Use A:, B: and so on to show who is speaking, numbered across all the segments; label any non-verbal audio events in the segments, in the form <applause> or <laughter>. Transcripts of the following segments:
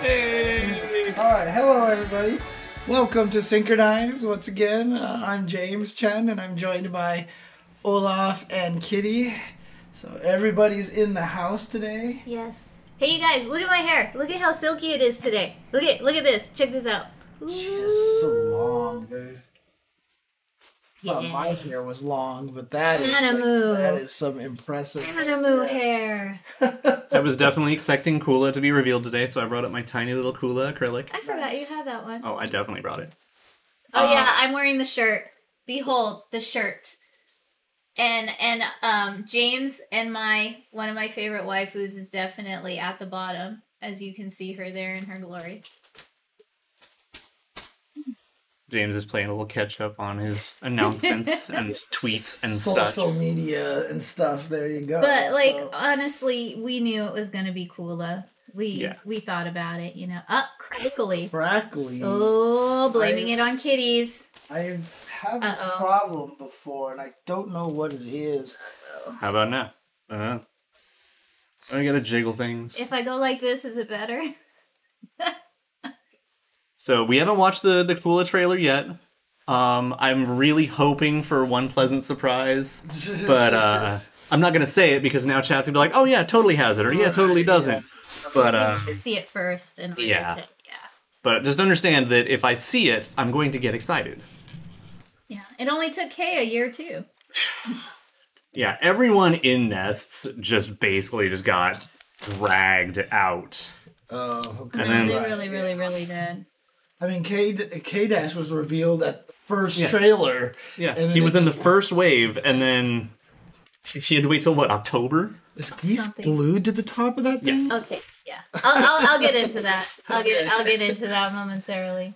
A: Hey!
B: All right, hello everybody. Welcome to Synchronize once again. Uh, I'm James Chen, and I'm joined by Olaf and Kitty. So everybody's in the house today.
C: Yes. Hey, you guys, look at my hair. Look at how silky it is today. Look at look at this. Check this out.
B: Just so long, dude. Thought
C: Yeah.
B: my hair was long, but that is
C: Gotta
B: like-
C: move.
B: that is some impressive.
C: Animal hair.
A: I was definitely expecting Kula to be revealed today, so I brought up my tiny little Kula acrylic.
C: I forgot you had that one.
A: Oh, I Ah. definitely brought it.
C: Oh yeah, I'm wearing the shirt. Behold the shirt. And and um James and my one of my favorite waifus is definitely at the bottom, as you can see her there in her glory.
A: James is playing a little catch up on his announcements and tweets and such.
B: Social media and stuff. There you
A: Oh,
B: go.
C: But like
B: So-
C: honestly, we knew it was gonna be Kula. We
A: Yeah.
C: we thought about it, you know. Up oh, crackly.
B: Crackly.
C: Oh, blaming
B: I-
C: it on kitties.
B: I've had this
C: Uh-oh.
B: problem before, and I don't know what it is.
A: How about now? Uh, I gotta jiggle things.
C: If I go like this, is it better?
A: So we haven't watched the the Kula trailer yet. Um, I'm really hoping for one pleasant surprise, but uh, I'm not gonna say it because now chat's gonna be like, "Oh yeah, totally has it," or "Yeah, totally doesn't." But
C: You
A: uh,
C: need <laughs> to see it first and order
A: yeah.
C: to- yeah,
A: but just understand that if I see it, I'm going to get excited.
C: yeah. It only took Kay a year too.
A: Yeah, everyone in Nests just basically just got dragged out.
B: Oh, okay.
A: And then-
C: they really, really, really did.
B: I mean, K K Dash was revealed at the first
A: Yeah.
B: trailer.
A: Yeah,
B: And then
A: he
B: it
A: was in the
B: just-
A: first wave, and then she she had to wait till what October?
B: Is geese
C: Something.
B: glued to the top of that thing?
A: Yes.
C: Okay, yeah. I'll, I'll, I'll get into that. I'll get I'll get into that momentarily,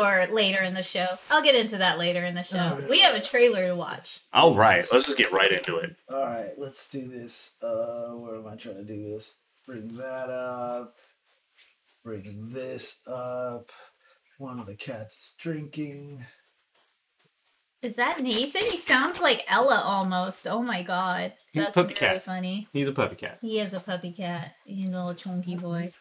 C: or later in the show. I'll get into that later in the
A: Oh,
C: show. We have a trailer to watch.
A: All right, let's just get right into it.
B: All right, let's do this. Uh, where am I trying to do this? Bring that up. Bring this up. One of the cats is drinking.
C: Is that Nathan? He sounds like Ella almost. Oh my god,
A: He's
C: that's
A: puppy
C: really
A: cat.
C: funny.
A: He's a puppy cat.
C: He is a puppy cat. He's a little chunky boy.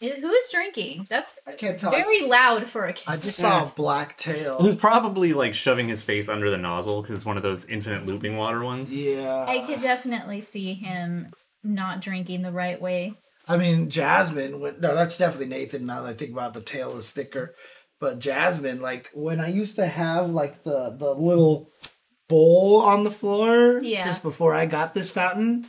C: It- who is drinking? That's
B: I can't tell. I
C: very
B: just-
C: loud for a
B: I
C: cat.
B: just saw a black tail.
A: He's probably like shoving his face under the nozzle because it's one of those infinite looping water ones.
B: Yeah.
C: I could definitely see him not drinking the right way.
B: I mean, Jasmine. When, no, that's definitely Nathan. Now that I think about, it, the tail is thicker. But Jasmine, like when I used to have like the the little bowl on the floor,
C: Yeah.
B: just before I got this fountain.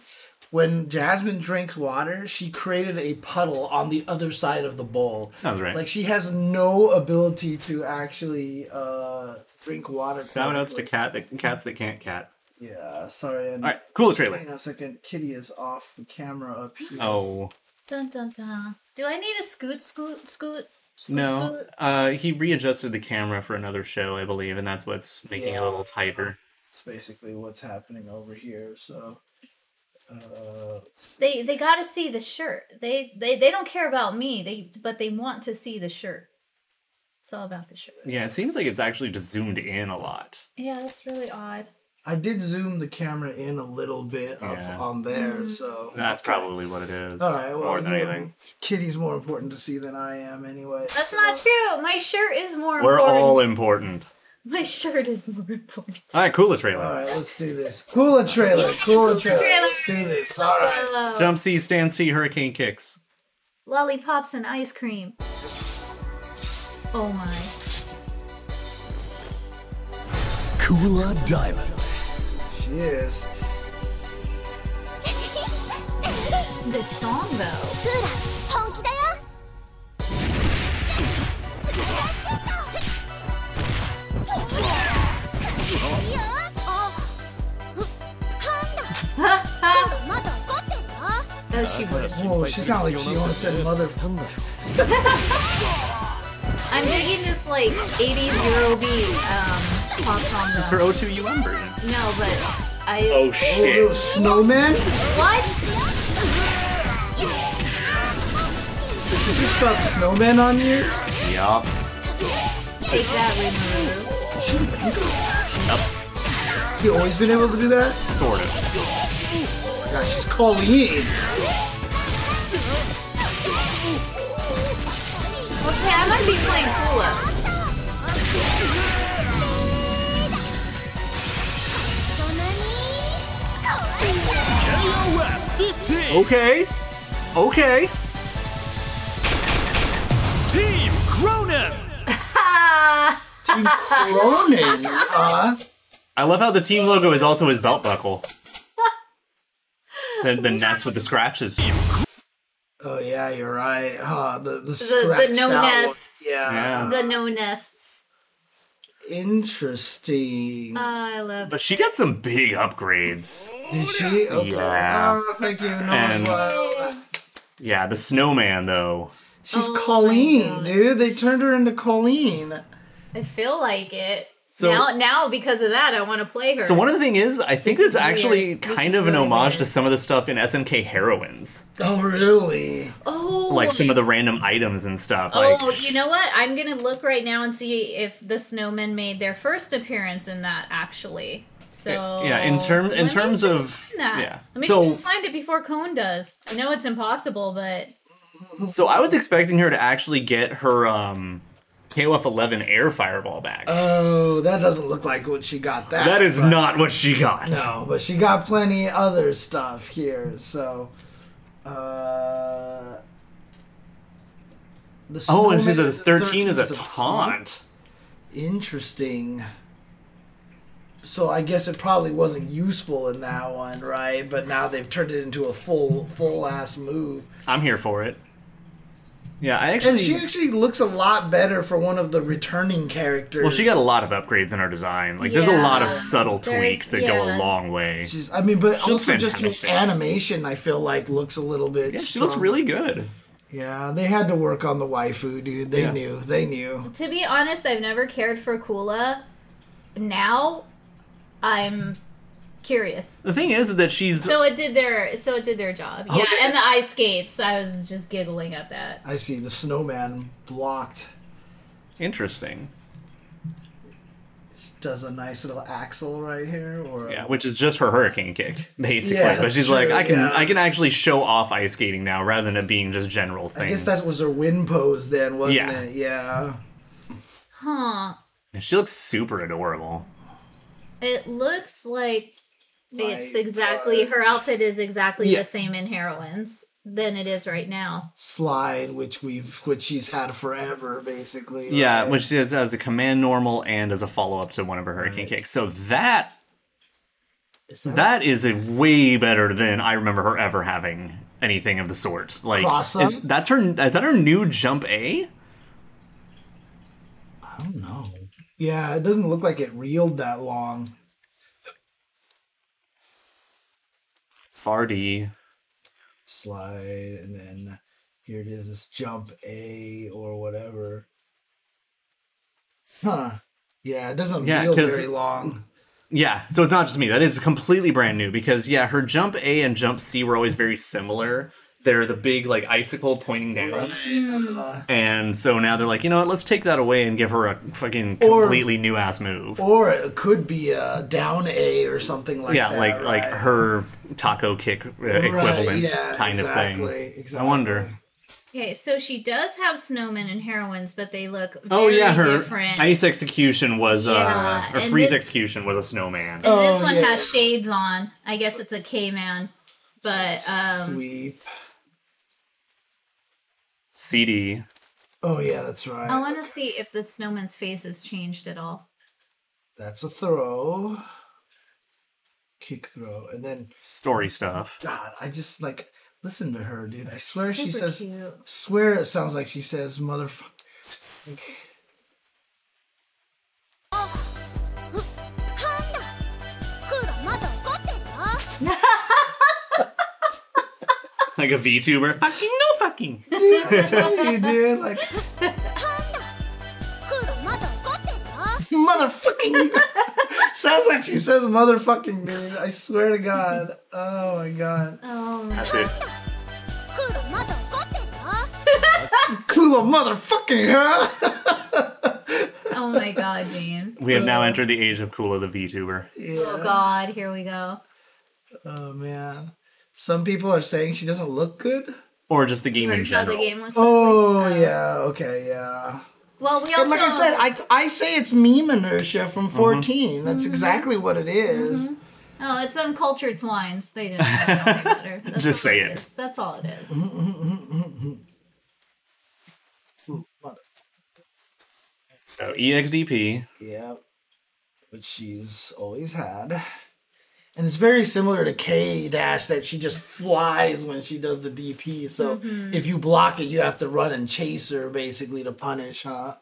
B: When Jasmine drinks water, she created a puddle on the other side of the bowl.
A: Sounds right.
B: Like she has no ability to actually uh, drink water.
A: Shout outs to
B: correctly.
A: cat that, cats that can't cat.
B: Yeah, sorry. And
A: All right, cool
B: Hang
A: trailer.
B: on a second. Kitty is off the camera up here.
A: Oh
C: Dun dun dun. Do I need a scoot scoot scoot? scoot
A: no,
C: scoot?
A: uh, he readjusted the camera for another show, I believe, and that's what's making it a little tighter.
B: It's basically what's happening over here. So, uh,
C: They they got to see the shirt. They they they don't care about me. They but they want to see the shirt. It's all about the shirt.
A: Yeah, it seems like it's actually just zoomed in a lot.
C: Yeah, that's really odd.
B: I did zoom the camera in a little bit up
A: Yeah.
B: on
C: Mm-hmm.
B: there. So
A: That's
B: Okay.
A: probably what it is.
B: all right. Well,
A: more than
B: you know,
A: anything.
B: Kitty's more important to see than I am, anyway.
C: That's not true. My shirt is more
A: We're
C: important.
A: all important.
C: <laughs> My shirt is more important.
A: All right, Kula trailer.
B: All right, let's do this. Cooler trailer. Cooler trailer.
C: trailer.
B: Let's do this. All right.
C: Oh,
A: Jump C, stand C, hurricane kicks.
C: lollipops and ice cream. Oh my.
D: Kula Diamond.
B: She is.
C: The song though.
E: クーラ本気だよいいよあうパンダまだ怒ってるよ
C: Oh, she would.
B: Whoa, she's not like she once said mother.
C: I'm digging this like 80s Eurobeat um, pop song
A: For
C: though.
A: O2 UM version.
C: No, but I.
B: Oh, little
A: shit.
B: snowman.
C: What?
B: Did you stop snowman on you?
A: Yup.
C: Take that, Ringo.
B: You always been able to do that?
A: Sort of.
B: Gosh, she's Colleen.
C: Okay, I might be playing Hula.
E: 大人にかわいい
A: Okay. Okay.
F: Team Cronin!
C: Ah,
B: Team Cronin. Uh,
A: I love how the team logo is also his belt buckle. the, the nest with the scratches.
B: oh yeah, you're right. Uh, the the,
C: the
B: scratched
C: no
B: out one.
C: nests.
B: Yeah.
C: the no nests.
B: Interesting.
C: Ah, I love
A: But she got some big upgrades.
B: Did she? Okay.
A: Yeah.
B: Oh, thank you. No one's
A: And-
B: wild.
A: Yeah, the snowman though.
B: She's
C: Oh my
B: Colleen,
C: gosh.
B: dude. They turned her into Colleen.
C: I feel like it.
A: So-
C: now, now because of that, I want to play her.
A: So one of the thing is, I think
C: This is
A: it's actually
C: weird. This
A: kind
C: is
A: of
C: really
A: an homage
C: weird.
A: to some of the stuff in SNK Heroines,
B: Oh, really?
C: oh,
A: like some of the random items and stuff.
C: Oh,
A: like,
C: you know what? I'm gonna look right now and see if the snowmen made their first appearance in that. Actually, so
A: yeah. In terms,
C: Let
A: in
C: me
A: terms
C: check
A: of,
C: that.
A: yeah.
C: Let me see if I
A: So,
C: can find it before Cone does. I know it's impossible, but
A: so I was expecting her to actually get her um, KOF 11 air fireball back.
B: Oh, that doesn't look like what she got. That
A: that is
B: but-
A: not what she got.
B: No, but she got plenty other stuff here. So, uh, the
A: Oh, and
B: snowman
A: she says
B: is
A: 13 is a
B: is
A: taunt.
B: Interesting. So I guess it probably wasn't useful in that one, right? But now they've turned it into a full, full ass move.
A: I'm here for it. Yeah, I actually.
B: And she actually looks a lot better for one of the returning characters.
A: well, she got a lot of upgrades in her design. Like, there's a lot of
C: Yeah.
A: subtle
C: There's-
A: tweaks that go a
C: yeah.
A: long way.
B: She's, I mean, but
A: She looks
B: also just her
A: fantastic.
B: animation, I feel like looks a little bit.
A: Yeah, she looks
B: stronger.
A: really good.
B: Yeah, they had to work on the waifu, dude. They
A: Yeah.
B: knew. They knew.
C: to be honest, I've never cared for Kula. Now, I'm curious.
A: The thing is that she's
C: So it did their so it did their job. Yeah,
A: Oh, yeah.
C: and the ice skates. I was just giggling at that.
B: I see the snowman blocked.
A: interesting.
B: Does a nice little axle right here, or a-
A: Yeah, which is just her hurricane kick, <laughs> basically.
B: Yeah,
A: but
B: that's
A: she's
B: true,
A: like, I can
B: yeah.
A: I can actually show off ice skating now rather than it being just general thing.
B: I guess that was her win pose then, wasn't
A: Yeah.
B: it? Yeah.
C: Huh.
A: And she looks super adorable.
C: It looks like it's
B: My
C: exactly
B: gosh.
C: her outfit is exactly
A: Yeah.
C: the same in heroines than it is right now.
B: Slide, which we've, which she's had forever, basically.
A: Yeah,
B: right?
A: which she has as a command normal and as a follow up to one of her hurricane kicks. So that
B: Is
A: that is a way better than I remember her ever having anything of the sort. Like
B: Cross up?
A: is, that's her is that her new jump A?
B: I don't know. Yeah, it doesn't look like it reeled that long.
A: Farty.
B: Slide, and then here it is, this jump A or whatever. Huh. Yeah, it doesn't
A: Yeah,
B: reel
A: 'cause-
B: very long.
A: Yeah, so it's not just me. That is completely brand new because yeah, her jump A and jump C were always very similar. They're the big like icicle pointing down. And so now they're like, you know what, let's take that away and give her a fucking
B: Or-
A: completely new ass move.
B: Or it could be a down A or something like
A: yeah,
B: that.
A: like like
B: right?
A: her taco kick uh, equivalent
B: yeah,
A: kind of
B: exactly,
A: thing.
B: exactly.
A: I wonder.
C: Okay, so she does have snowmen and heroines, but they look very
A: Oh yeah, her
C: different.
A: ice execution was
C: Yeah,
A: uh, or
C: and
A: freeze
C: this-
A: execution was a
C: and
A: snowman.
C: this
B: Oh,
C: one
B: yeah.
C: has shades on. I guess it's a K man, but um,
B: Sweep.
A: CD.
B: Oh, yeah, that's right.
C: I want to see if the snowman's face has changed at all.
B: That's a throw. Kick throw. And then,
A: Story stuff.
B: God, I just like, listen to her, dude. I swear she
C: Super
B: says, <laughs>
C: cute. <laughs>
B: swear it sounds like she says, motherfucker. Like,
E: あうパンダクロまだ怒ってるよ
A: Like a VTuber. Fucking no
C: <laughs>
A: fucking.
B: dude, I tell you, dude, like,
E: クロまだ怒ってるよ
B: motherfucking. <laughs> sounds like she says motherfucking, dude. I swear to God. Oh, my God.
C: Oh, my-
A: That's it.
E: クロまだ怒ってるよ
B: Kula motherfucking, huh?
C: Oh my god, James.
A: We have now entered the age of Kula the VTuber.
C: Oh god, here we go.
B: <laughs> Oh man. Some people are saying she doesn't look good.
A: Or just the game in
C: How the
A: general.
C: game looks
B: Oh yeah, okay, yeah.
C: Well, we also
B: And like I said, I, I say it's meme inertia from 14. That's
C: Mm-hmm.
B: exactly what it is.
C: Oh, it's uncultured swines. They didn't fucking know
A: <laughs>
C: any better. That's
A: Just
C: all
A: say it.
C: is. That's all it is.
B: Mhm. Mother-
A: So E EXDP.
B: Yeah. Which she's always had. And it's very similar to K Dash that she just flies when she does the DP. So if you block it, you have to run and chase her basically to punish, huh?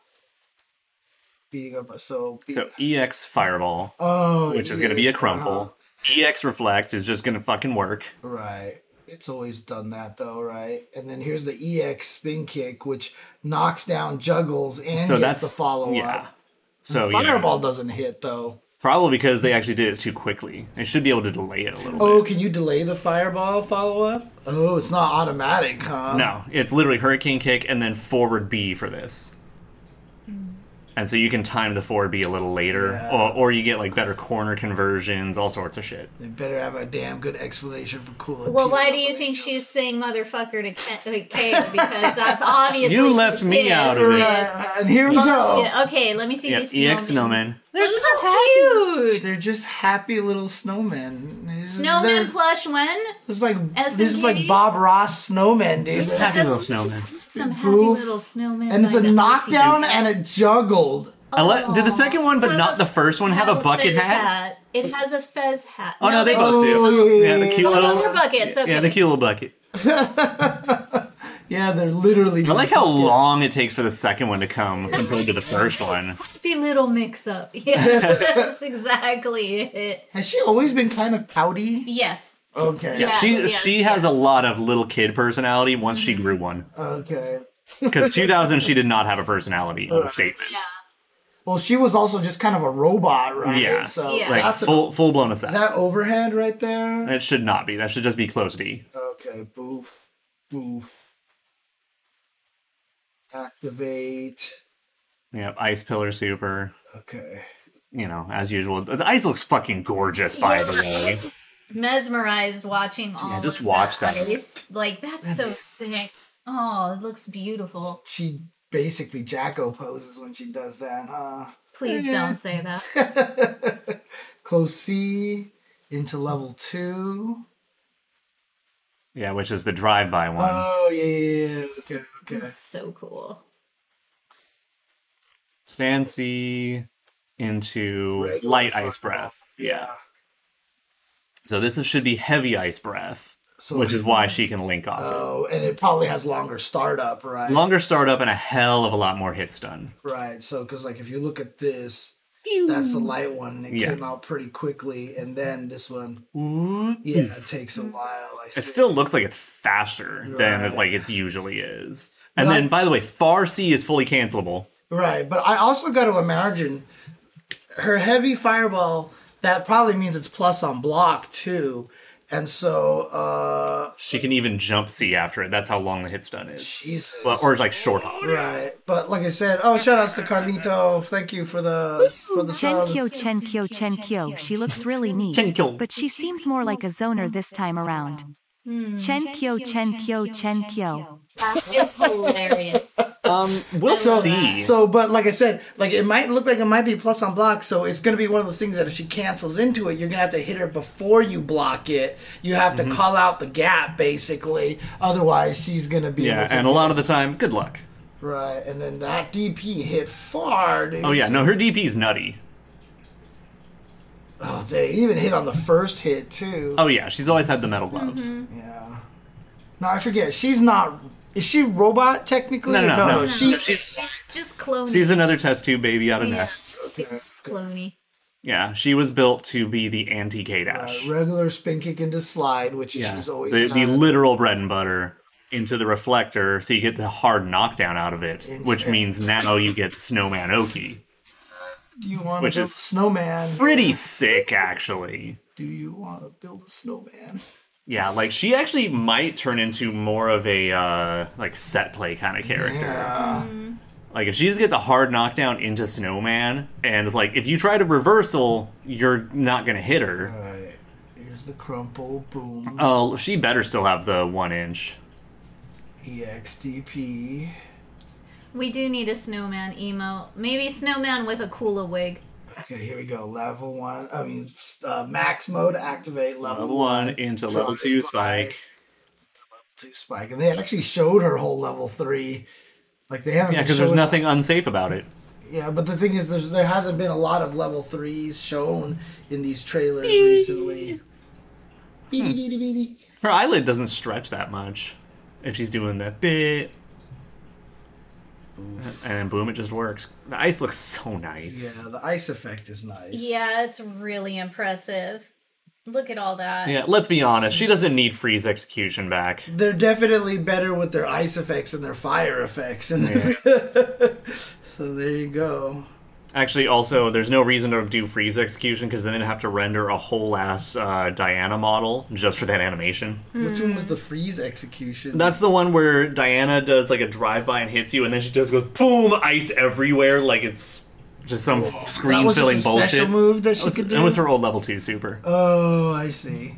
B: Beating up. So,
A: So EX Fireball,
B: oh,
A: which is going to be a crumple. EX Reflect is just going to fucking work.
B: Right. It's always done that though, right? And then here's the EX spin kick, which knocks down juggles and
A: So
B: gets
A: that's
B: the follow
A: Yeah.
B: up.
A: So you know,
B: Fireball doesn't hit though.
A: probably because they actually did it too quickly. They should be able to delay it a little
B: Oh,
A: bit.
B: can you delay the fireball follow up? Oh, it's not automatic, huh?
A: No, it's literally Hurricane Kick and then forward B for this. And so you can time the forward B a little later, or, or you get like better corner conversions, all sorts of shit.
B: They better have a damn good explanation for cool.
C: Well, why do you think she's saying motherfucker to Ken, like Kate?
B: <laughs>
C: Because that's obviously
A: You
C: she's
A: left me
C: pissed
A: out of it.
C: with-
B: Uh, and here we
C: Oh,
B: go.
C: yeah, okay, let me see
A: Yeah,
C: these
A: EX Snowmen.
C: They're so cute.
B: They're just happy little snowmen.
C: Snowman
B: They're-
C: plush when
B: It's like
C: S&P?
B: this is like Bob Ross snowmen, dude.
A: Happy little snowman.
C: some happy
B: Goof.
C: little snowman.
B: And it's a
C: like the
B: knockdown
C: OCD.
B: and a juggled.
A: I let- did the second one, but
C: Have
A: not the first one, have a
C: fez
A: bucket hat?
C: It has a fez hat.
A: Oh no, they both
B: Oh,
A: do.
B: yeah,
A: Yeah, the cute
C: <laughs> Oh, they're
A: little,
C: buckets. Okay.
A: yeah, the cute little bucket.
B: Yeah, they're literally.
A: I
B: Just
A: like how long it takes for the second one
C: <laughs>
A: to come compared to the first one.
C: Happy little mix up. <laughs> Yeah, that's exactly it.
B: Has she always been kind of pouty?
C: Yes.
A: Oh,
B: Okay.
C: Yeah.
A: She
C: Yes,
A: she
C: yes,
A: has a
C: yes. Mm-hmm.
A: lot of little kid personality once she grew one.
B: Okay.
A: Because 2000 she did not have a personality on statement.
C: Yeah.
B: Well, she was also just kind of a robot, right?
A: Yeah.
B: So
C: Yeah.
A: Like
B: that's
A: full full blown
B: a,
A: assassin.
B: is that overhead right there?
A: it should not be. That should just be close D.
B: Okay. Boof. Boof. Activate.
A: Yep, ice pillar super.
B: Okay.
A: You know, as usual. The ice looks fucking gorgeous, by the
C: Yeah, I
A: way.
C: was mesmerized watching all.
A: Yeah, just
C: of
A: watch
C: that.
A: that.
C: ice. Like that's, so sick. Oh, it looks beautiful.
B: She basically Jacko poses when she does that, huh?
C: Please don't say that.
B: <laughs> Close C into level two.
A: Yeah, which is the drive by one.
B: Oh yeah, yeah, yeah. Okay, okay.
C: so cool.
A: Fancy into
B: Regular
A: light ice breath.
B: Yeah.
A: So this is, should be heavy ice breath,
B: So-
A: which is why she can link off. it.
B: Oh, and it probably has longer startup, right?
A: Longer startup and a hell of a lot more hits done.
B: Right. So, because like if you look at this, that's the light one. It
A: Yeah.
B: came out pretty quickly, and then this one,
A: Ooh.
B: yeah, it takes a while. I see.
A: It still looks like it's faster than
B: Right.
A: like it usually is. And
B: But I-
A: then, by the way, Far C is fully cancelable.
B: right, but I also got to imagine her heavy fireball. That probably means it's plus on block too, and so uh
A: She can even jump C after it. That's how long the hit's done is.
B: Jesus.
A: But, or like short hop.
B: Right, but like I said, oh, shout outs to Carlito. Thank you for the for the sub.
G: Chenkyo, Chenkyo, Chenkyo. She looks really neat.
A: Chenkyo.
G: But she seems more like a zoner this time around. Chenkyo, Chenkyo, Chenkyo.
C: It's hilarious.
A: Um, we'll see.
B: So, but like I said, like it might look like it might be plus on block, so it's going to be one of those things that if she cancels into it, you're going to have to hit her before you block it. You have
A: Mm-hmm.
B: to call out the gap, basically. Otherwise, she's going to be.
A: yeah,
B: able to
A: and a lot of the time, good luck.
B: Right, and then that DP hit far, dude.
A: Oh yeah, no, her DP's nutty.
B: Oh, dang, it even hit on the first hit, too.
A: Oh yeah, she's always had the metal gloves.
B: Yeah. No, I forget. She's not. Is she robot, technically?
A: No, no, no, no.
B: She's.
C: She's just clony.
A: She's another test tube baby out of
C: Yeah.
A: nests.
C: Just clony.
A: Yeah, she was built to be the anti K dash.
B: Regular spin kick into slide, which
A: Yeah.
B: she's always
A: the, the
B: done.
A: literal bread and butter into the reflector, so you get the hard knockdown out of it, which means now you get Snowman Oki.
B: Do you want to
A: which
B: build a
A: is-
B: snowman?
A: Pretty sick, actually.
B: Do you want to build a snowman?
A: Yeah, like she actually might turn into more of a uh, like set play kind of character. Like if she just gets a hard knockdown into Snowman, and it's like if you try to reversal, you're not gonna hit her.
B: Alright. Here's the crumple. Boom.
A: Oh, she better still have the one inch.
B: E EXDP.
C: We do need a snowman emote. Maybe snowman with a Kula wig.
B: Okay, here we go. Level one. I mean, uh, max mode activate level,
A: Level one into level
B: Drive
A: two
B: by.
A: spike.
B: Two spike. And they actually showed her whole level three. Like they haven't.
A: Yeah,
B: been
A: because there's
B: showing-
A: nothing unsafe about it.
B: Yeah, but the thing is, there's, there hasn't been a lot of level threes shown in these trailers recently.
A: Hmm.
B: Beady, beady, beady.
A: Her eyelid doesn't stretch that much if she's doing that bit. And boom, it just works. The ice looks so nice.
B: Yeah, the ice effect is nice.
C: Yeah, it's really impressive. Look at all that.
A: Yeah, let's be honest. She doesn't need freeze execution back.
B: They're definitely better with their ice effects and their fire effects. In this. <laughs> so there you go.
A: Actually, also, there's no reason to do freeze execution because then have to render a whole ass uh, Diana model just for that animation.
B: Which one was the freeze execution?
A: That's the one where Diana does like a drive by and hits you, and then she just goes boom, ice everywhere, like it's just some
B: That
A: screen
B: was just
A: filling
B: a special
A: bullshit.
B: move that
A: It
B: she
A: was,
B: could
A: it
B: do.
A: was her old level two super.
B: Oh, I see.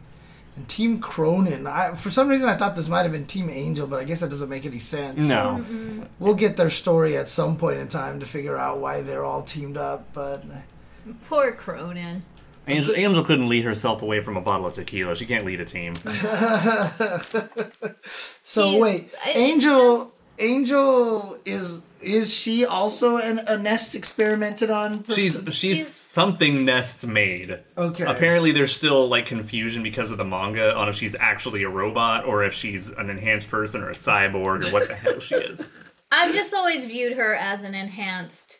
B: And Team Cronin. I, for some reason, I thought this might have been Team Angel, but I guess that doesn't make any sense.
A: no.
B: So we'll get their story at some point in time to figure out why they're all teamed up. But
C: Poor Cronin.
A: Angel, Angel couldn't lead herself away from a bottle of tequila. She can't lead
B: <laughs>
A: a team.
B: so
C: He's-
B: wait,
C: I- it's
B: Angel. Angel is is she also an, a nest experimented on? person?
A: She's she's, something Nest's made.
B: Okay.
A: Apparently, there's still like confusion because of the manga on if she's actually a robot or if she's an enhanced person or a cyborg or what the hell she is.
C: I've just always viewed her as an enhanced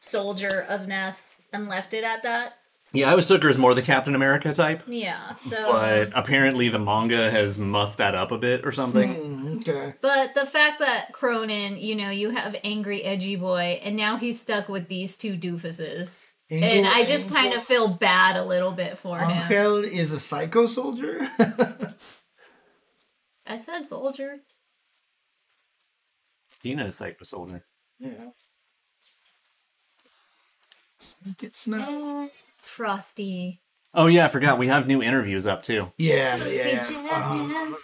C: soldier of Ness and left it at that.
A: <laughs> Yeah, I always took her as more the Captain America type,
C: Yeah, so.
A: but apparently the manga has mussed that up a bit or something.
C: Hmm.
B: okay.
C: But the fact that Cronin, you know, you have angry edgy boy, and now he's stuck with these two doofuses, and
B: Angel-
C: I just kind of feel bad a little bit for him.
B: Angel is a psycho soldier. <laughs>
C: I said soldier.
A: Tina is Psycho Soldier.
B: yeah. Get snow.
C: Frosty.
A: Oh yeah, I forgot we have new interviews up too,
B: Yeah,
C: Frosty
B: yeah. Uh-huh.
C: jazz hands.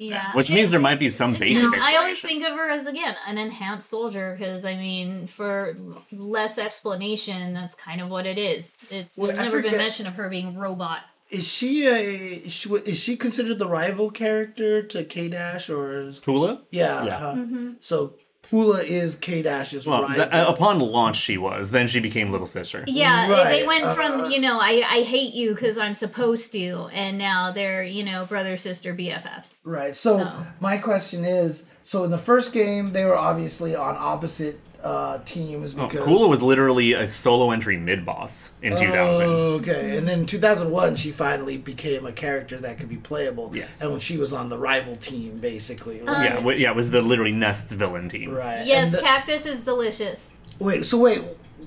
C: Yeah.
A: which means there might be some basic.
C: <laughs> No, I always think of her as again an enhanced soldier because I mean, for less explanation, that's kind of what it is. It's
B: Well,
C: there's
B: I
C: never been
B: forget-
C: mention of her being robot.
B: Is she a is she- is she considered the rival character to K Dash or is,
A: Kula?
B: yeah? uh,
A: Yeah.
B: huh. So Kula is K Dash's
A: Well, oh.
B: rival.
A: th- upon launch, she was. Then she became Little Sister.
C: Yeah, they- they
B: Right, uh-huh.
C: went from you know I I hate you because I'm supposed to, and now they're you know brother sister BFFs.
B: right. So,
C: So.
B: my question is: so in the first game, they were obviously on opposite uh, teams
A: Oh,
B: because
A: Kula was literally a solo entry mid boss in
B: Oh.
A: 2000.
B: Okay, and then 2001, she finally became a character that could be playable.
A: Yes.
B: And when she was on the rival team, basically. Right.
A: Yeah, w- yeah, it was the literally Nest's villain team.
B: Right.
C: Yes,
B: and the-
C: cactus is delicious.
B: Wait, so wait,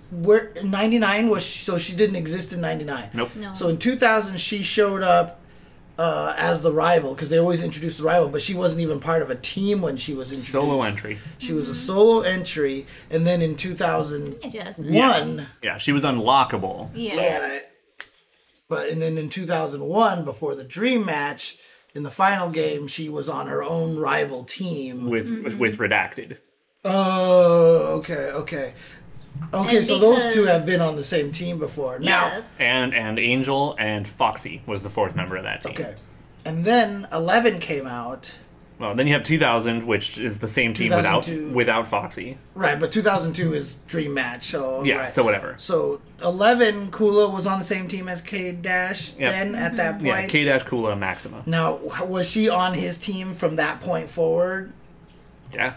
B: where ninety nine was she, so she didn't exist in ninety nine.
A: Nope.
C: No.
B: So in two thousand, she showed up uh, as the rival because they always introduced the rival, but she wasn't even part of a team when she was introduced.
A: Solo entry.
B: She was a solo entry, and then in two thousand
C: Just
B: one.
A: Yeah, she was unlockable.
C: yeah.
B: But and then in 2001, before the dream match, in the final game, she was on her own rival team.
A: With
C: Mm-hmm.
A: with redacted.
B: Oh, okay, okay, okay.
C: And
B: so those two
C: because-
B: have been on the same team before. Now,
C: Yes.
A: And and Angel and Foxy was the fourth member of that team.
B: okay, and then 11 came out,
A: Well, then you have 2000, which is the same team without
B: 2002.
A: without Foxy.
B: right? But 2002 is dream match, so
A: Yeah,
B: right.
A: so whatever.
B: So 11, Kula was on the same team as K Dash.
A: Yep.
B: Then at that
C: Mm-hmm.
B: point,
A: Yeah, K Dash Kula Maxima.
B: now h- was she on his team from that point forward?
A: Yeah.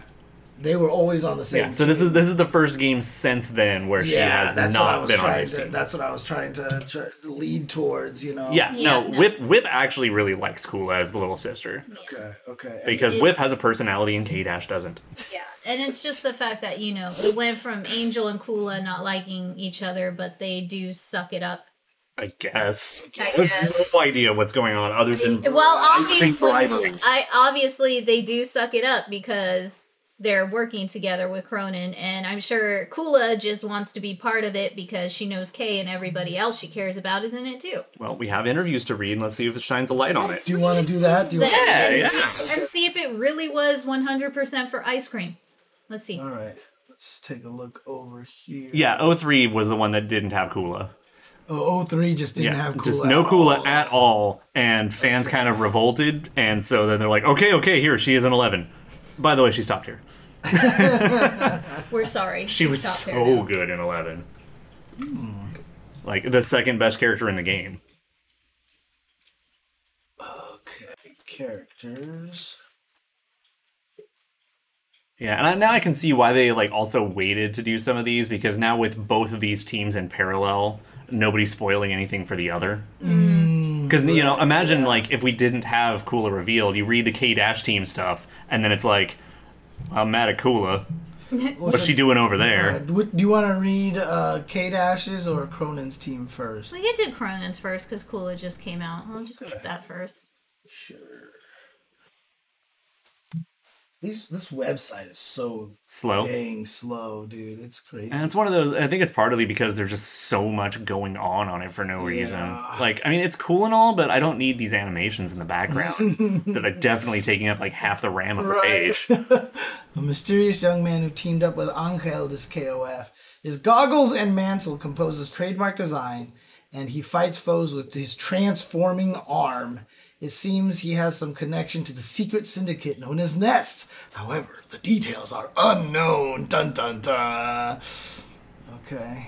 B: They were always on the same.
A: Yeah. So this is this is the first game since then where she has
B: that's what I
A: not
B: was
A: been on
B: trying
A: this
B: to.
A: team.
B: That's what I was trying to tr- lead towards. You know.
A: Yeah,
C: Yeah,
A: no,
C: no.
A: Whip Whip actually really likes Kula as the little sister
B: Okay. Okay.
A: because
C: It's-
A: Whip has a personality and K Dash doesn't.
C: And it's just the fact that, you know, it went from Angel and Kula not liking each other, but they do suck it up.
A: I guess.
C: I
A: <laughs> I have
C: guess.
A: no idea what's going on other than
C: Well,
A: ice cream
C: obviously,
A: bribery.
C: I obviously they do suck it up because they're working together with Cronin, and I'm sure Kula just wants to be part of it because she knows Kay and everybody else she cares about is in it too.
A: Well, we have interviews to read, and let's see if it shines a light on it.
B: Do you want to do that? Do you want-
A: Yeah,
C: and,
A: yeah.
C: See, and see if it really was 100% for ice cream. Let's see.
B: All right. Let's take a look over here.
A: Yeah, O3 was the one that didn't have Kula.
B: Oh, 03 just didn't
A: yeah,
B: have cool.
A: just no
B: at
A: Kula
B: all.
A: at all, and fans kind of revolted, and so then they're like, okay, okay, here she is an eleven. By the way, she stopped here.
C: We're sorry.
A: She was so good in eleven, like the second best character in the game.
B: Okay. Characters.
A: Yeah, and I, now I can see why they like also waited to do some of these because now with both of these teams in parallel, nobody's spoiling anything for the other.
B: Mm.
A: Because you know, imagine like if we didn't have Kula revealed, you read the K Dash team stuff, and then it's like, I'm mad at Kula. What's she doing over
B: Uh,
A: there?
B: Do do you want to read uh, K Dash's or Cronin's team first?
C: We could do Cronin's first because Kula just came out. I'll just get that first.
B: Sure. These, this website is so
A: Slow.
B: dang slow, dude. It's crazy.
A: And it's one of those. I think it's partly because there's just so much going on on it for no reason.
B: Yeah.
A: Like, I mean, it's cool and all, but I don't need these animations in the background that are definitely taking up like half the RAM of the page.
B: A mysterious young man who teamed up with Angel, this KOF. His goggles and mantle composes trademark design, and he fights foes with his transforming arm. It seems he has some connection to the secret syndicate known as Nest. However, the details are unknown. Dun dun dun. Okay.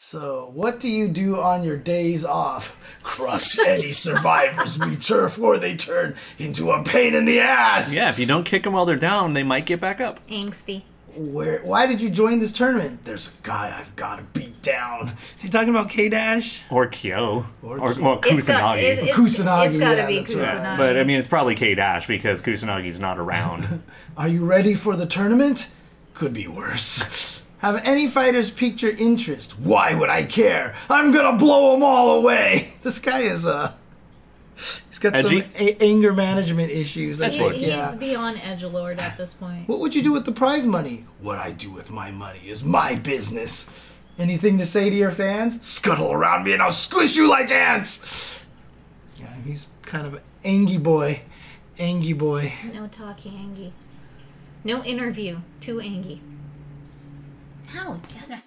B: So, what do you do on your days off? Crush any survivors <laughs> we turn before they turn into a pain in the ass.
A: Yeah, if you don't kick them while they're down, they might get back up.
C: Angsty.
B: Where? Why did you join this tournament? There's a guy I've got to beat down. Is he talking about K Dash?
A: Or Kyo. Or,
B: Or
A: or,
B: Kyo.
C: It's got, it,
A: Kusanagi.
C: it's,
B: Kusanagi,
C: it's got to
B: yeah,
C: be
B: that's right.
C: Kusanagi.
A: But I mean, it's probably K Dash because Kusanagi's not around.
B: Are you ready for the tournament? Could be worse. Have any fighters piqued your interest? Why would I care? I'm gonna blow them all away. <laughs> This guy is uh, he's got
A: Edgy?
B: some a- anger management issues. I
C: He-
B: think.
C: he's
B: Yeah.
C: beyond edgelord at this point.
B: What would you do with the prize money? What I do with my money is my business. Anything to say to your fans? Scuttle around me and I'll squish you like ants! Yeah, he's kind of an angy boy. Angy boy.
C: No talkie Angie. No interview. Too Angie. Ow, Jasmine.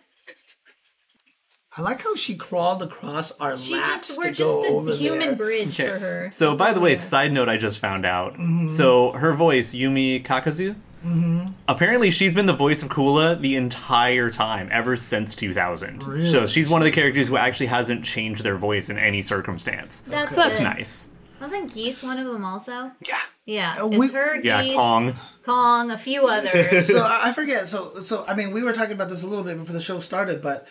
B: I like how she crawled across our
C: She
B: laps
C: just, we're
B: to go
C: just
B: over
C: a human
B: there.
C: bridge for her.
A: so,
C: That's
A: by
C: all
A: the
C: we
A: way,
C: are.
A: side note I just found out.
B: Mm-hmm.
A: So, her voice, Yumi Kakazu, apparently she's been the voice of Kula the entire time, ever since 2000. So,
B: Really?
A: she's one of the characters who actually hasn't changed their voice in any circumstance.
C: that's,
A: So, that's
C: good.
A: nice.
C: Wasn't Geese one of them also?
A: Yeah.
C: Yeah,
B: Uh,
C: it's
B: we-
C: her,
A: Yeah,
C: Geese,
A: Kong.
C: Kong, a few others.
A: <laughs>
B: so I I forget. So so I mean, we were talking about this a little bit before the show started, but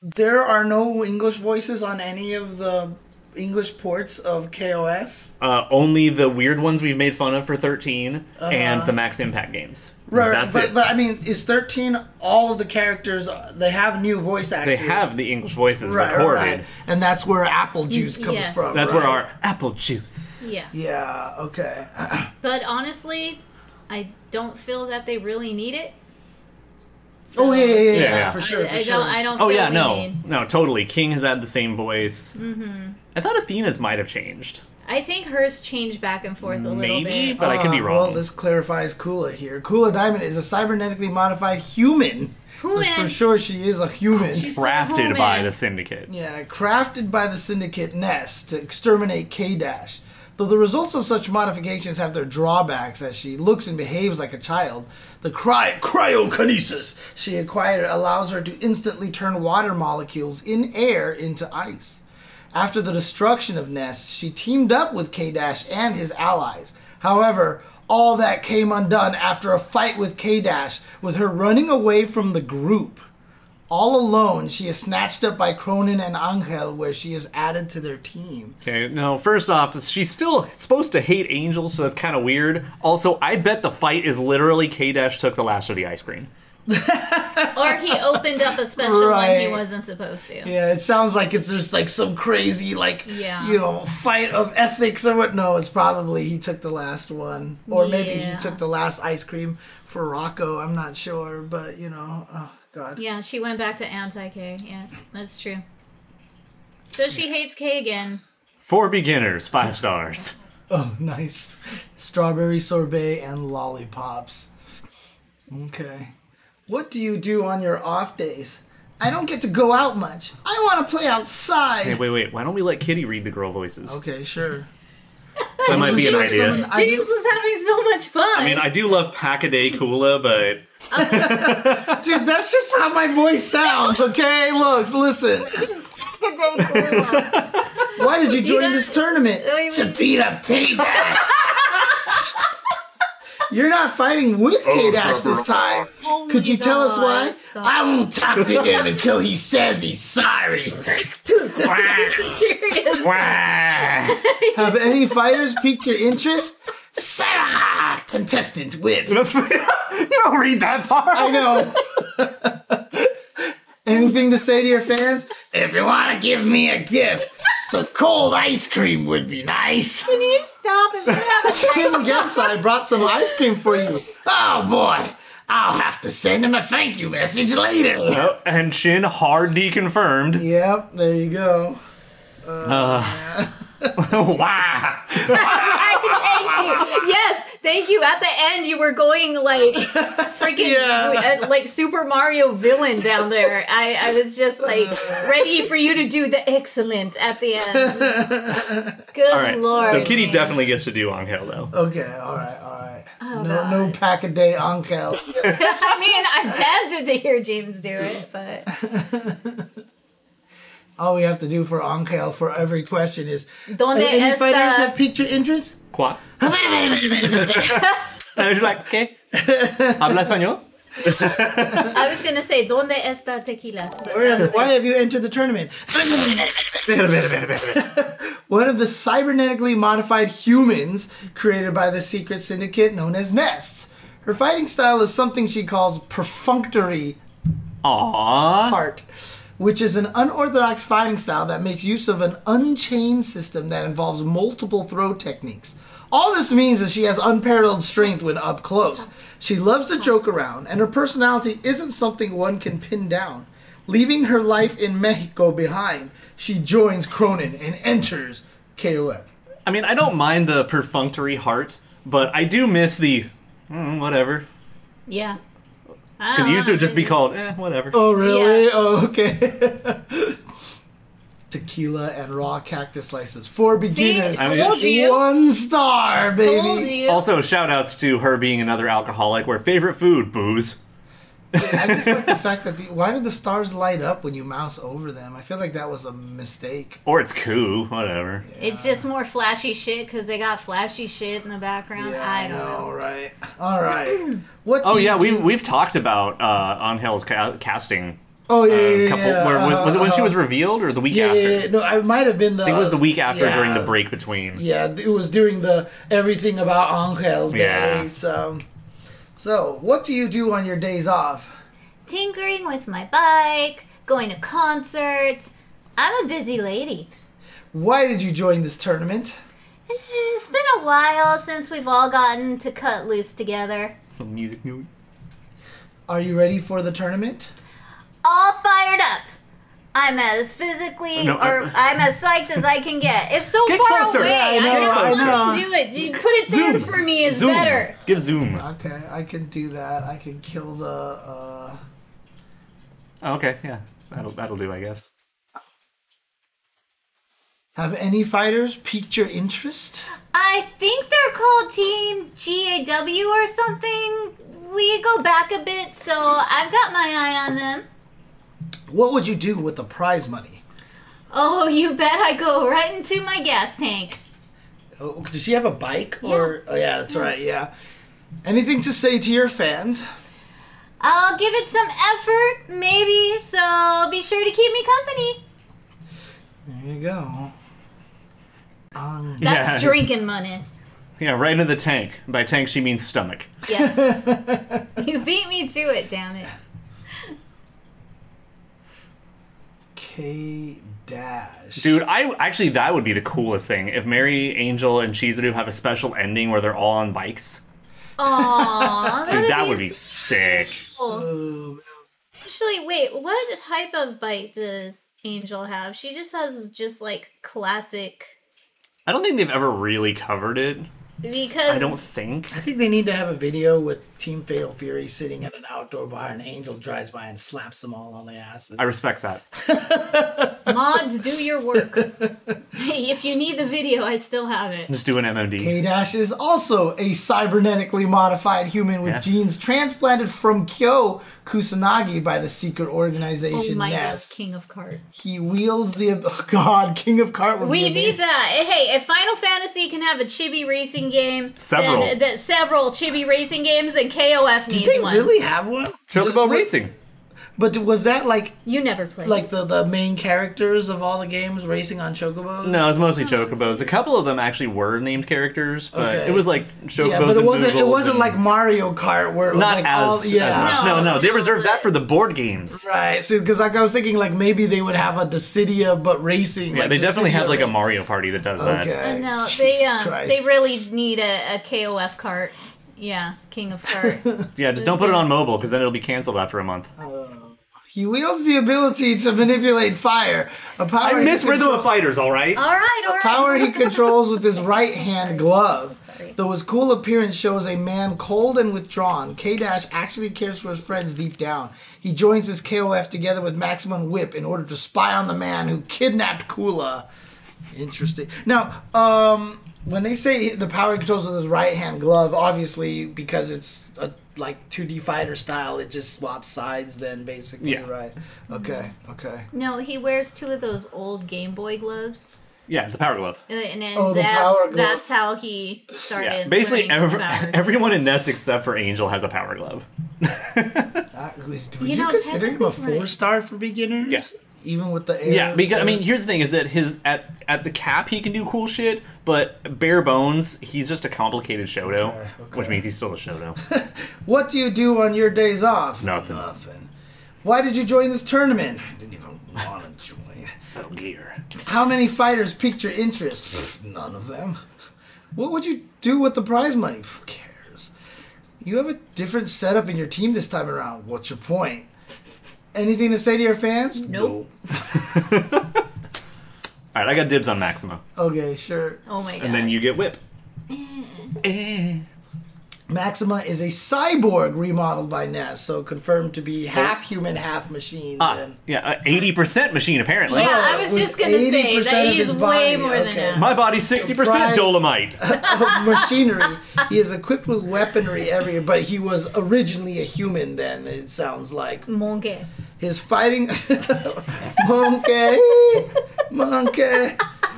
B: there are no English voices on any of the English ports of KOF.
A: Uh, only the weird ones we've made fun of for 13 and the Max Impact games.
B: Uh-huh. Right, right,
A: That's
B: but,
A: it.
B: but I mean, is thirteen all of the characters? uh, They have new voice actors.
A: they have the English voices
B: right, right,
A: recorded.
B: right. and that's where apple juice comes
C: Mm, yes.
B: from.
A: That's where
B: right?
A: our apple juice.
C: yeah,
B: Yeah. Okay.
C: but honestly, I don't feel that they really need it. So,
B: Oh yeah, yeah, yeah, yeah,
A: Yeah, yeah.
B: for
C: I-
B: sure, for
C: I,
B: sure.
C: don't. I don't.
A: Oh
C: feel
A: yeah,
C: we
A: no,
C: need-
A: no, totally. King has had the same voice. Mm-hmm. I thought Athena's might have changed,
C: I think hers changed back and forth a little
A: maybe,
C: bit.
A: but I could be
B: Uh,
A: wrong.
B: Well, this clarifies Kula here. Kula Diamond is a cybernetically modified human.
C: Human. Oh,
B: So for sure, she is a human.
C: She's
A: Crafted by
C: human.
A: the syndicate.
B: Yeah, crafted by the Syndicate Nest to exterminate K Dash. Though the results of such modifications have their drawbacks, as she looks and behaves like a child, the cry- cryokinesis she acquired allows her to instantly turn water molecules in air into ice. After the destruction of Nest, she teamed up with K Dash and his allies. However, all that came undone after a fight with K Dash, with her running away from the group. All alone, she is snatched up by Cronin and Angel, where she is added to their team.
A: Okay, no. First off, she's still supposed to hate Angel, so that's kind of weird. Also, I bet the fight is literally K Dash took the last of the ice cream.
C: or he opened up a special one he
B: Right.
C: wasn't supposed to.
B: Yeah, it sounds like it's just like some crazy, like,
C: Yeah.
B: you know, fight of ethics or what. No, it's probably he took the last one. Or maybe he
C: Yeah.
B: took the last ice cream for Rocco. I'm not sure, but, you know, oh, God.
C: Yeah, she went back to anti K. Yeah, that's true. So she hates K again.
A: For beginners, five
B: <laughs>
A: stars.
B: Oh, nice. Strawberry sorbet and lollipops. Okay. What do you do on your off days? I don't get to go out much. I want to play outside.
A: Hey, wait, wait. Why don't we let Kitty read the girl voices?
B: Okay, sure.
A: That might be an
B: Someone-
A: idea.
B: I-
C: James was having so much fun.
A: I mean, I do love Pack a Day Coola, but <laughs>
B: Dude, that's just how my voice sounds, okay? Looks, listen. Why did you join this tournament?
C: don't
B: To beat up K Dash. You're not fighting with
A: Oh,
B: K Dash this time.
C: Oh
B: Could
C: my
B: you tell us
C: God,
B: why?
C: stop.
B: I won't talk to him until he says he's sorry.
C: <laughs> <laughs> serious.
B: Have any fighters piqued your interest? Sarah, contestant with.
A: that's you don't read that part.
B: I know. Anything to say to your fans? If you want to give me a gift, some cold ice cream would be nice.
C: Can you stop
B: <laughs>
C: and have
B: Yes, I brought some ice cream for you. Oh boy, I'll have to send him a thank you message later.
A: Oh, and Shin hard deconfirmed.
B: Yep, there you go.
A: <laughs> wow.
C: thank you. Yes, thank you. At the end, you were going
B: <laughs>
C: like freaking
B: Yeah.
C: uh, like Super Mario villain down there. I, I was just like ready for you to do the excellent at
B: <laughs>
C: the end. Good
A: All right.
C: lord.
A: So Kitty definitely gets to do on Hill though.
B: Okay, all right, all right. no, no pack a day uncle.
C: I mean, I'm tempted to hear James do it,
B: <laughs>
C: but
B: All we have to do for uncle for every question is.
C: donde
B: Any fighters
C: esta?
B: have piqued your interest?
A: <laughs> Qua. And she's like, ¿qué? <laughs> Habla español?
C: I was gonna say donde esta tequila. But that was it.
B: Why have you entered the tournament? <laughs> One of the cybernetically modified humans created by the secret syndicate known as Nest. Her fighting style is something she calls perfunctory
A: Aww.
B: art, which is an unorthodox fighting style that makes use of an unchained system that involves multiple throw techniques. All this means is she has unparalleled strength when up close. She loves to joke around, and her personality isn't something one can pin down. Leaving her life in Mexico behind, she joins Cronin and enters KOF.
A: I mean, I don't mind the perfunctory heart, but I do miss the mm, whatever.
C: Yeah. Ah,
A: Because it used to just be called eh, whatever.
B: Oh, really?
C: Yeah.
B: Oh, okay. <laughs> Tequila and raw cactus slices for beginners.
C: I told you.
B: One star, baby.
C: Told you.
A: Also, shout outs to her being another alcoholic where favorite food, booze.
B: I just like
A: <laughs>
B: the fact that the, why do the stars light up when you mouse over them? I feel like that was a mistake.
A: Or it's coup, whatever.
C: It's just more flashy shit because they got flashy shit in the background. I don't know.
B: right? All
A: <clears throat>
B: right. What?
A: Oh
B: do you
A: yeah,
B: do-
A: we we've talked about uh, on Hell's ca- casting.
B: Oh yeah,
A: A
B: yeah,
A: couple,
B: yeah,
A: where, was, was it when she
B: uh,
A: was revealed or the week
B: Yeah,
A: after?
B: yeah, yeah. No, I might have been the.
A: I think it was the week after
B: yeah.
A: during the break between.
B: Yeah, it was during the everything about Angel day.
A: Yeah.
B: So, so what do you do on your days off?
C: Tinkering with my bike, going to concerts. I'm a busy lady.
B: Why did you join this tournament?
C: It's been a while since we've all gotten to cut loose together.
A: Some music news.
B: Are you ready for the tournament?
C: All fired up. I'm as physically
A: No,
C: or
A: uh,
C: I'm as psyched as I can get. It's so
A: Get
C: far
A: closer.
C: away.
A: Yeah,
B: I know,
C: I
B: I know.
C: can fucking do it. You put it down for me is
A: Zoom.
C: better.
A: Give zoom.
B: Okay, I can do that. I can kill the. Uh,
A: Oh, okay, yeah, that'll that'll do, I guess.
B: Have any fighters piqued your interest?
C: I think they're called Team GAW or something. We go back a bit, so I've got my eye on them.
B: What would you do with the prize money?
C: Oh, you bet I go right into my gas tank.
B: Oh, does she have a bike? Or oh, yeah, that's right. Yeah. Anything to say to your fans?
C: I'll give it some effort, maybe, so be sure to keep me company.
B: There you go. Um,
C: That's
A: Yeah.
C: drinking money.
A: Yeah, right into the tank. By tank, she means stomach. <laughs>
C: Yes. you beat me to it, damn it.
B: K dash.
A: Dude, I actually that would be the coolest thing if Mary, Angel, and Chizuru have a special ending where they're all on bikes.
C: Aww,
A: Dude, that would be sick.
C: cool.
B: Oh,
C: Actually, wait, what type of bite does Angel have? She just has just like classic
A: I don't think they've ever really covered it.
C: because
A: I don't think.
B: I think they need to have a video with Team Fatal Fury sitting at an outdoor bar and Angel drives by and slaps them all on the asses.
A: I respect that.
C: mods do
B: <laughs>
C: your work. hey, if you need the video, I still have it.
A: Just do an MMD.
B: K Dash is also a cybernetically modified human with
A: Yeah.
B: genes transplanted from Kyo Kusanagi by the secret
C: Oh
B: organization
C: my god,
B: Nest.
C: King of Card.
B: He wields the ab- <laughs> oh God King of oh, Cart. would be
C: We
B: amazing.
C: need that. Hey, if Final Fantasy can have a chibi racing game,
A: Several.
C: then, that several chibi racing games, and KOF
B: Did
C: needs
B: they
C: one.
B: really have one?
A: Chocobo Racing.
B: But was that like
C: You never played.
B: like the the main characters of all the games racing on chocobos?
A: No, it's mostly Chocobos. A couple of them actually were named characters, but
B: Okay.
A: it was like Chocobos.
B: Yeah, but it
A: and
B: wasn't it
A: Boogles
B: wasn't
A: and-
B: like Mario Kart where it was
A: not
B: like
A: as,
B: all yeah.
A: as much. No,
C: No,
A: no, they
C: no,
A: reserved that
C: but-
A: for the board games.
B: Right, so because like I was thinking, like maybe they would have a Decidia but racing.
A: Yeah,
B: like
A: they definitely
B: Dissidia
A: have like a
B: racing.
A: Mario Party that does that.
B: Okay.
C: Uh, no, they
B: Jesus
C: um,
B: Christ.
C: they really need a, a KOF cart. Yeah, King of Cart.
B: <laughs>
A: Yeah, just don't put it on mobile because then it'll be canceled after a month.
B: He wields the ability to manipulate fire, a power.
A: I
B: he
A: miss
B: could-
A: Rhythm of Fighters, all right?
C: all right, all right.
B: power
C: <laughs>
B: he controls with his right hand glove. Though his cool appearance shows a man cold and withdrawn, K Dash actually cares for his friends deep down. He joins his KOF together with Maximum Whip in order to spy on the man who kidnapped Kula. Interesting. Now, um, when they say the power he controls with his right hand glove, obviously because it's a, like 2D fighter style, it just swaps sides. Then basically,
A: Yeah.
B: right? Okay, okay.
C: No, he wears two of those old Game Boy gloves, Uh,
A: Yeah, the Power Glove.
C: and, and
B: Oh, the
C: that's
B: power glove.
C: that's how he started.
A: Yeah, basically
C: learning his
A: ev-
C: powers.
A: everyone in Ness except for Angel has a Power Glove.
B: That was- would
C: You
B: you,
C: know,
B: consider him a
C: technically-
B: four star for beginners?
A: Yeah.
B: Even with the air.
A: Yeah, because I mean, here's the thing: is that his at at the cap he can do cool shit, but bare bones he's just a complicated Shoto,
B: Okay, okay.
A: which means he's still a Shoto.
B: What do you do on your days off?
A: Nothing.
B: Nothing. Why did you join this tournament? I didn't even want to join.
A: Metal Gear.
B: How many fighters piqued your interest? Pff, None of them. What would you do with the prize money? Pff, Who cares? You have a different setup in your team this time around. What's your point? Anything to say to your fans?
C: Nope.
A: All right, I got dibs on Maxima,
B: Okay, sure.
C: Oh my god.
A: and then you get Whip.
B: Maxima is a cyborg remodeled by Ness, so confirmed to be half human, half machine.
A: Ah,
B: then.
A: yeah, eighty percent machine apparently.
C: yeah, I was
B: Oh, with
C: just gonna say
B: 80%
C: that
B: of
C: he's
B: his body,
C: way more
B: okay.
C: than that.
A: My body's sixty percent
B: Surprise.
A: dolomite.
B: of machinery. He is equipped with weaponry every but he was originally a human then, it sounds like.
C: Monkey.
B: His fighting <laughs> Monkey Monkey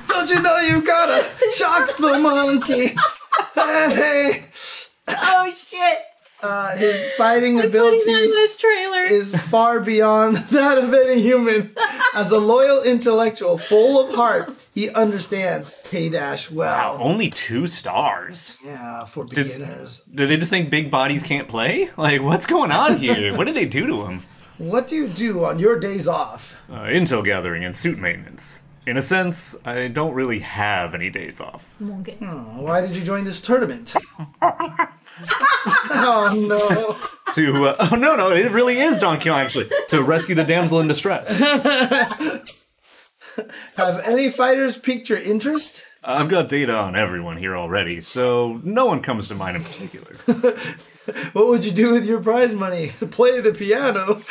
B: Don't you know you
C: <laughs>
B: gotta shock the monkey? Hey,
C: Oh shit!
B: Uh, his fighting
C: Putting that in
B: ability
C: this trailer.
B: is far beyond <laughs> that of any human. As a loyal intellectual, full of heart, he understands K Dash
A: Wow,
B: well.
A: only two stars.
B: Yeah, for beginners.
A: Do they just think big bodies can't play? Like, what's going on here? what did they do to him?
B: What do you do on your days off?
A: <laughs> Uh, intel gathering and suit maintenance. In a sense, I don't really have any days off.
C: Monkey.
B: Why did you join this tournament? <laughs> oh no.
A: to uh, <laughs> oh no no it really is Don King actually to rescue the damsel in distress. Uh,
B: Have any fighters piqued your interest?
A: I've got data on everyone here already, so no one comes to mind in particular.
B: What would you do with your prize money? <laughs> Play the piano. <laughs>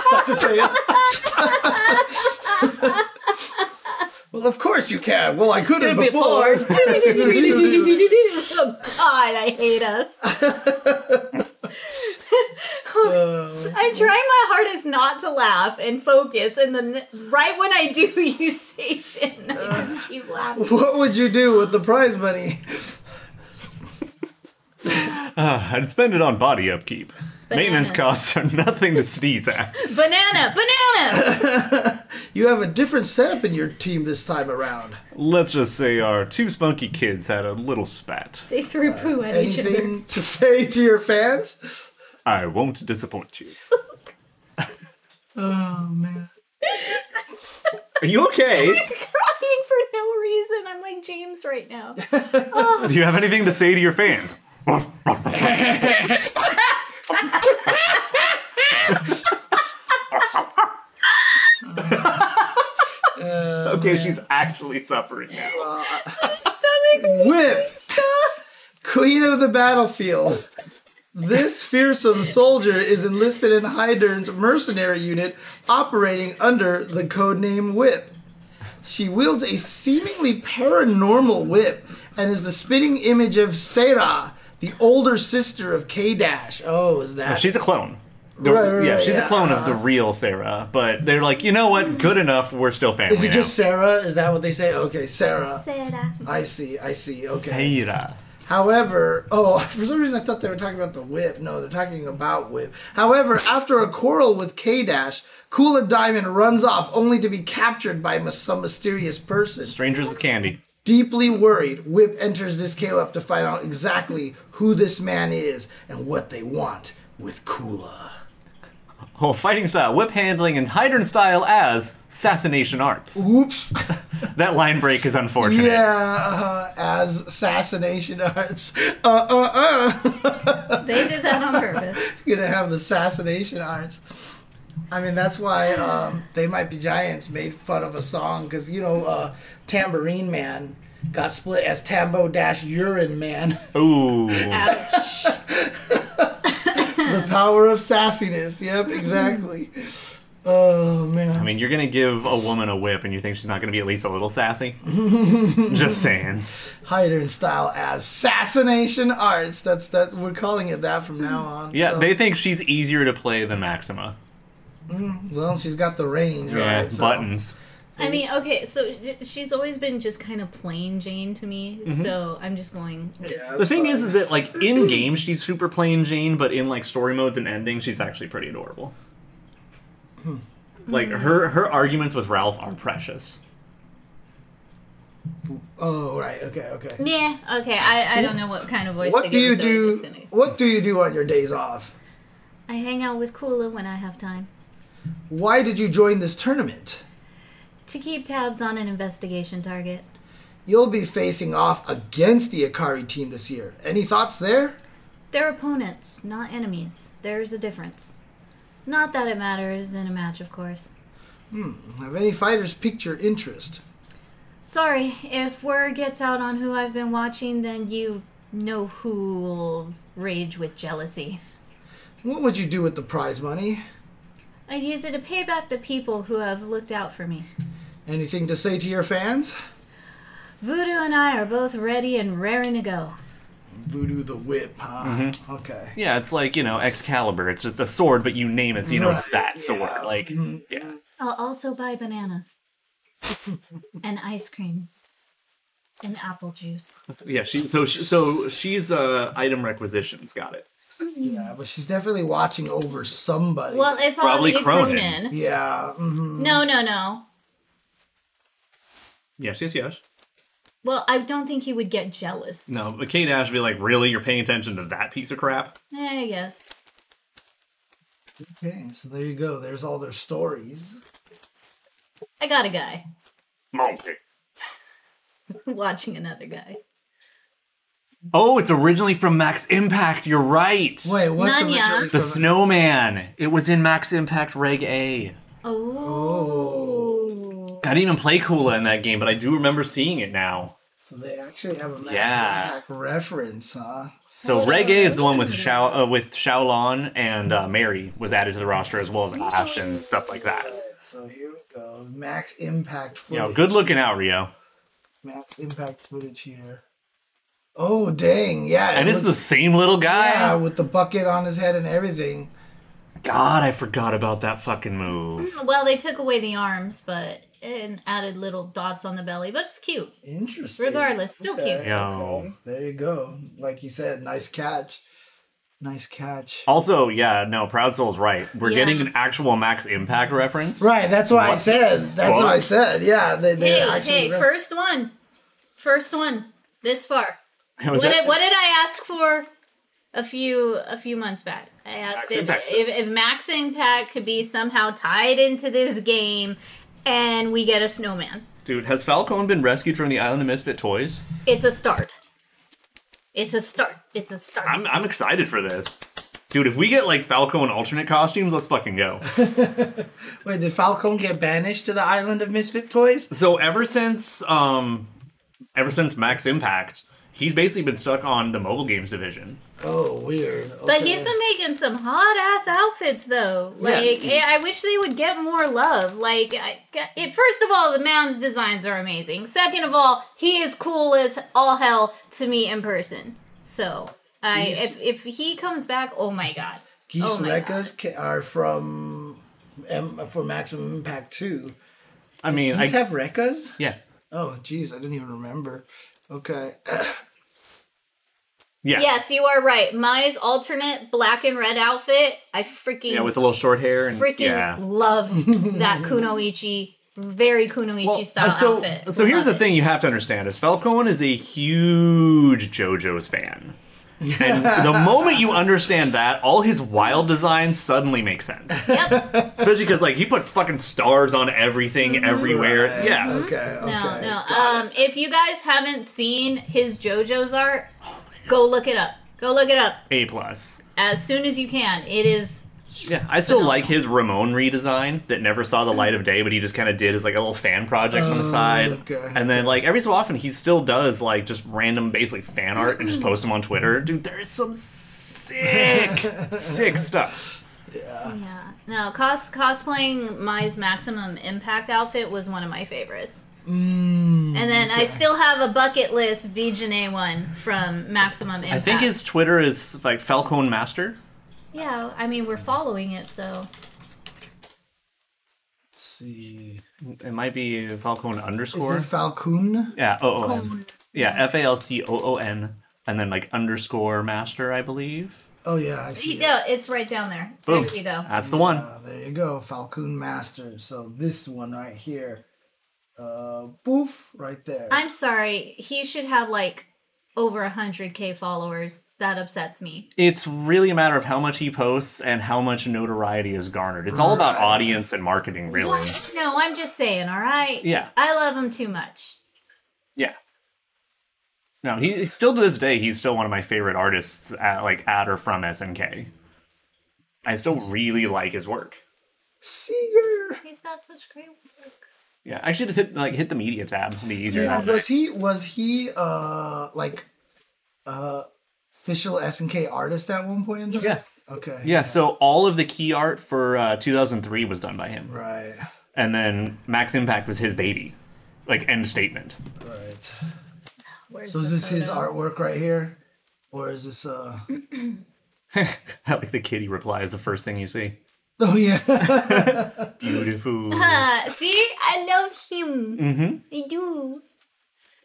B: Stop to say <laughs> it. well, of course you can. Well, I couldn't before.
C: Before. oh god, I hate
B: <laughs>
C: us.
B: Oh.
C: <laughs> I'm trying my hardest not to laugh and focus, and then right when I do, <laughs> you say shit, and I
B: <laughs>
C: just keep laughing.
B: <laughs> What would you do with the prize money?
A: <laughs> I'd spend it on body upkeep. Maintenance <laughs>
C: Banana.
A: costs are nothing to sneeze at.
C: Banana, banana!
B: You have a different setup in your team this time around.
A: Let's just say our two spunky kids had a little spat.
C: They threw poo at each other.
B: Anything to say to your fans?
A: I won't disappoint you.
B: <laughs> Oh man.
A: Are you okay?
C: Crying for no reason. I'm like James right now.
A: Do you have anything to say to your fans?
B: Oh,
A: okay, she's actually suffering now.
C: Stomach
B: Whip,
C: stuff.
B: queen of the battlefield. This fearsome soldier is enlisted in Hydern's mercenary unit operating under the codename Whip. She wields a seemingly paranormal whip and is the spitting image of Sarah, the older sister of K Dash. Oh, is that?
A: She's a clone. The-
B: Right, right,
A: yeah,
B: right,
A: she's
B: yeah.
A: a clone of the real Sarah, but they're like, you know what? Good enough. We're still family.
B: is it
A: now.
B: just Sarah? Is that what they say? Okay, Sarah.
E: Sarah.
B: I see, I see. Okay.
A: Sarah?
B: However, oh, <laughs> for some reason I thought they were talking about the whip. No, they're talking about whip. However, after a quarrel with K Dash, Kula Diamond runs off only to be captured by mis- some mysterious person.
A: Strangers with candy.
B: Deeply worried, Whip enters this cave up to find out exactly who this man is and what they want with Kula.
A: Oh, fighting style, whip handling, and hydron style as assassination arts.
B: Oops. <laughs>
A: That line break is unfortunate.
B: yeah, uh, as assassination <laughs> arts. Uh uh uh.
C: They did that on purpose.
B: gonna have the assassination arts. I mean, that's why um, they might be giants made fun of a song because you know uh, Tambourine Man got split as Tambo Dash Urine
A: <laughs>
B: Man.
A: Ooh.
B: the power of sassiness. Yep,
A: <laughs>
B: exactly. Oh man.
A: I mean, you're gonna give a woman a whip, and you think she's not gonna be at least a
B: <laughs>
A: little sassy? just saying.
B: Hydern style as assassination arts. That's that we're calling it that from now on.
A: Yeah,
B: so-
A: they think she's easier to play than Maxima.
B: well, she's got the range,
A: Yeah,
B: right? so-
A: buttons.
C: I mean, okay, so j- she's always been just kind of plain Jane to me,
B: Mm-hmm.
C: so I'm just going.
B: Yeah,
A: The
B: that's
A: thing
B: fine.
A: is, is that like in game she's super plain Jane, but in like story modes and endings, she's actually pretty adorable.
B: Hmm.
A: Like her her arguments with Ralph are precious.
B: oh right, okay, okay.
C: Meh. Okay, I, I don't know what kind of voice to
B: What do
C: give,
B: you
C: so I'm
B: do?
C: just gonna-
B: What do you do on your days off?
C: I hang out with Kula when I have time
B: Why did you join this tournament?
C: to keep tabs on an investigation target.
B: You'll be facing off against the Akari team this year. Any thoughts there?
C: They're opponents, not enemies. There's a difference. Not that it matters in a match, of course.
B: Have any fighters piqued your interest?
C: Sorry, if word gets out on who I've been watching, then you know who'll rage with jealousy.
B: What would you do with the prize money?
C: I'd use it to pay back the people who have looked out for me.
B: Anything to say to your fans?
C: Voodoo and I are both ready and raring to go.
B: Voodoo the whip, huh?
A: Mm-hmm.
B: Okay.
A: Yeah, it's like you know Excalibur. It's just a sword, but you name it, so you know it's that sword. Like,
B: Mm-hmm.
A: yeah.
C: I'll also buy
A: <laughs>
C: bananas and ice cream and apple
A: <laughs>
C: juice.
A: Yeah, she so she, so she's uh item requisitions, got it.
B: Yeah, but she's definitely watching over somebody.
C: Well, it's
A: Probably
C: all
A: Cronin. Mm.
B: Yeah. mhm.
C: No, no, no.
A: Yes, yes, yes.
C: Well, I don't think he would get jealous.
A: No, but Kate Ash would be like, really? You're paying attention to that piece of crap?
C: Eh, I guess.
B: Okay, so there you go. There's all their stories.
C: I got a guy <laughs>
A: Monkey.
C: watching another guy.
A: Oh, it's originally from Max Impact. You're right.
B: Wait, what's
C: Nanya.
B: originally
A: <laughs> The
B: from-
A: Snowman. It was in Max Impact Reg A.
C: Oh.
A: I didn't even play Kula in that game, but I do remember seeing it now.
B: So they actually have a Mass
A: Yeah.
B: Attack reference, huh?
A: So Reg A is the one with Xiao uh, with Xiaolon and uh, Mary was added to the roster as well as Ash and stuff like that.
B: So here we go. Max Impact
A: You
B: footage.
A: know, good looking out, Rio.
B: Max Impact footage here. Oh dang, yeah. it
A: And it's the
B: looks-
A: same little guy.
B: yeah, with the bucket on his head and everything.
A: God, I forgot about that fucking move.
C: Well, they took away the arms, but and added little dots on the belly, but it's cute.
B: Interesting.
C: Regardless, still cute.
A: Yo.
B: There you go. Like you said, nice catch. Nice catch.
A: Also, yeah, no, Proud Soul's right. We're
C: Yeah.
A: getting an actual Max Impact reference.
B: Right, that's what, I
A: What
B: said. That's what I
A: fuck?
B: said. Yeah, they, they
C: Hey,
B: actually
C: hey,
B: re-
C: first one. First one. This far.
A: <laughs> Was
C: what,
A: that-
C: did, what did I ask for a few a few months back? I asked
A: Max
C: if,
A: Impact stuff.
C: if if Max Impact could be somehow tied into this game, and we get a snowman.
A: Dude, has Falcon been rescued from the Island of Misfit Toys?
C: It's a start. It's a start. It's a start.
A: I'm, I'm excited for this. Dude, if we get like Falco in alternate costumes, let's fucking go.
B: Wait, did Falcon get banished to the island of misfit toys?
A: so ever since um ever since Max Impact, he's basically been stuck on the mobile games division.
B: Oh, weird.
C: but
B: Okay.
C: he's been making some hot ass outfits though. Like I I wish they would get more love. Like I, it, first of all, the man's designs are amazing. Second of all, he is cool as all hell to me in person. So I
B: Geese-
C: if if he comes back, oh my god.
B: Geese
C: Oh my
B: Rekas ca- are from M for Maximum Impact Two.
A: I mean, I
B: Geese have Rekas?
A: yeah.
B: Oh, jeez, I didn't even remember. Okay,
A: Yeah.
C: Yes, you are right. Mine's alternate black and red outfit. I freaking
A: Yeah, with the little short hair and
C: freaking
A: yeah. <laughs>
C: love that kunoichi very kunoichi
A: Well,
C: style
A: uh, so,
C: outfit
A: So
C: Love
A: here's the
C: it.
A: thing you have to understand is Falcon is a huge JoJo's fan.
B: <laughs>
A: And the moment you understand that, all his wild designs suddenly make sense.
C: yep
A: Especially because like he put fucking stars on everything everywhere.
B: Mm-hmm. Right,
A: Yeah.
B: Okay. Okay.
C: Hmm? no no um if you guys haven't seen his jojo's art go look it up go look it up
A: A plus.
C: as soon as you can it is
A: Yeah. I still like his Ramon redesign that never saw the light of day, but he just kind of did as like a little fan project on the side.
B: Oh, okay,
A: And then like every so often he still does like just random basically fan art and just posts them on Twitter.
C: Mm-hmm.
A: Dude, there is some sick,
B: <laughs>
A: sick stuff.
C: yeah no cos cosplaying my's maximum impact outfit was one of my favorites
B: Mm,
C: and then I still have a bucket list VJNA one from Maximum Impact.
A: I think his Twitter is like Falcon Master.
C: yeah. I mean, we're following it, so
B: Let's see.
A: It might be Falcon
B: Is it
A: underscore.
B: Falcon?
A: Yeah, O O N. Yeah, F A L C O O N, and then like underscore master, I believe.
B: Oh yeah, I see.
C: He-
B: it.
C: No, it's right down there.
A: Boom.
C: There you go.
A: That's the one.
B: Uh, there you go, Falcon Masters. So this one right here, uh, boof, right there.
C: I'm sorry. He should have like over 100k followers. That upsets me.
A: It's really a matter of how much he posts and how much notoriety is garnered. It's all about audience and marketing, really.
C: Yeah, No, I'm just saying, all right?
A: Yeah.
C: I love him too much.
A: Yeah. No, he he's still to this day, he's still one of my favorite artists, at, like at or from SNK. I still really like his work.
B: Seeger.
C: He's got such great work.
A: Yeah, I should just hit like hit the media tab. It'd be easier.
B: Now,
A: that way.
B: was he was he uh like uh official SNK artist at one point in time?
A: Yes.
B: Okay.
A: Yeah, so all of the key art for uh, 2003 was done by him.
B: Right.
A: and then Max Impact was his baby. Like end statement. <laughs>
B: Right.
C: Where's
B: So
C: the
B: is this his
C: photo?
B: artwork right here, or is this uh? <laughs>
A: I like the kitty reply is the first thing you see.
B: Oh
C: <laughs>
B: yeah.
A: Beautiful.
C: Uh, see, I love him. Mm-hmm. I do.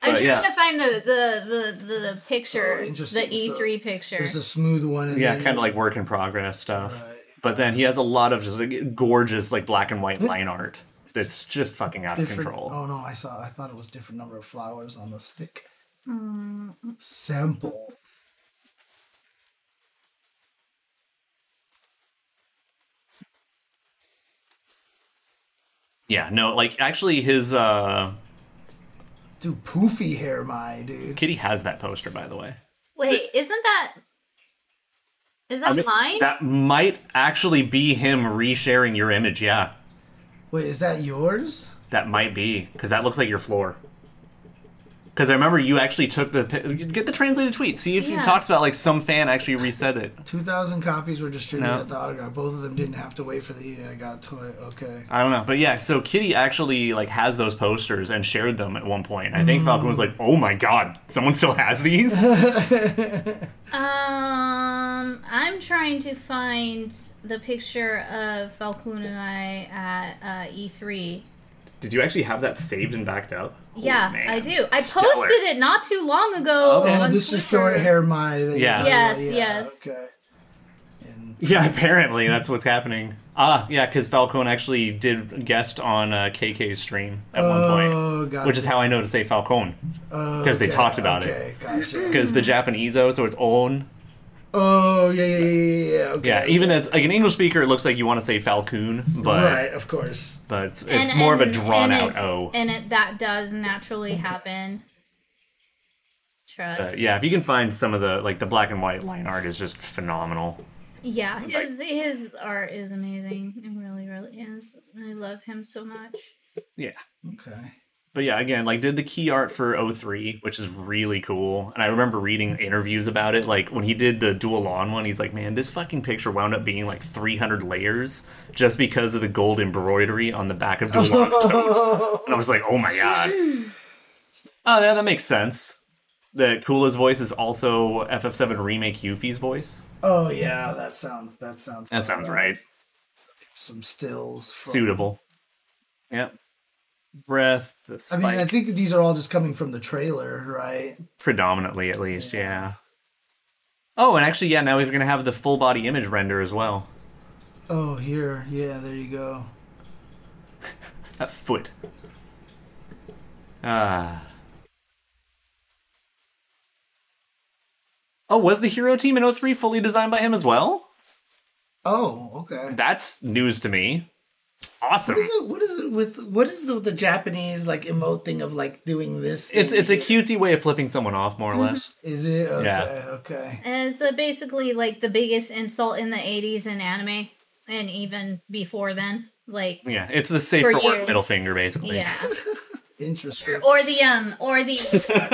C: I'm
A: But,
C: trying
A: yeah.
C: to find the the the, the, the picture,
B: Oh,
C: the
B: interesting. So
C: E3 picture.
B: There's a smooth one. And
A: yeah,
B: then-
A: kind of like work in progress stuff. But then he has a lot of just like gorgeous like black and white line art that's just fucking out of
B: different.
A: control.
B: Oh no, I saw. I thought it was different number of flowers on the stick.
C: Mm.
B: Sample.
A: Yeah, no, like actually his uh
B: Dude, poofy hair, my dude.
A: kitty has that poster by the way.
C: Wait, isn't that is that
A: I mean,
C: mine?
A: That might actually be him resharing your image, yeah.
B: Wait, is that yours?
A: That might be because that looks like your floor. Because I remember you actually took the pi- get the translated tweet. See if
C: Yeah.
A: it talks about like some fan actually reset it.
B: Two thousand copies were distributed
A: No.
B: at the autograph. Both of them didn't have to wait for the eating. I got a toy. Okay.
A: I don't know, but yeah. So Kitty actually like has those posters and shared them at one point. I
C: Mm.
A: think Falcon was like, "Oh my god, someone still
C: <laughs>
A: has these."
C: Um, I'm trying to find the picture of Falcon and I at uh, E3.
A: Did you actually have that saved and backed up?
C: yeah,
A: Oh, man.
C: I do. I
A: Stellar.
C: posted it not too long ago.
B: Oh,
C: on
B: this is
C: Twitter.
B: short hair, my. that you
A: Yeah.
B: got.
C: Yes, yes.
B: Okay.
A: Yeah, apparently that's what's happening. Ah, yeah, because Falcone actually did guest on uh, KK's stream at
B: Oh,
A: one point,
B: gotcha.
A: which is how I know to say Falcone because they talked about it. 'Cause it
B: Okay, gotcha.
A: because
C: Hmm.
A: the Japanese O, so it's on.
B: Oh yeah, yeah, yeah, yeah, yeah. Okay.
A: Yeah, even uh, as like an English speaker, it looks like you want to say Falcone, but
B: right, of course.
A: but it's, it's
C: And-
A: more of a
C: and-
A: drawn
C: and
A: out
C: it's-
A: O.
C: And it, that does naturally happen. Trust.
A: But Uh, yeah, if you can find some of the like the black and white line art is just phenomenal.
C: Yeah, his his art is amazing. It really, really is. I love him so much.
A: Yeah.
B: Okay.
A: But yeah, again, like did the key art for 03, which is really cool. And I remember reading interviews about it. Like when he did the dual on one, he's like, man, this fucking picture wound up being like 300 layers just because of the gold embroidery on the back of dual on's coat. And I was like, oh my God. Oh, yeah, that makes sense. That Kula's voice is also FF7 Remake Yuffie's voice.
B: Oh yeah, that sounds that sounds.
A: That sounds right.
B: Some stills. from-
A: Suitable. Yep. Breath, the
B: I
A: spike,
B: mean, I think these are all just coming from the trailer, right?
A: predominantly at least, yeah. Oh, and actually, yeah, now we're gonna have the full body image render as well.
B: Oh, here, yeah, there you go.
A: That foot. Ah. Oh, was the hero team in 03 fully designed by him as well?
B: Oh, okay.
A: That's news to me. Awesome.
B: What is it? What is it with? What is the, the Japanese like emote thing of like doing this?
A: It's
B: thing
A: it's a
B: here?
A: cutesy way of flipping someone off, more or less.
B: Is it? Okay,
A: Yeah.
B: okay.
C: And it's uh, basically like the biggest insult in the '80s in anime, and even before then. Like,
A: Yeah, it's the safe
C: For
A: for, work
C: years.
A: middle finger, basically.
C: yeah.
B: Interesting.
C: Or the um, or
A: <laughs>
C: the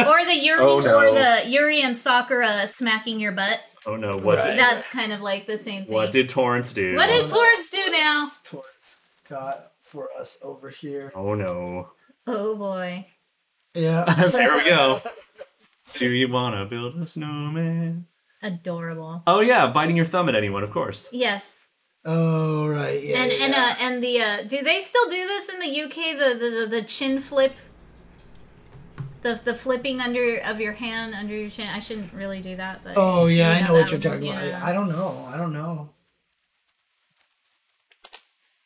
C: or the Yuri
H: Oh, no.
C: or the Yuri and Sakura smacking your butt.
A: Oh no, what did,
C: That's kind of like the same thing.
A: what did Torrance do?
C: What did Torrance do now?
B: Torts got for us over here.
C: <laughs>
A: oh no.
C: Oh boy.
B: Yeah.
A: There we go. Do you wanna build a snowman?
C: Adorable.
A: Oh yeah, biting your thumb at anyone, of course.
C: Yes.
B: oh right. Yeah.
C: and
B: yeah,
C: and
B: yeah.
C: uh and the uh do they still do this in the UK the the, the, the chin flip the the flipping under of your hand under your chin I shouldn't really do that but
B: oh yeah,
C: you
B: I know what
C: that
B: you're
C: would-
B: talking about.
C: yeah.
B: I don't know. I don't know.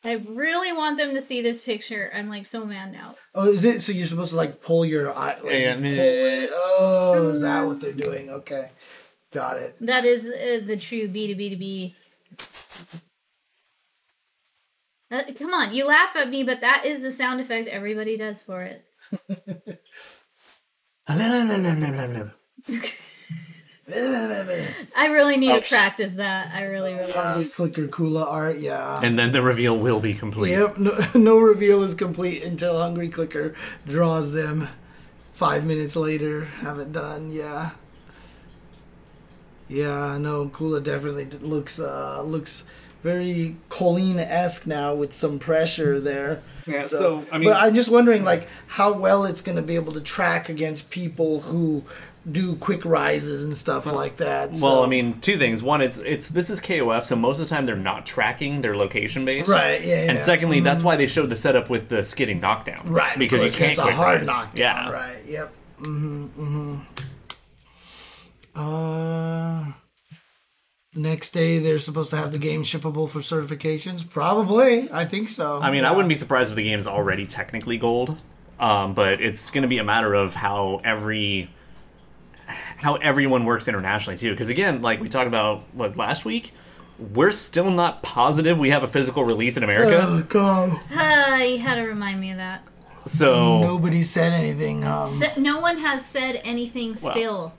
C: I really want them to see this picture I'm like so mad now
B: Oh, is it? So you're supposed to like pull your eye? Like,
A: Yeah, yeah.
B: pull it. Oh, is that what they're doing? Okay, got it.
C: that is uh, the true B to B to B Uh, come on you laugh at me but that is the sound effect everybody does for it I really need to practice that I really really
B: Clicker Kula art. Yeah.
A: And then the reveal will be complete.
B: Yep, no, no <laughs> reveal is complete until Hungry Clicker draws them. Five minutes later, have it done. Yeah, yeah. No, Kula definitely d- looks uh, looks very Colleen esque now with some pressure there.
A: Yeah, so, I mean-
B: but I'm just wondering like how well it's going to be able to track against people who do quick rises and stuff like that.
A: Well,
B: so-
A: I mean, two things. One, it's it's this is KOF, so most of the time they're not tracking their location based.
B: Right, yeah,
A: And
B: yeah.
A: secondly,
C: Mm-hmm.
A: that's why they showed the setup with the skidding knockdown.
B: right
A: Because you
B: because
A: can't
B: it's a
A: quick
B: hard
A: rise.
B: knockdown.
A: Yeah.
B: Right. Yep. Mm-hmm. Mm-hmm. Uh, next day they're supposed to have the game shippable for certifications. Probably. I think so.
A: I mean, I wouldn't be surprised if the game's already technically gold, um, but it's going to be a matter of how every how everyone works internationally too. Because again, like we talked about what, last week, we're still not positive we have a physical release in America.
B: Oh god!
C: uh, you had to remind me of that
A: So
B: Nobody said anything. Um,
C: Se- no one has said anything still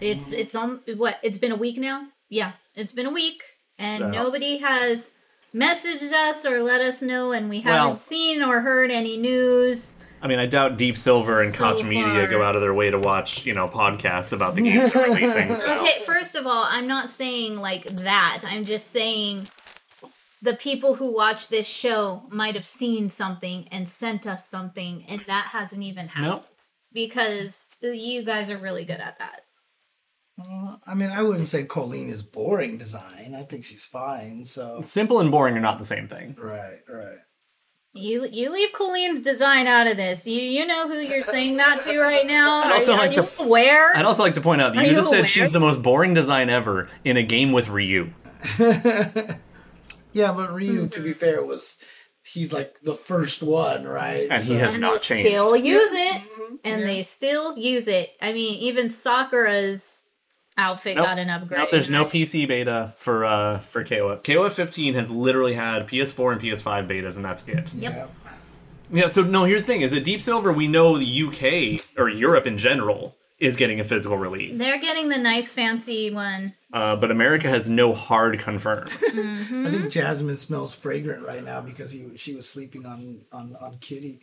C: it's it's on what it's been a week now yeah it's been a week and
A: So-
C: nobody has messaged us or let us know and we haven't
A: Well-
C: seen or heard any news
A: I mean, I doubt Deep Silver and
C: So
A: Koch Media
C: far.
A: go out of their way to watch you know podcasts about the games they're
C: <laughs>
A: releasing. So.
C: okay first of all i'm not saying like that i'm just saying the people who watch this show might have seen something and sent us something and that hasn't even happened
A: Nope.
C: because you guys are really good at that
B: I mean, I wouldn't say Colleen is boring design. I think she's fine. So
A: Simple and boring are not the same thing.
B: right, right.
C: You you leave Colleen's design out of this. You you know who you're saying that to right
A: <laughs>
C: now. Are,
A: also
C: you- are
A: like
C: you
A: to-
C: aware?
A: I'd also like to point out that
C: Are
A: you
C: you
A: just
C: aware?
A: said she's the most boring design ever in a game with Ryu.
B: Yeah, but Ryu, to be fair, was he's like the first one, right?
A: And he
B: So-
A: has
C: and
A: not
C: they
A: changed.
C: still use it, and they still use it. I mean, even Sakura's outfit
A: Nope.
C: got an upgrade.
A: Nope, there's no PC beta for uh for KOF. KOF 15 has literally had PS4 and PS5 betas, and that's it.
C: Yep.
B: Yeah.
A: Yeah. So no, here's the thing: is that Deep Silver? We know the UK or Europe in general is getting a physical release,
C: They're getting the nice fancy one.
A: uh, but America has no hard confirm.
B: I
C: Mm-hmm.
B: think Jasmine smells fragrant right now because he she was sleeping on on on Kitty.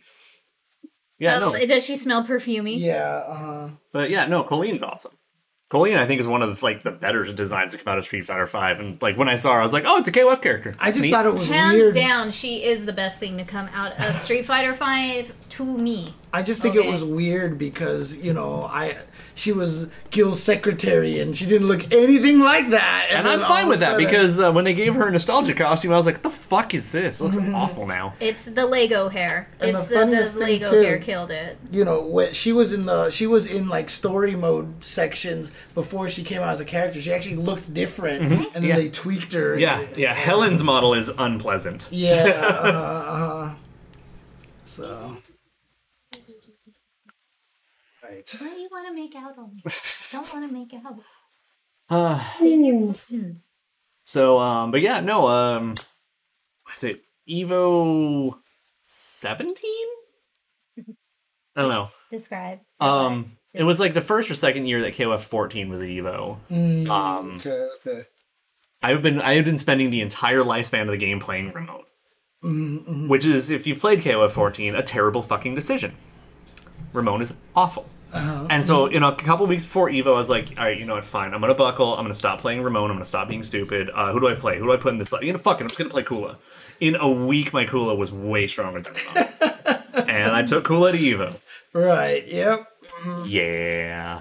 A: Yeah,
C: Oh,
A: no,
C: Does she smell perfumey?
B: Yeah, uh,
A: but yeah, no, Colleen's awesome. Colleen, I think, is one of the, like the better designs to come out of Street Fighter Five, and like when I saw her, I was like, oh, it's a KOF character.
B: I just
A: Neat.
B: thought it was
C: Hands
B: weird.
C: down, she is the best thing to come out of Street Fighter Five to me.
B: I just think it
C: Okay.
B: was weird because you know I she was Gil's secretary and she didn't look anything like that.
A: And I'm
B: then
A: fine
B: all
A: with
B: of
A: that
B: a sudden-
A: because uh, when they gave her a nostalgia costume, I was like, the fuck is this? It looks awful now.
C: It's the Lego hair.
B: And
C: it's
B: the
C: the, the,
B: funniest thing,
C: Lego
B: too-
C: hair killed it.
B: you know what she was in the she was in like story mode sections before she came out as a character. She actually looked different, and then
A: Mm-hmm. Yeah.
B: they tweaked her.
A: Yeah, yeah. Helen's model is unpleasant. <laughs>
B: yeah. uh, uh, so. Right.
C: Why do you want to make out
B: <laughs>
C: on me? Don't want to make out.
A: Uh, so, um, but yeah, no. Um, was it Evo seventeen? I don't know.
C: Describe.
A: Um, it was like the first or second year that KOF fourteen was at Evo. Um,
B: Okay. Okay.
A: I've been I have been spending the entire lifespan of the game playing remote, which is if you've played KOF 14, a terrible fucking decision. Remote is awful. And so, you know, a couple weeks before Evo, I was like, all right, you know what, fine. I'm going to buckle. I'm going to stop playing Ramon. I'm going to stop being stupid. Uh, who do I play? Who do I put in this? You know, fuck it. I'm just going to play Kula. In a week, my Kula was way stronger than Ramon. and I took Kula to Evo.
B: Right. Yep.
A: Yeah.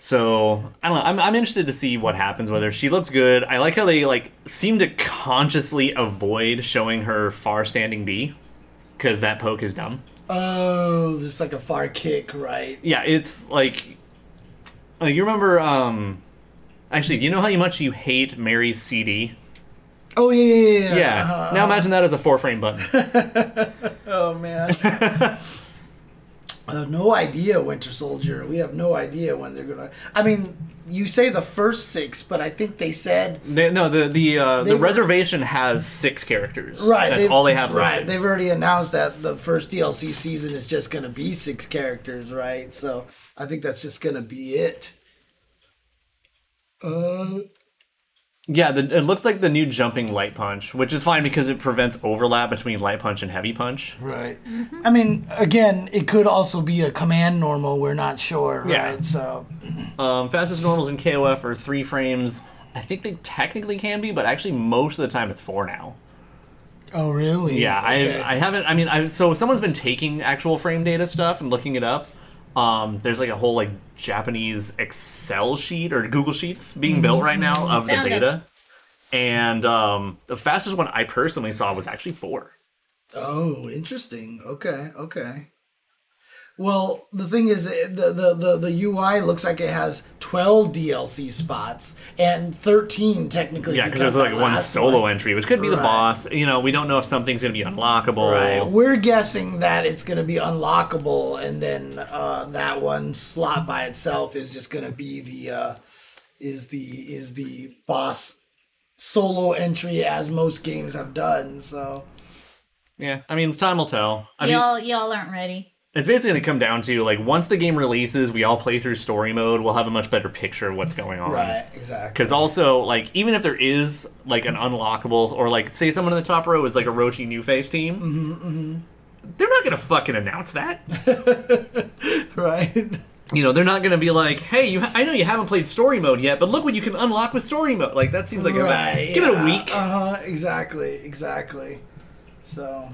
A: So I don't know. I'm, I'm interested to see what happens. Whether she looked good. I like how they like seem to consciously avoid showing her far standing B because that poke is dumb.
B: Oh, just like a far kick, right?
A: Yeah, it's like uh, you remember. um Actually, do you know how much you hate Mary's CD?
B: Oh yeah, yeah, yeah.
A: Yeah. now imagine that as a four frame button.
B: Oh man. <laughs> Uh, no idea, Winter Soldier. We have no idea when they're gonna. I mean, you say the first six, but I think they said
A: They- no, the the uh, the
B: They've-
A: reservation has six characters.
B: right.
A: That's
B: they've-
A: all they have.
B: Right.
A: listed.
B: They've already announced that the first DLC season is just gonna be six characters, right? So I think that's just gonna be it. Uh,
A: Yeah, the, it looks like the new jumping light punch, which is fine because it prevents overlap between light punch and heavy punch.
B: right. I mean, again, it could also be a command normal. We're not sure, right?
A: Yeah.
B: So
A: Um, fastest normals in KOF are three frames. I think they technically can be, but actually most of the time it's four now.
B: Oh really?
A: Yeah,
B: Okay.
A: I, I haven't. I mean, I, so someone's been taking actual frame data stuff and looking it up. Um, there's like a whole like Japanese Excel sheet or Google Sheets being built right now of the
C: Mm-hmm. Found it.
A: data, and um, the fastest one I personally saw was actually four.
B: Oh, interesting. Okay, okay. Well, the thing is, eh, the the the, the UI looks like it has twelve DLC spots and thirteen technically.
A: Yeah,
B: if you count
A: because there's like
B: that
A: one
B: last
A: solo
B: one.
A: entry, which could be the
B: Right.
A: boss. You know, we don't know if something's going to be unlockable.
B: Right. We're guessing that it's going to be unlockable, and then uh, that one slot by itself is just going to be the uh, is the is the boss solo entry as most games have done. So
A: Yeah, I mean, time will tell. I mean,
C: y'all, y'all aren't ready.
A: it's basically going to come down to like once the game releases, we all play through story mode. We'll have a much better picture of what's going on.
B: right, exactly.
A: Because also, like, even if there is like an unlockable, or like, say someone in the top row is like a Roshi New Face team,
B: Mm-hmm,
A: they're not going to fucking announce that.
B: <laughs>
A: <laughs>
B: Right.
A: you know, they're not going to be like, "Hey, you, I know you haven't played story mode yet, but look what you can unlock with story mode." Like, that seems like a
B: right.
A: give it a week.
B: Uh huh. Exactly. Exactly. So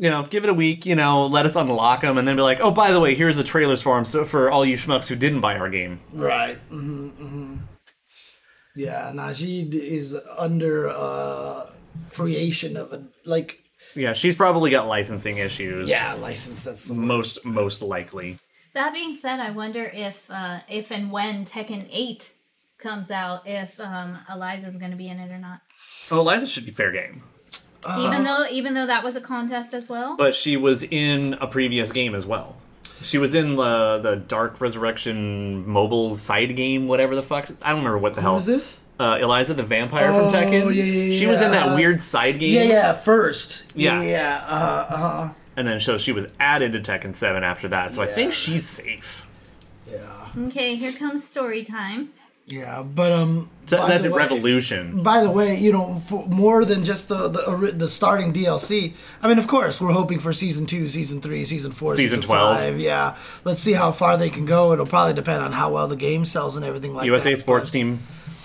A: you know, give it a week, you know, let us unlock them, and then be like, oh, by the way, here's the trailers for them so for all you schmucks who didn't buy our game.
B: right. Mm-hmm, mm-hmm. Yeah, Najid is under uh, creation of a like
A: Yeah, she's probably got licensing issues.
B: yeah license. That's the word.
A: Most, most likely.
C: That being said, I wonder if, uh, if and when Tekken Eight comes out if um, Eliza's going to be in it or not.
A: Oh, Eliza should be fair game,
B: Uh-huh.
C: even though even though that was a contest as well.
A: but she was in a previous game as well. She was in uh, the the Dark Resurrection mobile side game, whatever the fuck. I don't remember what the hell.
B: Who's this?
A: Uh, Eliza the vampire
B: Oh,
A: from Tekken.
B: yeah, yeah,
A: she was in that
B: yeah.
A: weird side game.
B: Yeah, yeah. First.
A: Yeah.
B: Yeah. Uh, uh,
A: And then so she was added to Tekken 7 after that. So I
B: Yeah.
A: think she's safe.
B: yeah.
C: Okay, here comes story time.
B: Yeah. But um.
A: So
B: by
A: that's
B: the
A: a
B: way-
A: revolution.
B: By the way, you know, for more than just the, the ori- the starting DLC. I mean, of course, we're hoping for season two, season three, season four,
A: Season 12.
B: five. Yeah, let's see how far they can go. It'll probably depend on how well the game sells and everything
C: <laughs>
B: like that.
A: USA sports
B: but-
A: team.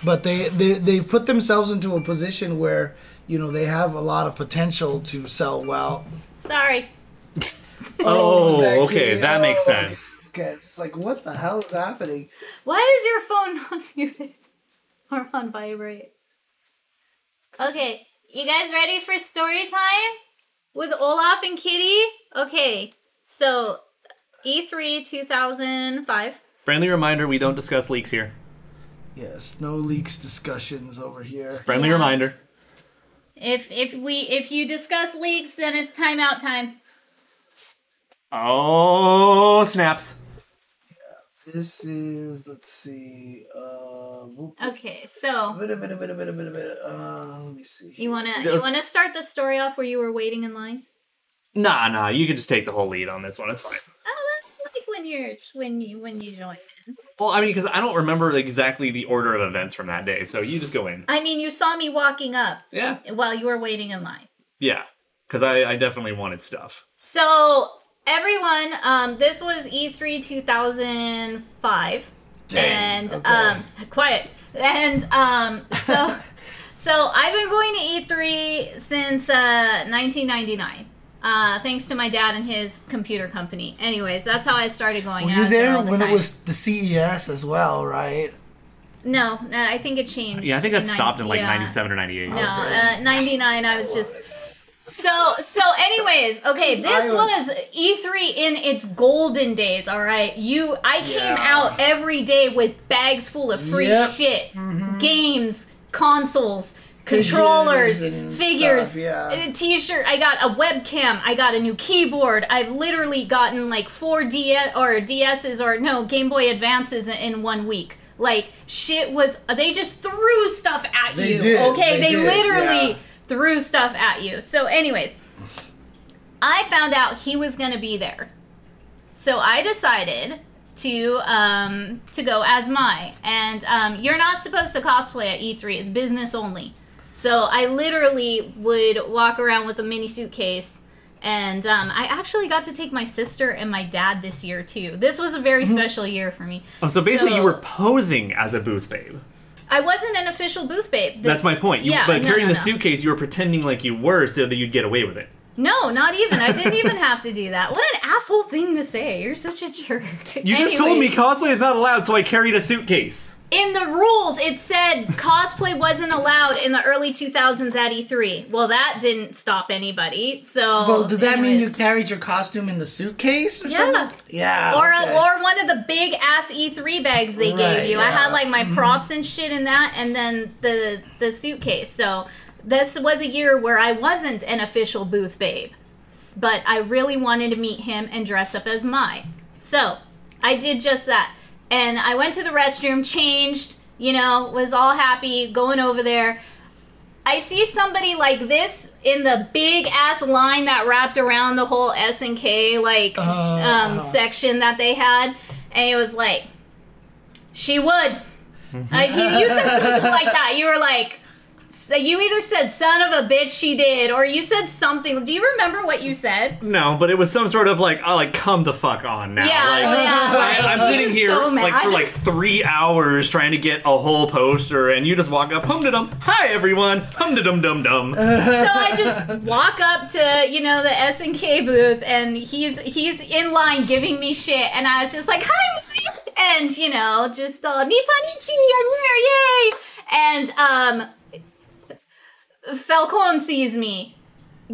B: but they, they they've put themselves into a position where you know they have a lot of potential to sell well.
C: Sorry.
A: <laughs> Oh,
B: that
A: okay.
B: kitty?
A: That makes
B: Oh, okay.
A: sense.
B: Okay, it's like what the hell is happening?
C: Why is your phone <laughs> not muted or on vibrate? Okay, you guys ready for story time with Olaf and Kitty? Okay, so E E3 2005.
A: Friendly reminder we don't discuss leaks here.
B: Yes, no leaks discussions over here.
A: Friendly
C: Yeah.
A: reminder.
C: If if we if you discuss leaks, then it's timeout time.
A: Oh, snaps.
B: This is let's see. Uh, whoop,
C: Okay, so
B: wait a minute, wait a minute, wait a minute. Uh, let me see.
C: you wanna you wanna start the story off where you were waiting in line?
A: Nah, nah. You can just take the whole lead on this one. It's fine.
C: Oh, that's like when you're when you when you join. in.
A: Well, I mean, because I don't remember exactly the order of events from that day. So you just go in.
C: I mean, you saw me walking up
A: Yeah.
C: while you were waiting in line.
A: Yeah. Because I, I definitely wanted stuff.
C: So everyone, um, this was E3 2005, and
B: okay.
C: um, quiet. And um,
B: <laughs>
C: so, so I've been going to E3 since uh, 1999. Uh, thanks to my dad and his computer company. Anyways, that's how I started going.
B: Were
C: I
B: you
C: was there
B: there
C: all the
B: when it
C: time.
B: was the CES as well, right?
C: No, no, I think it changed.
A: Yeah, I think that
C: in
A: stopped in like
C: yeah.
A: 97 or 98.
C: No, uh, 99. I was just so so. Anyways, okay, this was
B: was-
C: E3 in its golden days. All right, you. I came
B: Yeah.
C: out every day with bags full of free
B: Yep. Mm-hmm.
C: shit, games, consoles. Controllers,
B: Figures and
C: figures,
B: stuff, yeah.
C: a T-shirt. I got a webcam. I got a new keyboard. I've literally gotten like four DS or DSs or no Game Boy Advances in- in one week. Like shit was. They just threw stuff at
B: They
C: you.
B: did,
C: Okay, they,
B: they did,
C: literally
B: yeah.
C: threw stuff at you. So, anyways, I found out he was gonna be there, so I decided to um to go as my and um you're not supposed to cosplay at E3. It's business only. So I literally would walk around with a mini suitcase. And um, I actually got to take my sister and my dad this year too. This was a very
A: Mm-hmm.
C: special year for me.
A: Oh, so basically,
C: So-
A: you were posing as a booth babe.
C: I wasn't an official booth babe. This-
A: That's my point. You, but
C: no,
A: carrying
C: no,
A: the
C: no.
A: suitcase, you were pretending like you were so that you'd get away with it.
C: No, not even. I didn't even have to do that. What an asshole thing to say. You're such a jerk.
A: You just told me
C: Anyways,
A: cosplay is not allowed, so I carried a suitcase.
C: in the rules it said cosplay wasn't allowed in the early 2000s at E3. Well, that didn't stop anybody. So,
B: Well, did that mean you
C: anyways.
B: carried your costume in the suitcase or
C: Yeah.
B: something? Yeah.
C: Or,
B: okay.
C: or one of the big ass E3 bags they
B: Right,
C: gave you. I had
B: yeah. Mm-hmm.
C: like my props and shit in that, and then the the suitcase. So this was a year where I wasn't an official booth babe, S- but I really wanted to meet him and dress up as Mai. So I did just that, and I went to the restroom, changed, you know, was all happy going over there. I see somebody like this in the big ass line that wrapped around the whole S and K
B: Oh,
C: like
B: uh-huh.
C: um, section that they had, and it was like, she would. I, you, you said something like that. You were like, so you either said "son of a bitch," she did, or you said something. Do you remember what you said?
A: No, but it was some sort of like, oh, like come the fuck on now.
C: Yeah,
A: Like,
C: yeah.
A: I-
C: like,
A: <laughs> I'm
C: he <laughs>
A: sitting
C: was
A: here
C: so
A: like for
C: mad.
A: like three hours trying to get a whole poster, and you just walk up, hum da dum, hi everyone, hum da dum
C: <laughs>
A: dum dum.
C: so I just walk up to you know the S and K booth, and he's he's in line giving me shit, and I was just like, "Hi," Mike," and you know, just all "Nipponichi, I'm here, yay!" And um, Falcon sees me,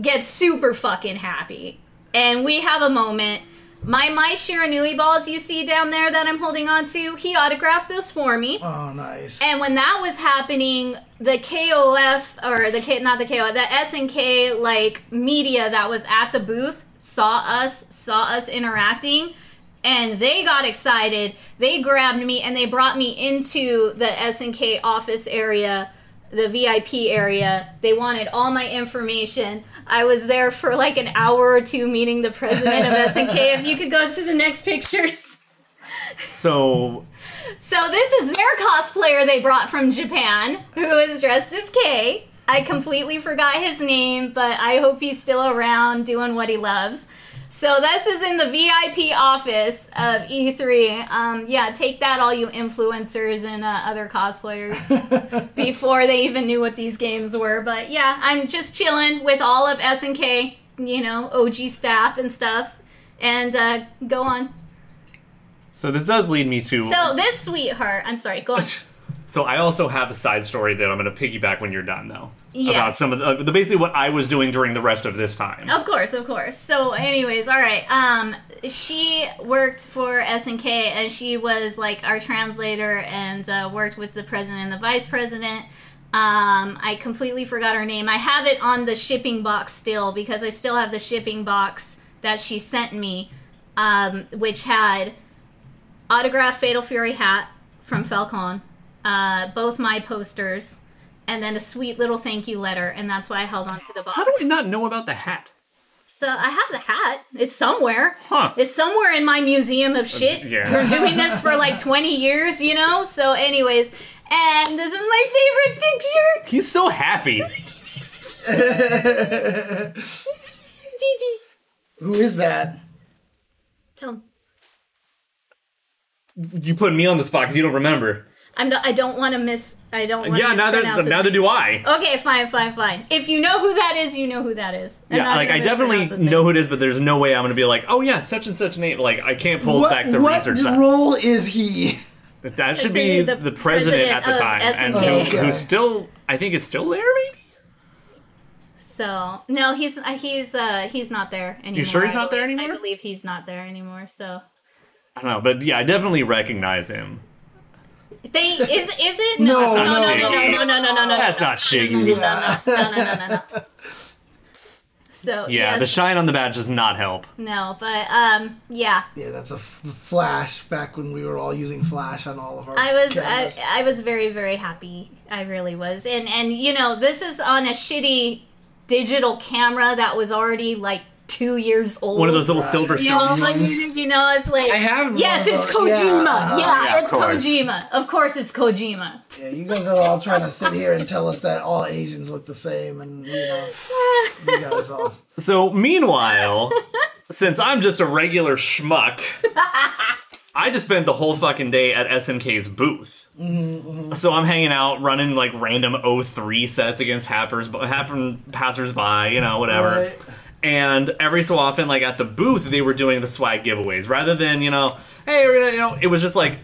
C: gets super fucking happy, and we have a moment. My my Shiranui balls you see down there that I'm holding on to, he autographed those for me.
B: Oh, nice.
C: And when that was happening, the KOF or the K not the KOF, the SNK like media that was at the booth saw us, saw us interacting, and they got excited. They grabbed me and they brought me into the SNK office area, the VIP area. They wanted all my information. I was there for like an hour or two meeting the president of SNK. If you could go to the next pictures. <laughs>
A: So
C: So this is their cosplayer they brought from Japan, who is dressed as K. I completely forgot his name, but I hope he's still around doing what he loves. So this is in the VIP office of E3. Um, yeah, take that, all you influencers and uh, other cosplayers, before they even knew what these games were. But yeah, I'm just chilling with all of SNK, you know, OG staff and stuff. And uh, go on.
A: so this does lead me to
C: So this sweetheart, I'm sorry, go on.
A: So I also have a side story that I'm going to piggyback when you're done, though.
C: Yes.
A: About some of the, uh, the basically what I was doing during the rest of this time.
C: Of course, of course. So, anyways, all right. Um, she worked for SNK, and she was like our translator and uh, worked with the president and the vice president. Um, I completely forgot her name. I have it on the shipping box still because I still have the shipping box that she sent me, um, which had autographed Fatal Fury hat from Falcon, uh, both my posters, and then a sweet little thank you letter, and that's why I held on to the box.
A: How do I not know about the hat?
C: So I have the hat. It's somewhere.
A: Huh.
C: It's somewhere in my museum of shit.
A: yeah.
C: We're doing this for like 20 years, you know? So, anyways, and this is my favorite picture.
A: <laughs> He's so happy.
C: Gigi.
B: Who is that?
C: Tell him.
A: you put me on the spot because you don't remember.
C: I'm not, I don't want to miss. I don't want
A: yeah,
C: to
A: neither
C: mispronounce his
A: neither do I.
C: name. Okay, fine, fine, fine. If you know who that is, you know who that is. I'm
A: yeah,
C: not
A: like
C: gonna
A: I definitely
C: mispronounce his name.
A: know who it is, but there's no way I'm going to be like, oh yeah, such and such name. Like I can't pull
B: what
A: back the
B: what
A: research. That.
B: role is he? <laughs>
A: that should
C: It's
A: be
C: the
A: the, president, at
C: president
A: the
C: of
A: time, and
C: SNK.
A: who,
B: Okay.
A: who's still, I think, is still there. Maybe
C: So no, he's uh, he's uh he's not there anymore.
A: sure he's
C: I
A: not there
C: believe- I
A: anymore?
C: believe he's not there anymore. So
A: I don't know, but yeah, I definitely recognize him.
C: They is is it?
B: No,
C: no, no,
A: no,
C: no, no, no, no, no, no, no.
A: That's not Shiggy.
C: no, no, no, no, no, no.
A: <laughs>
C: So
A: Yeah,
C: yes,
A: the shine on the badge does not help.
C: no, but um, yeah,
B: Yeah, that's a f- flash. Back when we were all using flash on all of our.
C: I was I, <laughs>
B: cameras.
C: I was very very happy. I really was, and and you know this is on a shitty digital camera that was already like two years old.
A: One of those little silver
C: You know,
A: stones.
C: like, you know, it's like
H: I have
C: Yes,
B: one of
C: it's
B: those. Yeah.
C: Kojima. Yeah,
A: Yeah, of
C: it's
A: course.
C: Kojima. Of course, it's Kojima.
B: yeah, you guys are all trying to sit here and tell us that all Asians look the same, and you
C: <laughs>
B: know, you guys all. <laughs>
A: So, meanwhile, <laughs> since I'm just a regular schmuck, I just spent the whole fucking day at SNK's booth. So I'm hanging out, running like random 03 sets against happers, happen passersby, you know, whatever.
B: Right.
A: And every so often, like at the booth, they were doing the swag giveaways rather than you know, hey, we're gonna, you know, it was just like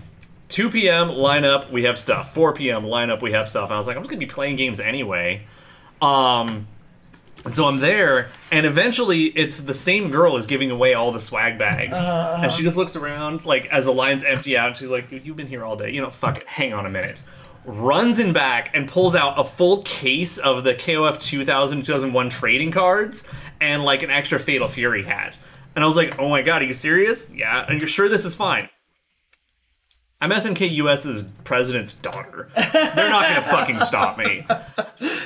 A: 2 p.m. line up, we have stuff. 4 p.m. line up, we have stuff. And I was like, I'm just gonna be playing games anyway. Um, and so I'm there, and eventually it's the same girl is giving away all the swag bags, and she just looks around like as the lines empty out. And she's like, "Dude, you've been here all day. You know, fuck it. Hang on a minute." Runs in back and pulls out a full case of the KOF 2000 2001 trading cards and like an extra Fatal Fury hat. And I was like, "Oh my god, are you serious? Yeah. And you're sure this is fine?" I'm SNK US's president's daughter. They're not gonna fucking stop me.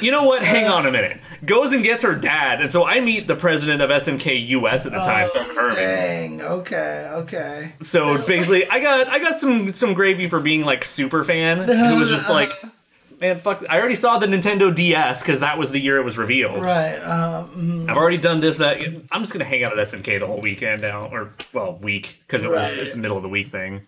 A: You know what? Hang on a minute. Goes and gets her dad, and so I meet the president of SNK US at the time, Doug Herman.
B: Oh, Dang. Okay. Okay.
A: So basically, I got I got some some gravy for being like super fan who was just like, man, fuck. I already saw the Nintendo DS because that was the year it was revealed.
B: Right. Um,
A: I've already done this. That I'm just gonna hang out at SNK the whole weekend now, or well, week because it was
B: Right.
A: it's middle of the week thing.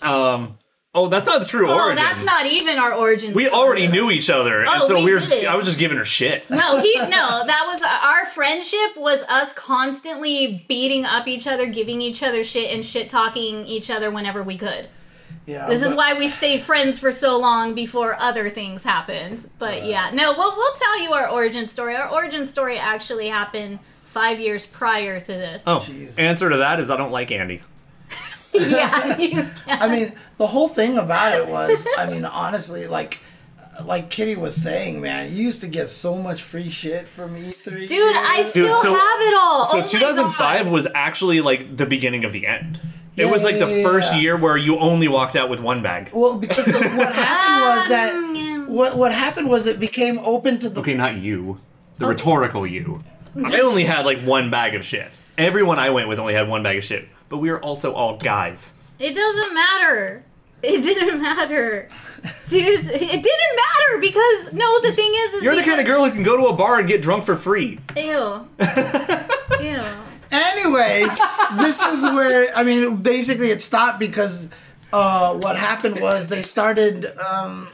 A: Um. Oh, that's not the true
C: Oh,
A: origin.
C: that's not even our origin.
A: We
C: story.
A: already knew each other, and
C: Oh,
A: so
C: we
A: we, were.
C: did.
A: I was just giving her shit.
C: No, he no. That was our friendship was us constantly beating up each other, giving each other shit, and shit talking each other whenever we could.
B: yeah.
C: This is
B: but-
C: why we stayed friends for so long before other things happened. But yeah, no, we'll we'll tell you our origin story. Our origin story actually happened five years prior to this.
A: Oh,
B: Jeez.
A: answer to that is I don't like Andy.
C: <laughs> yeah. you-
B: I mean, the whole thing about it was, I mean, <laughs> honestly, like, like Kitty was saying, man, you used to get so much free shit from E E3.
C: Dude, I still
A: so-
C: have it all.
A: So
C: Oh my
A: 2005
C: God.
A: was actually like the beginning of the end. It
B: Yeah,
A: was like
B: yeah,
A: the
B: yeah,
A: first
B: yeah.
A: year where you only walked out with one bag.
B: Well, because the, what happened was that
C: <laughs> Um,
B: what what happened was it became open to the
A: Okay, not you. The
C: Oh.
A: rhetorical you. I only had like one bag of shit. Everyone I went with only had one bag of shit. But we were also all guys.
C: It doesn't matter. It didn't matter. Seriously, it didn't matter because no, the thing is, is
A: You're the kind of girl who can go to a bar and get drunk for free.
B: <laughs>
C: girl. Ew. Ew.
B: Anyways, this is where I mean, basically, it stopped because uh, what happened was they started um,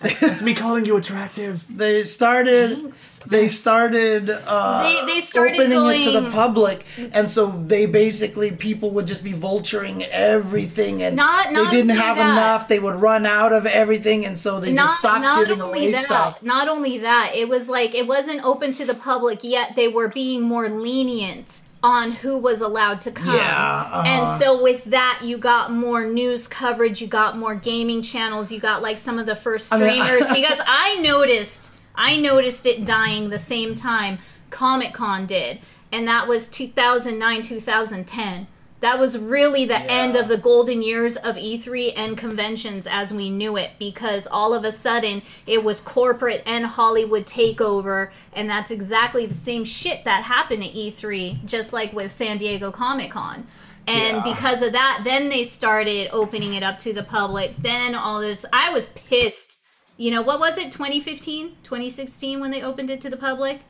A: That's me calling you attractive.
B: they started they started uh,
C: They they started
B: opening
C: going.
B: it to the public, and so they basically people would just be vulturing everything, and
C: Not- not
B: they didn't
C: only
B: have
C: that.
B: enough. They would run out of everything, and so they just stopped giving away
C: that,
B: stuff.
C: Not only that, it was like it wasn't open to the public yet. They were being more lenient on who was allowed to come.
B: Yeah, uh-huh.
C: And so with that, you got more news coverage. You got more gaming channels. You got like some of the first
B: mean,
C: streamers
B: <laughs>
C: because I noticed I noticed it dying the same time Comic Con did, and that was 2009 2010. That was really the end of the golden years of E3 and conventions as we knew it because all of a sudden it was corporate and Hollywood takeover. And that's exactly the same shit that happened at E3, just like with San Diego Comic Con. And because of that, then they started opening it up to the public. Then all this, I was pissed. You know, what was it, 2015, 2016 when they opened it to the public?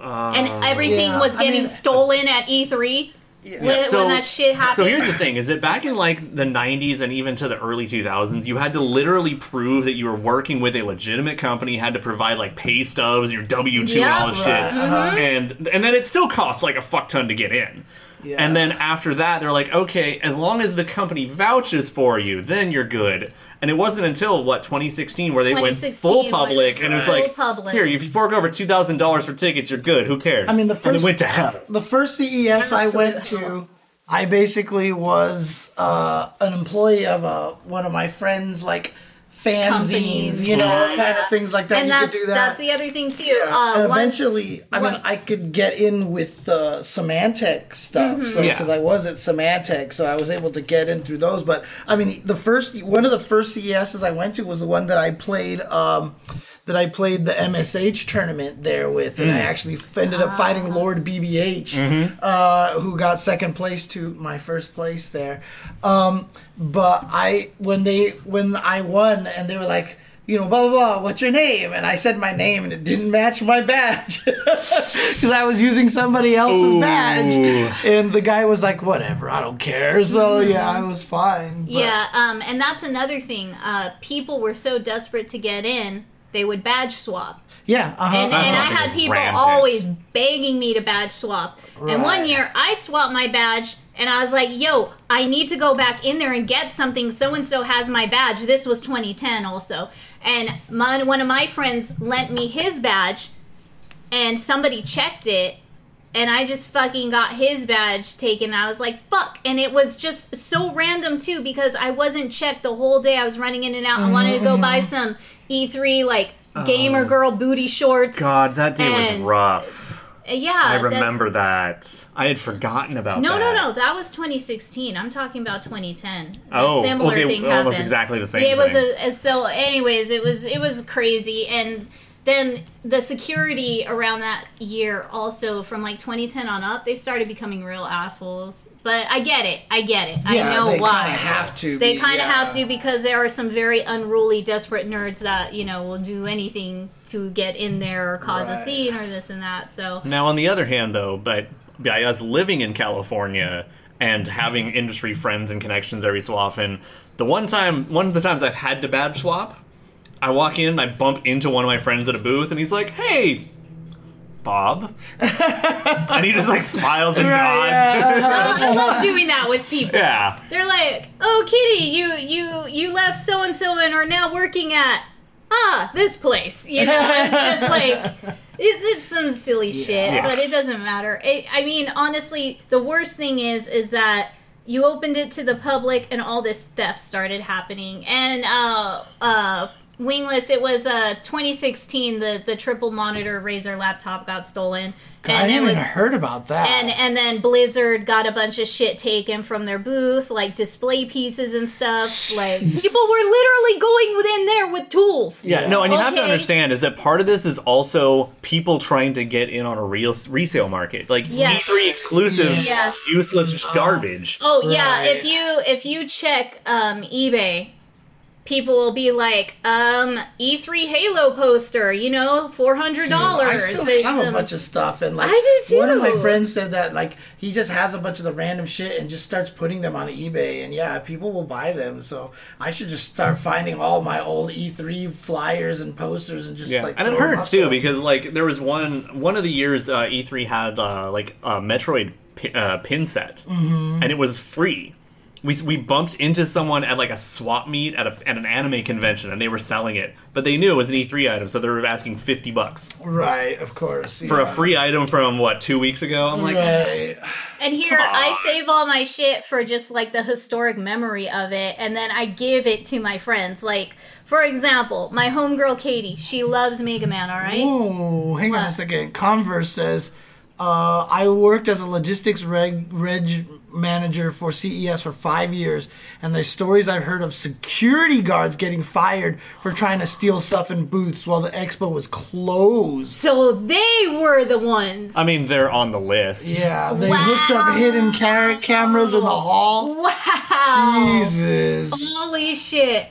A: Uh,
C: and everything
B: yeah.
C: was
B: I
C: getting
B: mean-
C: stolen at E3 when, when that shit happened.
A: So here's the thing: is that back in like the '90s and even to the early 2000s, you had to literally prove that you were working with a legitimate company. You had to provide like pay stubs, your W two, and all this
B: Yep. Right,
C: Uh-huh.
A: shit, and and then it still cost like a fuck ton to get in.
B: Yeah.
A: And then after that, they're like, okay, as long as the company vouches for you, then you're good. And it wasn't until what 2016 where they went
C: 2016
A: full
C: went
A: public, and it was
C: full
A: like,
C: public.
A: here, if you fork over two thousand dollars for tickets, you're good. Who cares? I
B: mean, the
A: and it
B: first-
A: went to hell.
B: The first CES I went
C: Absolutely.
B: to, I basically was uh, an employee of a, one of my friends, like fanzines,
C: Companies,
B: you know,
C: yeah.
B: kind of things like that.
C: and
B: you
C: that's
B: could do that.
C: that's the other thing too. Uh,
B: and
C: once-
B: eventually, I mean,
C: once-
B: I could get in with the Symantec stuff,
C: Mm-hmm.
B: so
A: Yeah.
B: because I was at Symantec, so I was able to get in through those. But I mean, the first one of the first CESs I went to was the one that I played. Um, that I played the MSH tournament there with, and I actually f- ended up
C: Ah.
B: fighting Lord BBH, uh, who got second place to my first place there. Um, but I when they when I won, and they were like. You know, blah blah blah. What's your name? And I said my name, and it didn't match my badge <laughs> because I was using somebody else's
A: Ooh.
B: badge. And the guy was like, "Whatever, I don't care." So yeah, I was fine. But
C: Mm-hmm. yeah, um, and that's another thing. Uh, people were so desperate to get in, they would badge swap.
B: yeah, uh-huh.
C: And, and I
A: That's
C: had people
A: rampant.
C: always begging me to badge swap. And one
B: Right.
C: year I swapped my badge and I was like, yo, I need to go back in there and get something. So and so has my badge. This was 2010 also. And my, one of my friends lent me his badge and somebody checked it. And I just fucking got his badge taken. I was like, fuck. And it was just so random, too, because I wasn't checked the whole day. I was running in and out. I wanted to go buy
A: Mm-hmm.
C: some E3, like, gamer girl booty shorts.
A: Oh. God, that day
C: And-
A: was rough.
C: Yeah,
A: I
C: Uh, that's-
A: remember that. I had forgotten about
C: No,
A: that.
C: no, no. That was 2016. I'm talking about 2010. A
A: Oh,
C: similar
A: okay,
C: thing
A: almost
C: happened.
A: exactly the same
C: It was
A: thing.
C: a, a- so. Anyways, it was it was crazy, and then the security around that year also from like 2010 on up, they started becoming real assholes. But I get it. I get it. I
B: Yeah,
C: know
B: they
C: why.
B: kinda have to
C: They
B: be,
C: kind of
B: yeah.
C: have to because there are some very unruly, desperate nerds that you know will do anything to get in there or cause a
B: Right.
C: scene or this and that.
B: <laughs>
C: So
A: Now, on the other hand, though, but by us living in California and having industry friends and connections every so often, the one time, one of the times I've had to badge swap, I walk in, I bump into one of my friends at a booth, and he's like, "Hey."
C: <laughs>
A: Bob, and he just like smiles and nods.
C: I love doing that with people.
A: <laughs> Yeah,
C: They're like, "Oh, Kitty, you you you left so and so and are now working at ah this place." You know, it's just like It did some silly shit,
A: Yeah.
C: but it doesn't matter. It, I mean, honestly, the worst thing is is that you opened it to the public, and all this theft started happening. And uh, uh, wingless, it was uh 2016. The the triple monitor Razer laptop got stolen,
B: I
C: and it
B: didn't
C: was.
B: even heard about that.
C: And, and then Blizzard got a bunch of shit taken from their booth, like display pieces and stuff.
B: <laughs>
C: Like people were literally going within there with tools.
A: Yeah, no, and you have to
C: Okay.
A: understand is that part of this is also people trying to get in on a real resale market, like
C: Yes.
A: E3 exclusive,
C: Yes.
A: useless
B: Uh-huh.
A: garbage.
C: Oh yeah,
B: Right.
C: if you if you check um, eBay, people will be like, um, E3 Halo poster, you know, four hundred dollars. um,
B: I still have a bunch of stuff, and like
C: I do
B: one of my
C: too.
B: friends said that like he just has a bunch of the random shit and just starts putting them on eBay, and yeah, people will buy them. So I should just start finding all my old E3 flyers and posters and just
A: Yeah,
B: like
A: and it
B: throw 'em
A: hurts
B: up
A: too
B: there.
A: because like there was one one of the years uh, E3 had uh, like a Metroid pi- uh, pin set,
B: Mm-hmm.
A: and it was free. We, we bumped into someone at like a swap meet at, a, at an anime convention, and they were selling it, but they knew it was an E3 item, so they were asking fifty bucks
B: right, of course,
A: for a
B: yeah.
A: free item from what two weeks ago. I'm like,
B: Right.
C: and here I save all my shit for just like the historic memory of it, and then I give it to my friends. Like, for example, my homegirl Katie, she loves Mega Man. All right.
B: Oh, hang on a second. Converse says, uh, I worked as a logistics reg, reg manager for CES for five years, and the stories I've heard of security guards getting fired for trying to steal stuff in booths while the expo was closed.
C: So they were the ones.
A: I mean, they're on the list.
B: Yeah, they hooked up hidden car- cameras in the halls.
C: <laughs> wow. Oh,
B: Jesus.
C: Holy shit.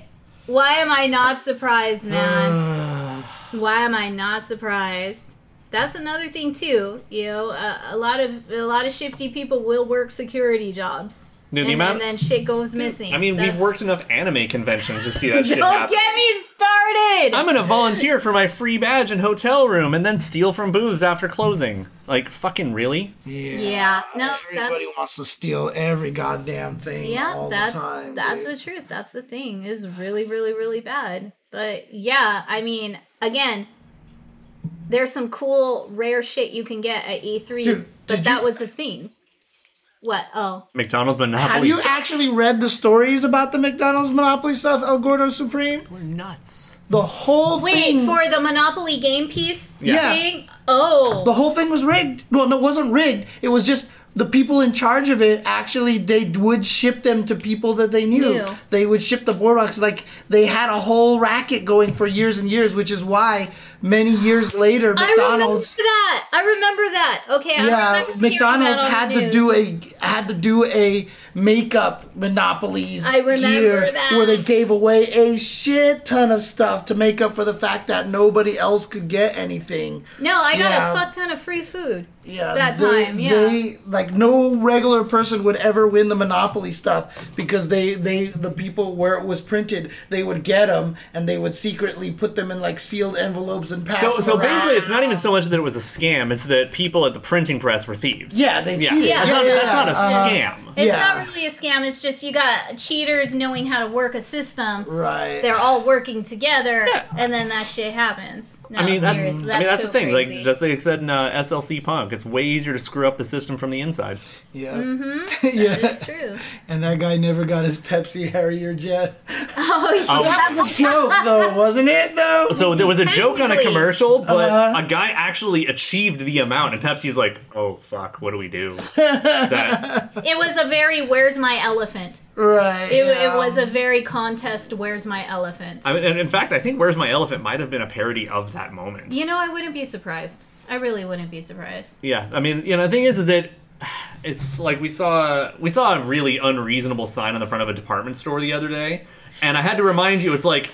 C: Why am I not surprised, man? Why am I not surprised? That's another thing too. You know, uh, a lot of a lot of shifty people will work security jobs,
A: Dude, the
C: and,
A: amount-
C: and then shit goes missing.
A: I mean,
C: That's- <laughs>
A: we've worked enough anime conventions to see that shit
C: Don't
A: happen.
C: get me started.
A: I'm gonna volunteer for my free badge and hotel room, and then steal from booths after closing. Like, fucking really?
C: yeah, no, that's
B: Everybody wants to steal every goddamn thing
C: yeah,
B: all
C: that's
B: the time.
C: that's
B: dude.
C: the truth. That's the thing. Is really, really, really bad. But yeah, I mean, again, there's some cool rare shit you can get at E3,
B: Dude,
C: but
B: did
C: that
B: you-
C: was the thing. What? Oh,
A: McDonald's
B: Have
A: Monopoly.
B: you actually read the stories about the McDonald's Monopoly stuff, El Gordo Supreme?
A: We're nuts.
B: The whole
C: wait
B: thing.
C: for the Monopoly game piece
B: Yeah.
C: thing. Oh,
B: the whole thing was rigged. Well, no, it wasn't rigged. It was just the people in charge of it actually they would ship them to people that they knew.
C: Knew.
B: They would ship the boardwalks like they had a whole racket going for years and years, which is why many years later
C: I remember
B: McDonald's
C: that. I remember that. Okay, I
B: yeah,
C: remember hearing
B: McDonald's
C: that on
B: had
C: the
B: to do
C: news.
B: a had to do a makeup monopolies
C: I remember
B: year
C: that.
B: where they gave away a shit ton of stuff to make up for the fact that nobody else could get anything.
C: No, I got
B: Yeah.
C: a fuck ton of free food.
B: Yeah,
C: that
B: they-
C: time. Yeah.
B: they like no regular person would ever win the Monopoly stuff because they they the people where it was printed they would get them and they would secretly put them in like sealed envelopes and pass.
A: So,
B: them
A: so
B: around.
A: basically, it's not even so much that it was a scam; it's that people at the printing press were thieves.
B: yeah, they
A: yeah.
B: cheated. Yeah,
A: That's, not,
B: yeah,
A: that's not a
B: yeah. Uh-huh.
A: scam.
C: It's
B: Yeah.
C: not really a scam. It's just you got cheaters knowing how to work a system.
B: Right.
C: They're all working together, and then that shit happens. No,
A: I mean, that's,
C: seriously,
A: I mean, that's
C: so
A: the thing.
C: crazy.
A: Like, just like they said in uh, SLC Punk, it's way easier to screw up the system from the inside.
B: Yeah.
C: Mm-hmm.
B: yeah.
C: it's true.
B: And that guy never got his Pepsi <laughs> Harrier jet.
C: Oh,
A: Oh.
B: That was a joke, <laughs> though, wasn't it? Though.
A: So there was a joke on a
C: Technically.
A: commercial, but
B: Uh-huh.
A: a guy actually achieved the amount, and Pepsi's like, "Oh fuck, what do we do?" That-
C: it was a very "Where's my elephant?"
B: Right.
C: It,
B: yeah.
C: it was a very contest "Where's my elephant?"
A: I mean, and in fact, I think "Where's My Elephant" might have been a parody of that moment.
C: you know, I wouldn't be surprised. I really wouldn't be surprised.
A: Yeah, I mean, you know, the thing is, is that it's like we saw we saw a really unreasonable sign on the front of a department store the other day, and I had to remind you, it's like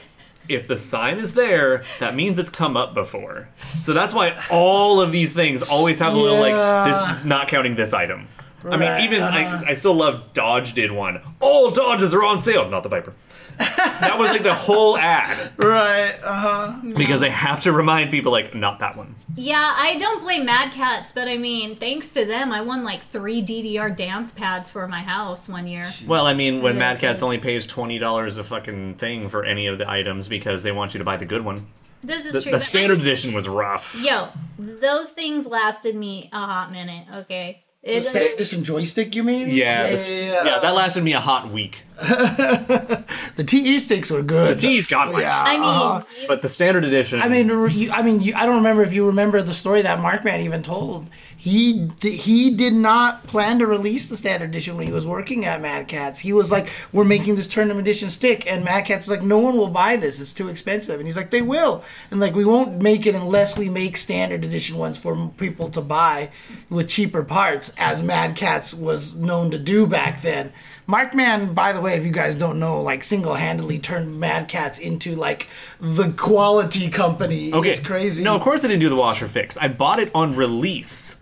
A: if the sign is there, that means it's come up before. So that's why all of these things always have a little
B: Yeah.
A: like this, not counting this item. I mean,
B: Right, Uh-huh.
A: even I, I still love Dodge did one. All Dodges are on sale, not
B: <laughs>
A: the Viper. that was like the whole ad
B: Right. Uh huh.
A: because they have to remind people like not that one.
C: Yeah, I don't blame Mad Cats, but I mean, thanks to them, I won like three DDR dance pads for my house one year.
A: Well, I mean, when
C: Yeah,
A: Mad
C: so-
A: Cats only pays twenty dollars a fucking thing for any of the items because they want you to buy the good one.
C: This is
A: The,
C: true.
A: the
C: but
A: standard
C: I was-
A: edition was rough.
C: Yo, those things lasted me a hot minute. Okay.
B: The
C: It,
B: standard edition joystick, you mean?
A: Yeah,
B: Yeah,
A: this-
B: yeah,
A: yeah, that lasted me a hot week.
B: The TE sticks were good.
A: Geez, God, my-
C: I mean,
B: Uh-huh.
A: But the standard edition,
B: I mean, you, I mean, you, I don't remember if you remember the story that Markman even told. He d- he did not plan to release the standard edition when he was working at Mad Cats. He was like, "We're making this tournament edition stick," and Mad Cats was like, "No one will buy this. It's too expensive." And he's like, "They will," and like, "We won't make it unless we make standard edition ones for m- people to buy with cheaper parts," as Mad Cats was known to do back then. Markman, by the way, if you guys don't know, like single-handedly turned Mad Cats into like the quality company.
A: okay,
B: it's crazy.
A: No, of course I didn't do the washer fix. I bought it on release,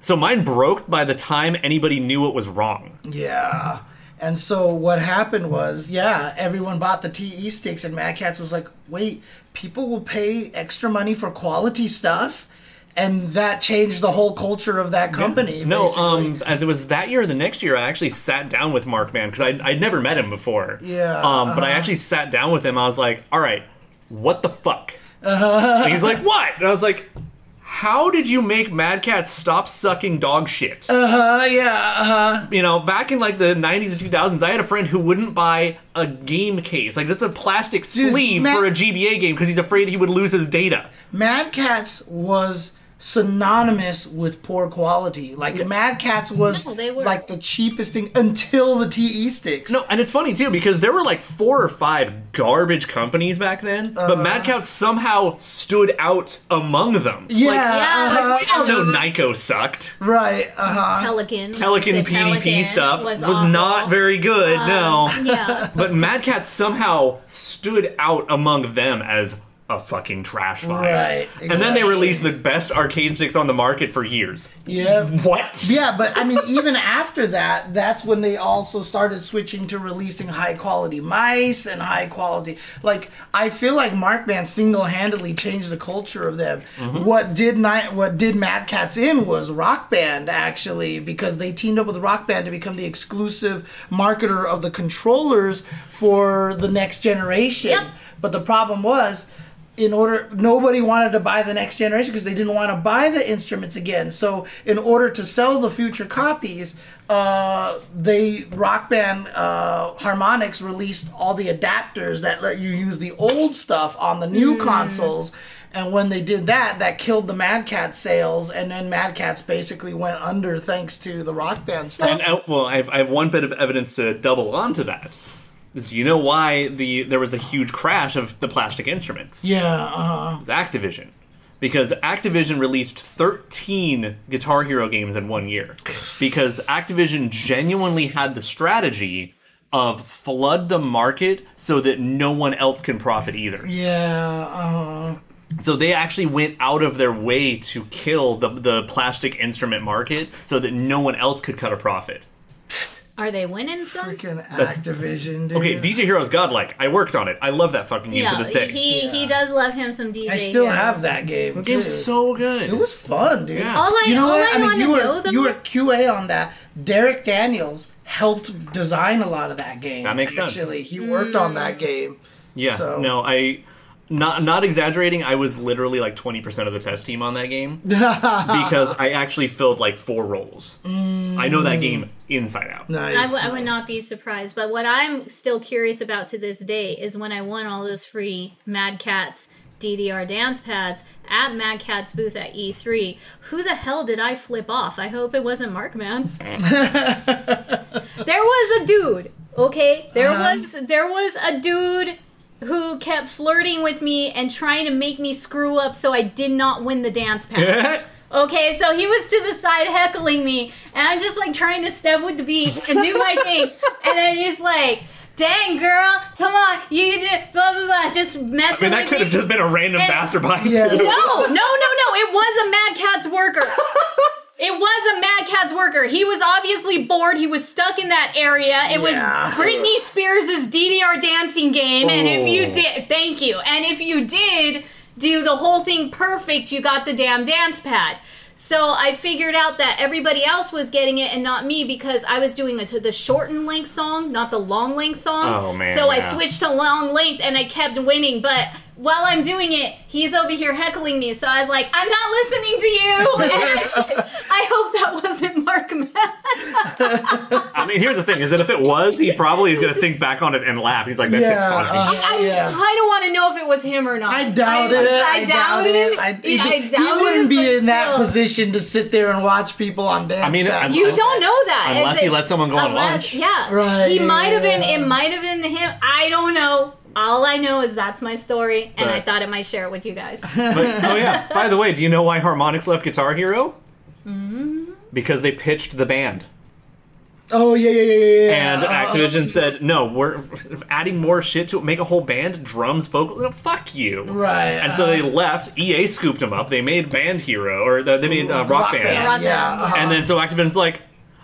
A: so mine broke by the time anybody knew it was wrong.
B: Yeah. And so what happened was, yeah, everyone bought the TE sticks, and Mad Cats was like, wait, people will pay extra money for quality stuff? And that changed the whole culture of that company.
A: No,
B: basically.
A: um, uh, it was that year or the next year. I actually sat down with Mark Man because I I'd never met him before.
B: Yeah, uh-huh.
A: Um, but I actually sat down with him. I was like, "All right, what the fuck?"
B: Uh-huh.
A: And he's like, "What?" And I was like, "How did you make Mad Cat stop sucking dog shit?"
B: Uh, yeah, uh-huh.
A: you know, back in like the '90s and 2000s, I had a friend who wouldn't buy a game case, like just a plastic sleeve
B: Mad-
A: for a GBA game, because he's afraid he would lose his data.
B: Mad Cats was synonymous with poor quality. Like Mad Cats was
C: No, they were-
B: like the cheapest thing until the TE sticks.
A: No, and it's funny too because there were like four or five garbage companies back then, but
B: Uh-huh.
A: Mad Cow somehow stood out among them.
B: Yeah,
C: yeah,
B: uh-huh.
A: Like, we all know Nyko sucked.
B: right. Uh huh.
C: Pelican.
A: Pelican
C: the
A: PDP
C: Mm-hmm. Pelican
A: stuff was,
C: awful. Um,
A: not very good, no.
C: Yeah.
A: But Mad Cat somehow stood out among them as a fucking trash fire.
B: Right,
A: And then they
B: exactly.
A: released the best arcade sticks on the market for years.
B: Yeah.
A: What?
B: <laughs> Yeah, but I mean, even after that, that's when they also started switching to releasing high quality mice and high quality. Like, I feel like Markman single handedly changed the culture of them. What did ni- what did Mad Cats in was Rock Band actually, because they teamed up with Rock Band to become the exclusive marketer of the controllers for the next generation.
C: Yep.
B: But the problem was, in order, nobody wanted to buy the next generation because they didn't want to buy the instruments again. So, in order to sell the future copies, uh, they Rock Band uh, Harmonix released all the adapters that let you use the old stuff on the new consoles. And when they did that, that killed the Mad Cat sales, and then Mad Cats basically went under thanks to the Rock Band stuff.
A: And uh, well, I have, I have one bit of evidence to double onto that. Is do you know why the there was a huge crash of the plastic instruments?
B: yeah, uh-huh.
A: It's Activision. Because Activision released 13 Guitar Hero games in one year. Because Activision genuinely had the strategy of flood the market so that no one else can profit either.
B: yeah, uh-huh.
A: So they actually went out of their way to kill the, the plastic instrument market so that no one else could cut a profit.
C: Are they winning some?
B: Freaking Activision, dude.
A: Okay, DJ Hero's godlike. I worked on it. I love that fucking game to
C: Yeah,
A: this day.
C: he he does love him some DJ.
B: I still
C: Hero.
B: have that game.
A: the
B: too.
A: game's so good.
B: It was fun, dude.
A: Yeah.
C: All I,
B: You know
C: all
B: what?
C: I,
B: I, mean,
C: want
B: you
C: to know
B: were
C: them.
B: you were QA on that. Derek Daniels helped design a lot of that game.
A: That makes sense.
B: Actually, he worked on that
C: Mm.
B: game.
A: yeah.
B: so-
A: No, I not not exaggerating. I was literally like twenty percent of the test team on that game
B: <laughs>
A: because I actually filled like four roles.
B: Mm.
A: I know that game inside out. <laughs>
B: Nice.
C: I, w- I would not be surprised. But what I'm still curious about to this day is when I won all those free Mad Cats DDR dance pads at Mad Cat's booth at E3. Who the hell did I flip off? I hope it wasn't Markman.
B: <laughs>
C: there was a dude. Okay, there
B: Uh-huh.
C: was there was a dude who kept flirting with me and trying to make me screw up so I did not win the
B: <laughs>
C: dance pad. Okay, so he was to the side heckling me, and I'm just like trying to step with the beat and do my
A: <laughs>
C: thing, and then he's like, "Dang, girl, come on, you can do it," blah blah blah," just
A: I
C: messing.
A: mean, that
C: with
A: could have
C: me.
A: just been a random
C: And-
A: passerby.
B: <laughs> Yeah.
A: too.
C: No, no, no, no! It was a Mad Cat's worker. It was a Mad Cat's worker. He was obviously bored. He was stuck in that area.
B: Yeah.
C: It was Britney Spears' DDR dancing game. And if
A: Oh.
C: you did, thank you. And if you did do the whole thing perfect, you got the damn dance pad. So I figured out that everybody else was getting it and not me because I was doing a, the shortened length song, not the long length song.
A: Oh, man,
C: So I
A: yeah.
C: switched to long length and I kept winning. But while I'm doing it, he's over here heckling me. So I was like, I'm not listening to you. <laughs> And I, said, I hope that wasn't Mark Matt.
A: I mean, here's the thing: is that if it was, he probably is going to think back on it and laugh. He's like, "That shit's
B: Yeah,
A: funny."
B: uh,
C: I
B: Yeah.
C: kind of want to know if it was him or not.
B: I doubt it.
C: I, doubt it. I,
B: he,
C: I doubt
B: he wouldn't
C: it,
B: be
C: but
B: in that
C: still.
B: position to sit there and watch people on dance.
A: I mean,
B: back.
A: I'm-
C: You don't know that
A: Unless
C: It's-
A: he let someone go on lunch.
C: Yeah,
B: Right,
C: He
B: yeah,
C: might have
B: yeah,
C: been.
B: yeah.
C: It might have been him. I don't know. All I know is that's my story, and I
A: Right.
C: thought I might share it with you guys.
A: But, oh yeah. By the way, do you know why Harmonix left Guitar Hero?
B: Mm-hmm.
A: Because they pitched the band,
B: oh yeah, yeah, yeah, yeah. yeah.
A: and Activision said, "No, we're adding more shit to it. Make a whole band, drums, vocals. No, fuck you."
B: right.
A: And so
B: uh,
A: they left. EA scooped them up. They made Band Hero, or the, they made uh, Rock, Band.
C: Rock
B: Yeah,
C: Band.
B: uh-huh.
A: And then so Activision's like,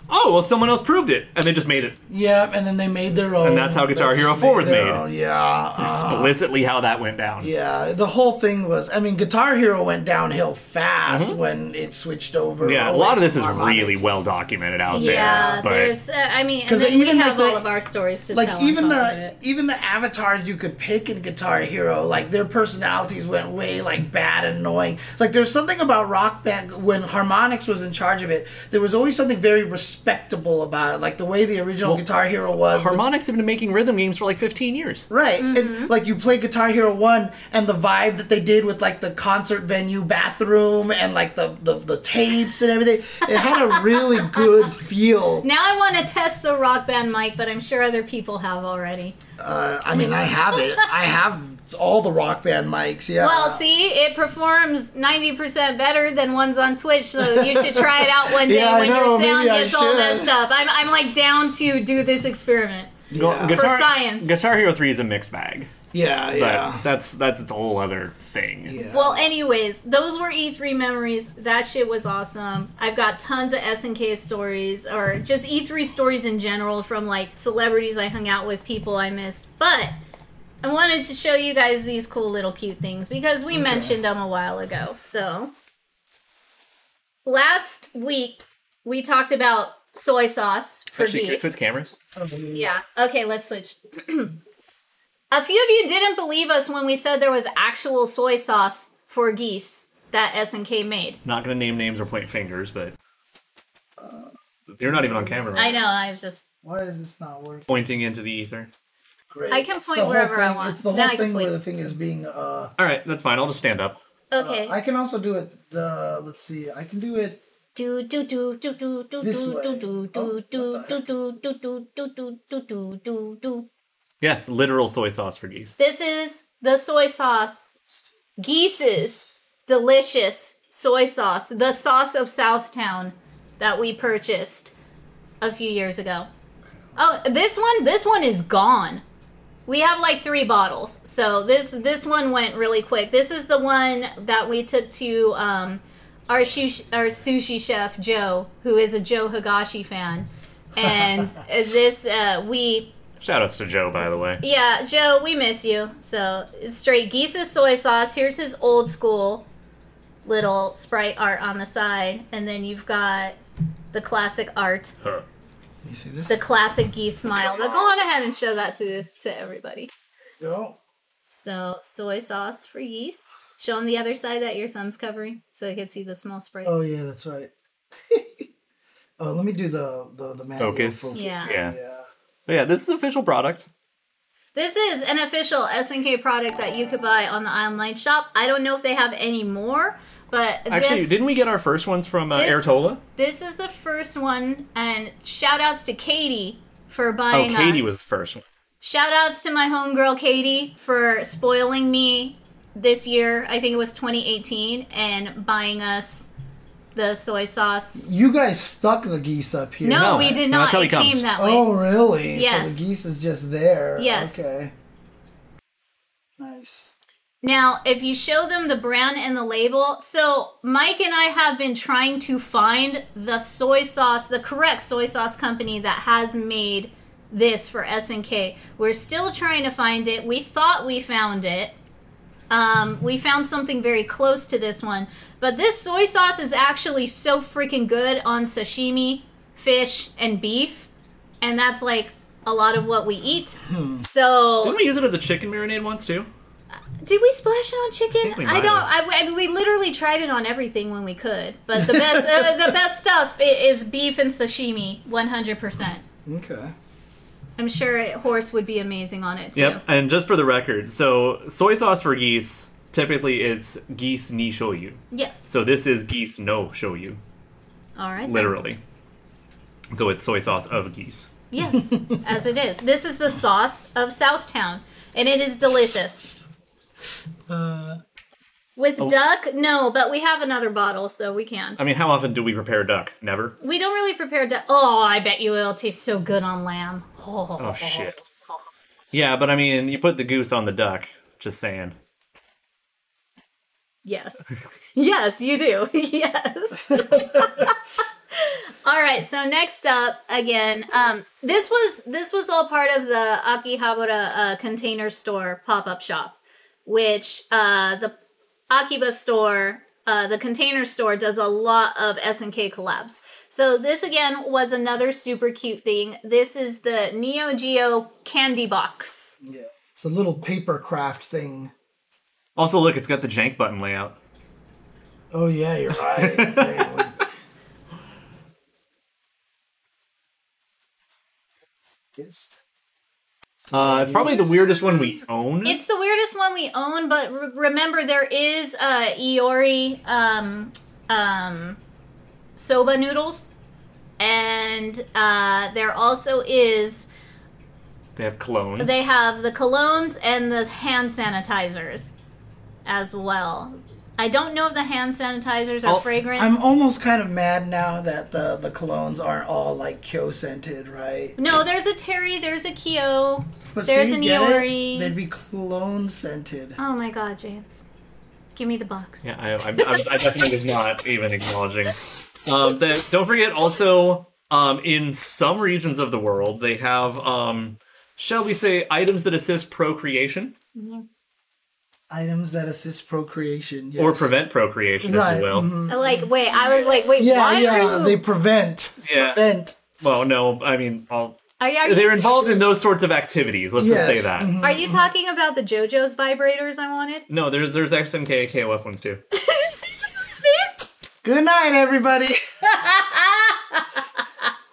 A: "Oh, well, someone else proved it," and they just made it
B: yeah, and then they made their own.
A: And that's how Guitar
B: They
A: Hero
B: just
A: 4 was
B: their
A: made.
B: own, Yeah. uh,
A: explicitly how that went down.
B: Yeah, the whole thing was. I mean, Guitar Hero went downhill fast when it switched over.
A: Mm-hmm. Yeah, a lot of this is
B: Harmonix.
A: really well documented out
C: yeah,
A: there. But
C: there's. Uh, I mean, and
B: 'Cause
C: then
B: even
C: we
B: like
C: have
B: the-
C: all of our stories to
B: like
C: tell.
B: even
C: on top
B: the
C: of it.
B: even the avatars you could pick in Guitar Hero, like their personalities went way like bad and annoying. Like there's something about Rock Band when Harmonix was in charge of it, there was always something very respectable about it, like the way the original Guitar Hero was. with-
A: Harmonix have been making rhythm games for like 15 years.
B: Right.
C: Mm-hmm.
B: And like you play Guitar Hero 1 and the vibe that they did with like the concert venue bathroom and like the the, the tapes and everything. It had a
C: <laughs>
B: really good feel.
C: Now I want to test the rock band mic, but I'm sure other people have already.
B: Uh, I mean, I have it. I have all the rock band mics, yeah.
C: Well, see, it performs 90% better than ones on Twitch, so you
B: <laughs>
C: should try it out one day
B: Yeah, I
C: when
B: know,
C: your sound
B: maybe I
C: gets all
B: should.
C: messed up. I'm, I'm like down to do this experiment.
A: Go-
C: For science.
A: Guitar Hero 3 is a mixed bag.
B: yeah,
A: But
B: yeah.
A: that's that's its a whole other thing.
C: Well, anyways, those were E3 memories. That shit was awesome. I've got tons of SNK stories or just E3 stories in general from like celebrities I hung out with, people I missed. But I wanted to show you guys these cool little cute things because we mentioned them a while ago. So last week we talked about soy sauce for
A: Actually, can we
C: bees.
A: switch cameras.
C: Yeah. Okay, let's switch. <clears throat> a few of you didn't believe us when we said there was actual soy sauce for geese that SNK made.
A: Not going to name names or point fingers, but uh, they're not even on camera. Right
C: I
A: now.
C: know. I was just.
B: Why is this not working?
A: Pointing into the ether.
B: Great.
C: I can
B: It's
C: point
B: the whole
C: wherever I
B: thing-
C: want.
B: It's the
C: Then I
B: whole
C: can
B: thing where
C: point.
B: the thing is being. Uh,
A: All right, that's fine. I'll just stand up.
C: Okay.
B: I can also do it. The let's see. I can do it.
C: Do do do do do do
B: This
C: do
B: way. Oh,
C: do do do do do do do do do do do do do do.
A: Yes, literal soy sauce for geese.
C: This is the soy sauce. Geese's delicious soy sauce, the sauce of Southtown that we purchased a few years ago. Oh, this one, this one is gone. We have like three bottles, so this this one went really quick. This is the one that we took to um, our shu- our sushi chef Joe, who is a Joe Higashi fan, and this uh, we
A: Shout outs to Joe, by the way.
C: yeah, Joe, we miss you. So, straight geese's soy sauce. Here's his old school little sprite art on the side. And then you've got the classic art,
A: Huh.
B: You see this?
C: the classic geese smile. But go on ahead and show that to, to everybody.
B: go.
C: So, soy sauce for geese. Show on the other side that your thumb's covering so they can see the small sprite.
B: Oh yeah, that's right. <laughs> oh, let me do the the the manual
A: Focus.
C: Yeah.
A: Yeah.
B: Yeah.
A: But yeah, this is official product.
C: This is an official SNK product that you could buy on the online shop. I don't know if they have any more, but
A: Actually,
C: this...
A: didn't we get our first ones from uh,
C: this-
A: Airtola?
C: This is the first one, and shout outs to Katie for
A: Oh,
C: buying
A: Katie
C: us.
A: was the first one.
C: Shout outs to my homegirl Katie for spoiling me this year. I think it was 2018, and buying us the soy sauce.
B: You guys stuck the geese up here.
C: No,
A: No,
C: we did
A: no,
C: not.
A: until
C: It
A: he comes.
C: came that way.
B: Oh really?
C: Yes.
B: So the geese is just there.
C: Yes.
B: Okay. Nice.
C: Now, if you show them the brand and the label, so Mike and I have been trying to find the soy sauce, the correct soy sauce company that has made this for SNK. We're still trying to find it. We thought we found it. Um, we found something very close to this one, but this soy sauce is actually so freaking good on sashimi, fish, and beef, and that's like a lot of what we eat. So
A: Didn't we use it as a chicken marinade once too?
C: did we splash it on chicken? I,
A: think we might
C: don't. I,
A: have.
C: I mean, we literally tried it on everything when we could, but the best uh, the
A: <laughs>
C: best stuff i- is beef and sashimi, one hundred percent.
B: Okay.
C: I'm sure it, horse would be amazing on it too.
A: Yep. And just for the record, so soy sauce for geese typically it's geese ni shoyu.
C: Yes.
A: So this is geese no shoyu,
C: All right. then.
A: literally. So it's soy sauce of geese. <laughs>
C: Yes, as it is. This is the sauce of Southtown, and it is delicious.
A: Uh,
C: With duck, no, but we have another bottle, so we can.
A: oh. I mean, how often do we prepare duck? Never.
C: We don't really prepare duck. Oh, I bet you it'll taste so good on lamb. Oh, <laughs>
A: Oh shit. Yeah, but I mean, you put the goose on the duck. Just saying.
C: Yes. yes, you do. <laughs> yes. <laughs> all right, so next up again, um this was this was all part of the Akihabara uh, container store pop-up shop, which uh the Akiba store uh, the container store does a lot of SNK collabs. So this again was another super cute thing. This is the Neo Geo candy box.
B: Yeah. It's a little paper craft thing.
A: Also, look, it's got the jank button layout.
B: Oh yeah, you're right. Damn. Yes.
A: Uh, it's probably the weirdest one we own.
C: It's the weirdest one we own, but re- remember there is uh, Iori um, um, soba noodles, and uh, there also is
A: they have clones.
C: they have the colognes and the hand sanitizers as well. I don't know if the hand sanitizers are
A: Oh,
C: fragrant.
B: I'm almost kind of mad now that the the colognes aren't all like Kyo scented, right?
C: no, there's a Terry, there's a Kyo.
B: But
C: There's
B: see,
C: an
B: get it?
C: Iori.
B: They'd be cologne scented.
C: Oh my god, James. Give me the box.
A: Yeah, I, I, I, I definitely was not even acknowledging. Um, that, don't forget also, um, in some regions of the world, they have, um, shall we say, items that assist procreation
B: Items that assist procreation. Yes.
A: or prevent procreation, if
B: Right, mm-hmm.
A: you will.
C: Like, wait, I was like, wait,
B: Mm. Yeah,
C: why
B: yeah.
C: are you?
B: They prevent.
A: Yeah.
B: Prevent.
A: Well, no, I mean, I'll,
C: are, are you Mm-hmm.
A: they're involved in those sorts of activities. Let's just say
B: Yes,
A: that.
C: Are you talking about the JoJo's vibrators I wanted?
A: No, there's there's XMK KOF ones too.
B: Good night, everybody. <laughs>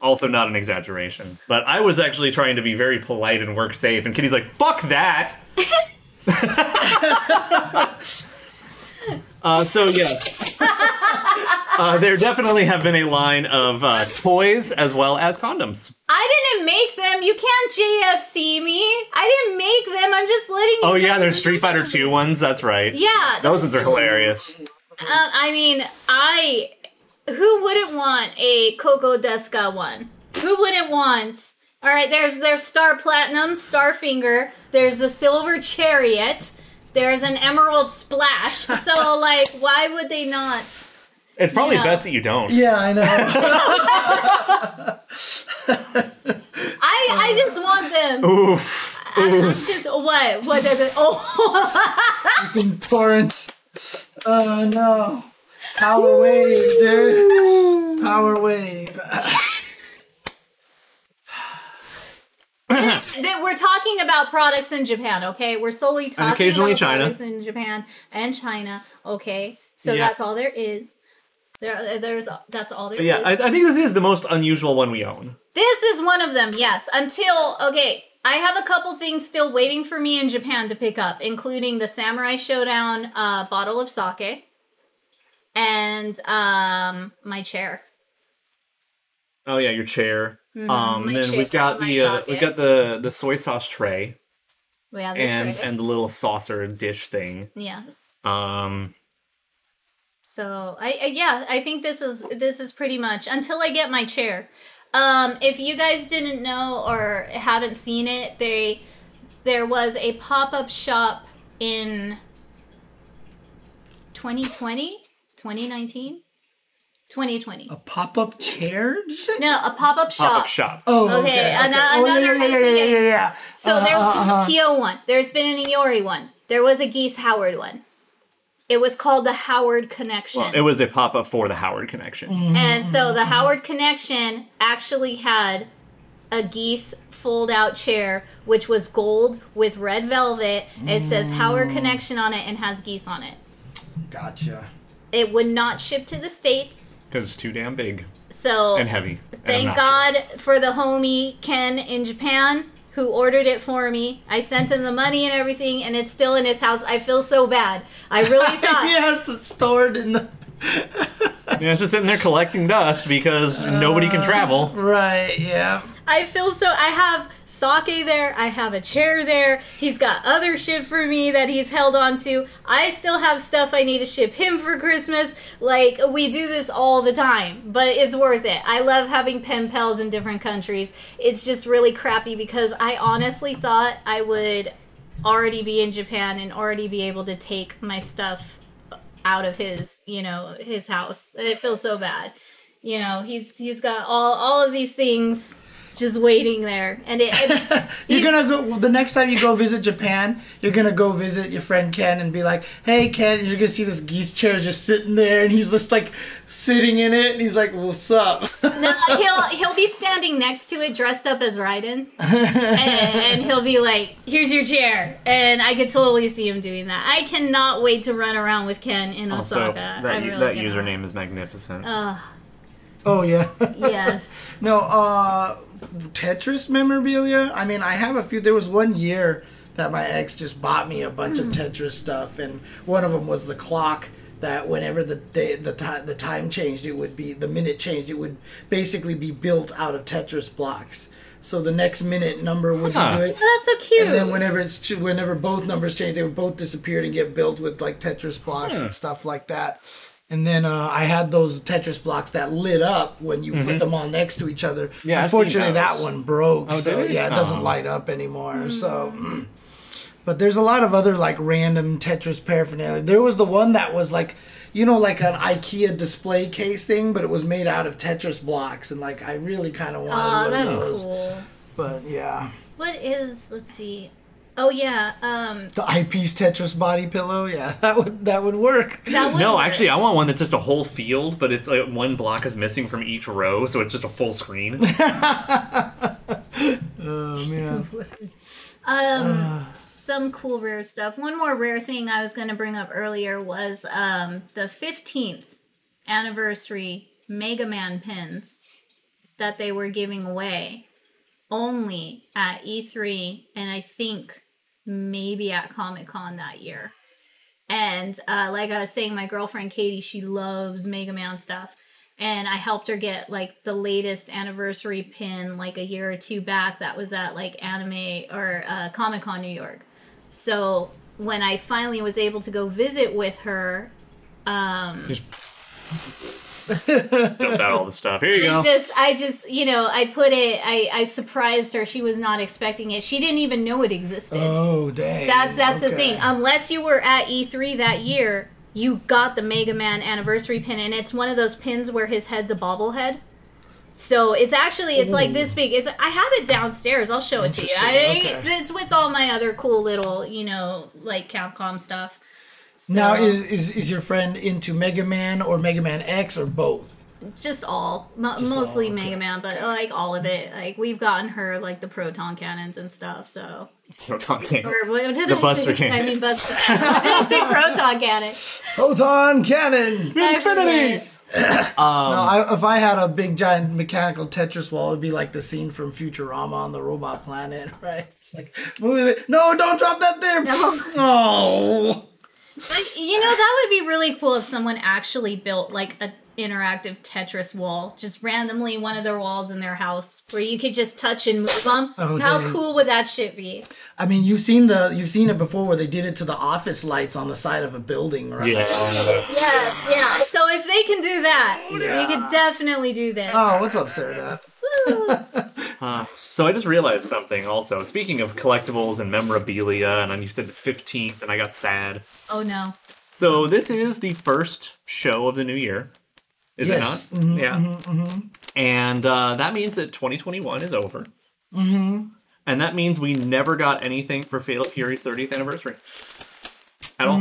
A: Also, not an exaggeration, but I was actually trying to be very polite and work safe, and Kitty's like, "Fuck
C: <laughs>
A: that." Uh, so yes, uh, there definitely have been a line of uh, toys as well as condoms.
C: I didn't make them. You can't JFC me. I didn't make them. I'm just letting you.
A: Oh yeah,
C: guys
A: there's Street
C: know.
A: Fighter Two ones. That's right.
C: Yeah.
A: those ones are hilarious.
C: uh, I mean, I. Who wouldn't want a Coco Deska one? Who wouldn't want? All right, there's there's Star Platinum, Starfinger. There's the Silver Chariot. There's an Emerald Splash.
A: <laughs>
C: So like, why would they not?
A: It's probably
C: Yeah.
A: best that you don't.
B: yeah, I know.
C: I I just want them.
A: Oof.
C: I'm, I'm just what what? is it? Oh. <laughs>
B: Fucking torrents. Oh no. Power wave, dude. Power wave.
C: that we're talking about products in Japan, okay? We're solely talking
A: occasionally
C: about
A: China.
C: products in Japan and China, okay? So
A: Yeah.
C: that's all there is. There, uh, there's that's all there is.
A: Yeah, I, I think this is the most unusual one we own.
C: this is one of them, yes. Until okay, I have a couple things still waiting for me in Japan to pick up, including the Samurai Showdown uh, bottle of sake and um, my chair.
A: Oh yeah, your chair. um,
C: Mm-hmm. my
A: and then
C: chair,
A: we've got
C: my
A: the uh,
C: socket.
A: we've got the the soy sauce tray
C: We have the
A: and
C: tray.
A: and the little saucer dish thing.
C: yes.
A: Um,
C: So I, I yeah, I think this is this is pretty much until I get my chair. Um, if you guys didn't know or haven't seen it, they there was a pop up shop in 2020, 2019, 2020.
B: A pop-up chair? Did you say?
C: No, a pop up shop.
A: pop up shop.
B: Oh,
C: Okay,
B: okay.
C: an-
B: okay. Oh,
C: another
B: yeah, <laughs> yeah, yeah, yeah, yeah, yeah.
C: So there's been a Kyo one. There's been an Iori one. There was a Geese Howard one. It was called the Howard Connection.
A: Well, it was a pop up for the Howard Connection.
C: And so
A: Mm-hmm.
C: the Howard Connection actually had a geese fold out chair, which was gold with red velvet. It says
A: Mm.
C: Howard Connection on it and has geese on it.
I: Gotcha.
C: It would not ship to the States.
A: Because it's too damn big
C: So
A: and heavy. and
C: thank
A: obnoxious.
C: God for the homie Ken in Japan who ordered it for me. I sent him the money and everything, and it's still in his house. I feel so bad. I
A: <laughs>
C: really thought.
I: Yes, it's stored in the
A: Yeah, it's just sitting there collecting dust because nobody can travel.
I: right. Yeah.
C: I feel so. I have sake there. I have a chair there. He's got other shit for me that he's held on to. I still have stuff I need to ship him for Christmas. Like, we do this all the time, but it's worth it. I love having pen pals in different countries. It's just really crappy because I honestly thought I would already be in Japan and already be able to take my stuff out of his, you know, his house. It feels so bad. You know, he's he's got all all of these things just waiting there, and it,
I: <laughs>
C: it-
I: You're gonna go well, the next time you go visit Japan. You're gonna go visit your friend Ken and be like, "Hey, Ken," and you're gonna see this geese chair just sitting there, and he's just like sitting in it, and he's like, "What's up?" <laughs>
C: no, he'll he'll be standing next to it dressed up as
I: <laughs>
C: Raiden, and, and he'll be like, "Here's your chair," and I could totally see him doing that. I cannot wait to run around with Ken in
A: Also,
C: Osaka.
A: that,
C: I
A: u-
C: really
A: that
C: cannot. Uh,
A: username is magnificent.
I: oh yeah.
C: <laughs>
I: <laughs>
C: yes,
I: No, uh Tetris memorabilia. I mean, I have a few. There was one year that my ex just bought me a bunch of Tetris stuff, and one of them was the clock that whenever the day the time the time changed, it would be the minute changed. It would basically be built out of Tetris blocks. So the next minute number would
A: Huh.
I: do it.
C: Oh, that's so cute.
I: And then whenever it's ch- whenever both numbers change, they would both disappear and get built with like Tetris blocks and stuff like that. And then uh, I had those Tetris blocks that lit up when you put them all next to each other.
A: Mm-hmm. Yeah, I've seen
I: unfortunately, that
A: those. Oh,
I: one broke, so
A: did it?
I: yeah, it doesn't
A: Aw.
I: light up anymore. So, <clears throat> mm. but there's a lot of other like random Tetris paraphernalia. There was the one that was like. You know, like an IKEA display case thing, but it was made out of Tetris blocks, and like I really kind of
C: oh,
I: wanted one
C: that's
I: of those.
C: cool.
I: But yeah,
C: What is? Let's see. Oh yeah, um,
I: The eyepiece Tetris body pillow, yeah, <laughs> that would that would work.
C: that was
A: No, actually, I want one that's just a whole field, but it's like one block is missing from each row, so it's just a
C: <laughs>
A: full screen.
C: Um, some cool rare stuff. One more rare thing I was going to bring up earlier was um, the 15th anniversary Mega Man pins that they were giving away only at E3 and I think maybe at Comic Con that year. And uh, like I was saying, my girlfriend Katie, she loves Mega Man stuff. And I helped her get like the latest anniversary pin like a year or two back that was at like anime or uh, Comic Con New York. So when I finally was able to go visit with her, um,
A: Dump out all the stuff. Here you go.
C: just I just you know I put it I, I surprised her. She was not expecting it. She didn't even know it existed.
I: Oh dang!
C: That's that's the
I: okay.
C: thing. Unless you were at E3 that year, you got the Mega Man anniversary pin, and it's one of those pins where his head's a bobblehead. So it's actually it's like this big. It's I have it downstairs. I'll show it to you. I,
I: Interesting,
C: it's,
I: okay.
C: it's with all my other cool little you know like Capcom stuff. So
I: Now is, is is your friend into Mega Man or Mega Man X or both?
C: just all Mo-
I: all,
C: mostly
I: okay.
C: Mega Man, but like all of it. Like we've gotten her like the proton cannons and stuff. So or what did
A: The
C: I
A: Buster
C: say? I
A: cannon.
C: mean Buster. Why did <laughs> I say proton cannon.
I: Photon cannon.
C: I forget.
I: No, I, if I had a big giant mechanical Tetris wall, it'd be like the scene from Futurama on the Robot Planet, <laughs> right? It's like move it. No, don't drop that there.
C: No.
I: <laughs> Oh.
C: But, you know that would be really cool if someone actually built like a interactive Tetris wall, just randomly one of their walls in their house, where you could just touch and move them.
I: Oh,
C: How
I: dang.
C: cool would that shit be?
I: I mean, you've seen the you've seen it before where they did it to the office lights on the side of a building, right?
A: Yeah.
C: Yes, yeah. So if they can do that,
I: Yeah.
C: we could definitely do this.
I: Oh, what's up, Sarah?
A: So I just realized something also. Speaking of collectibles and memorabilia, and then you said the 15th, and I got sad.
C: Oh no.
A: So this is the first show of the new year. Is
I: Yes.
A: it not? yeah. And uh, that means that 2021 is over. Mm-hmm. And that means we never got anything for Fatal Fury's 30th anniversary. at all.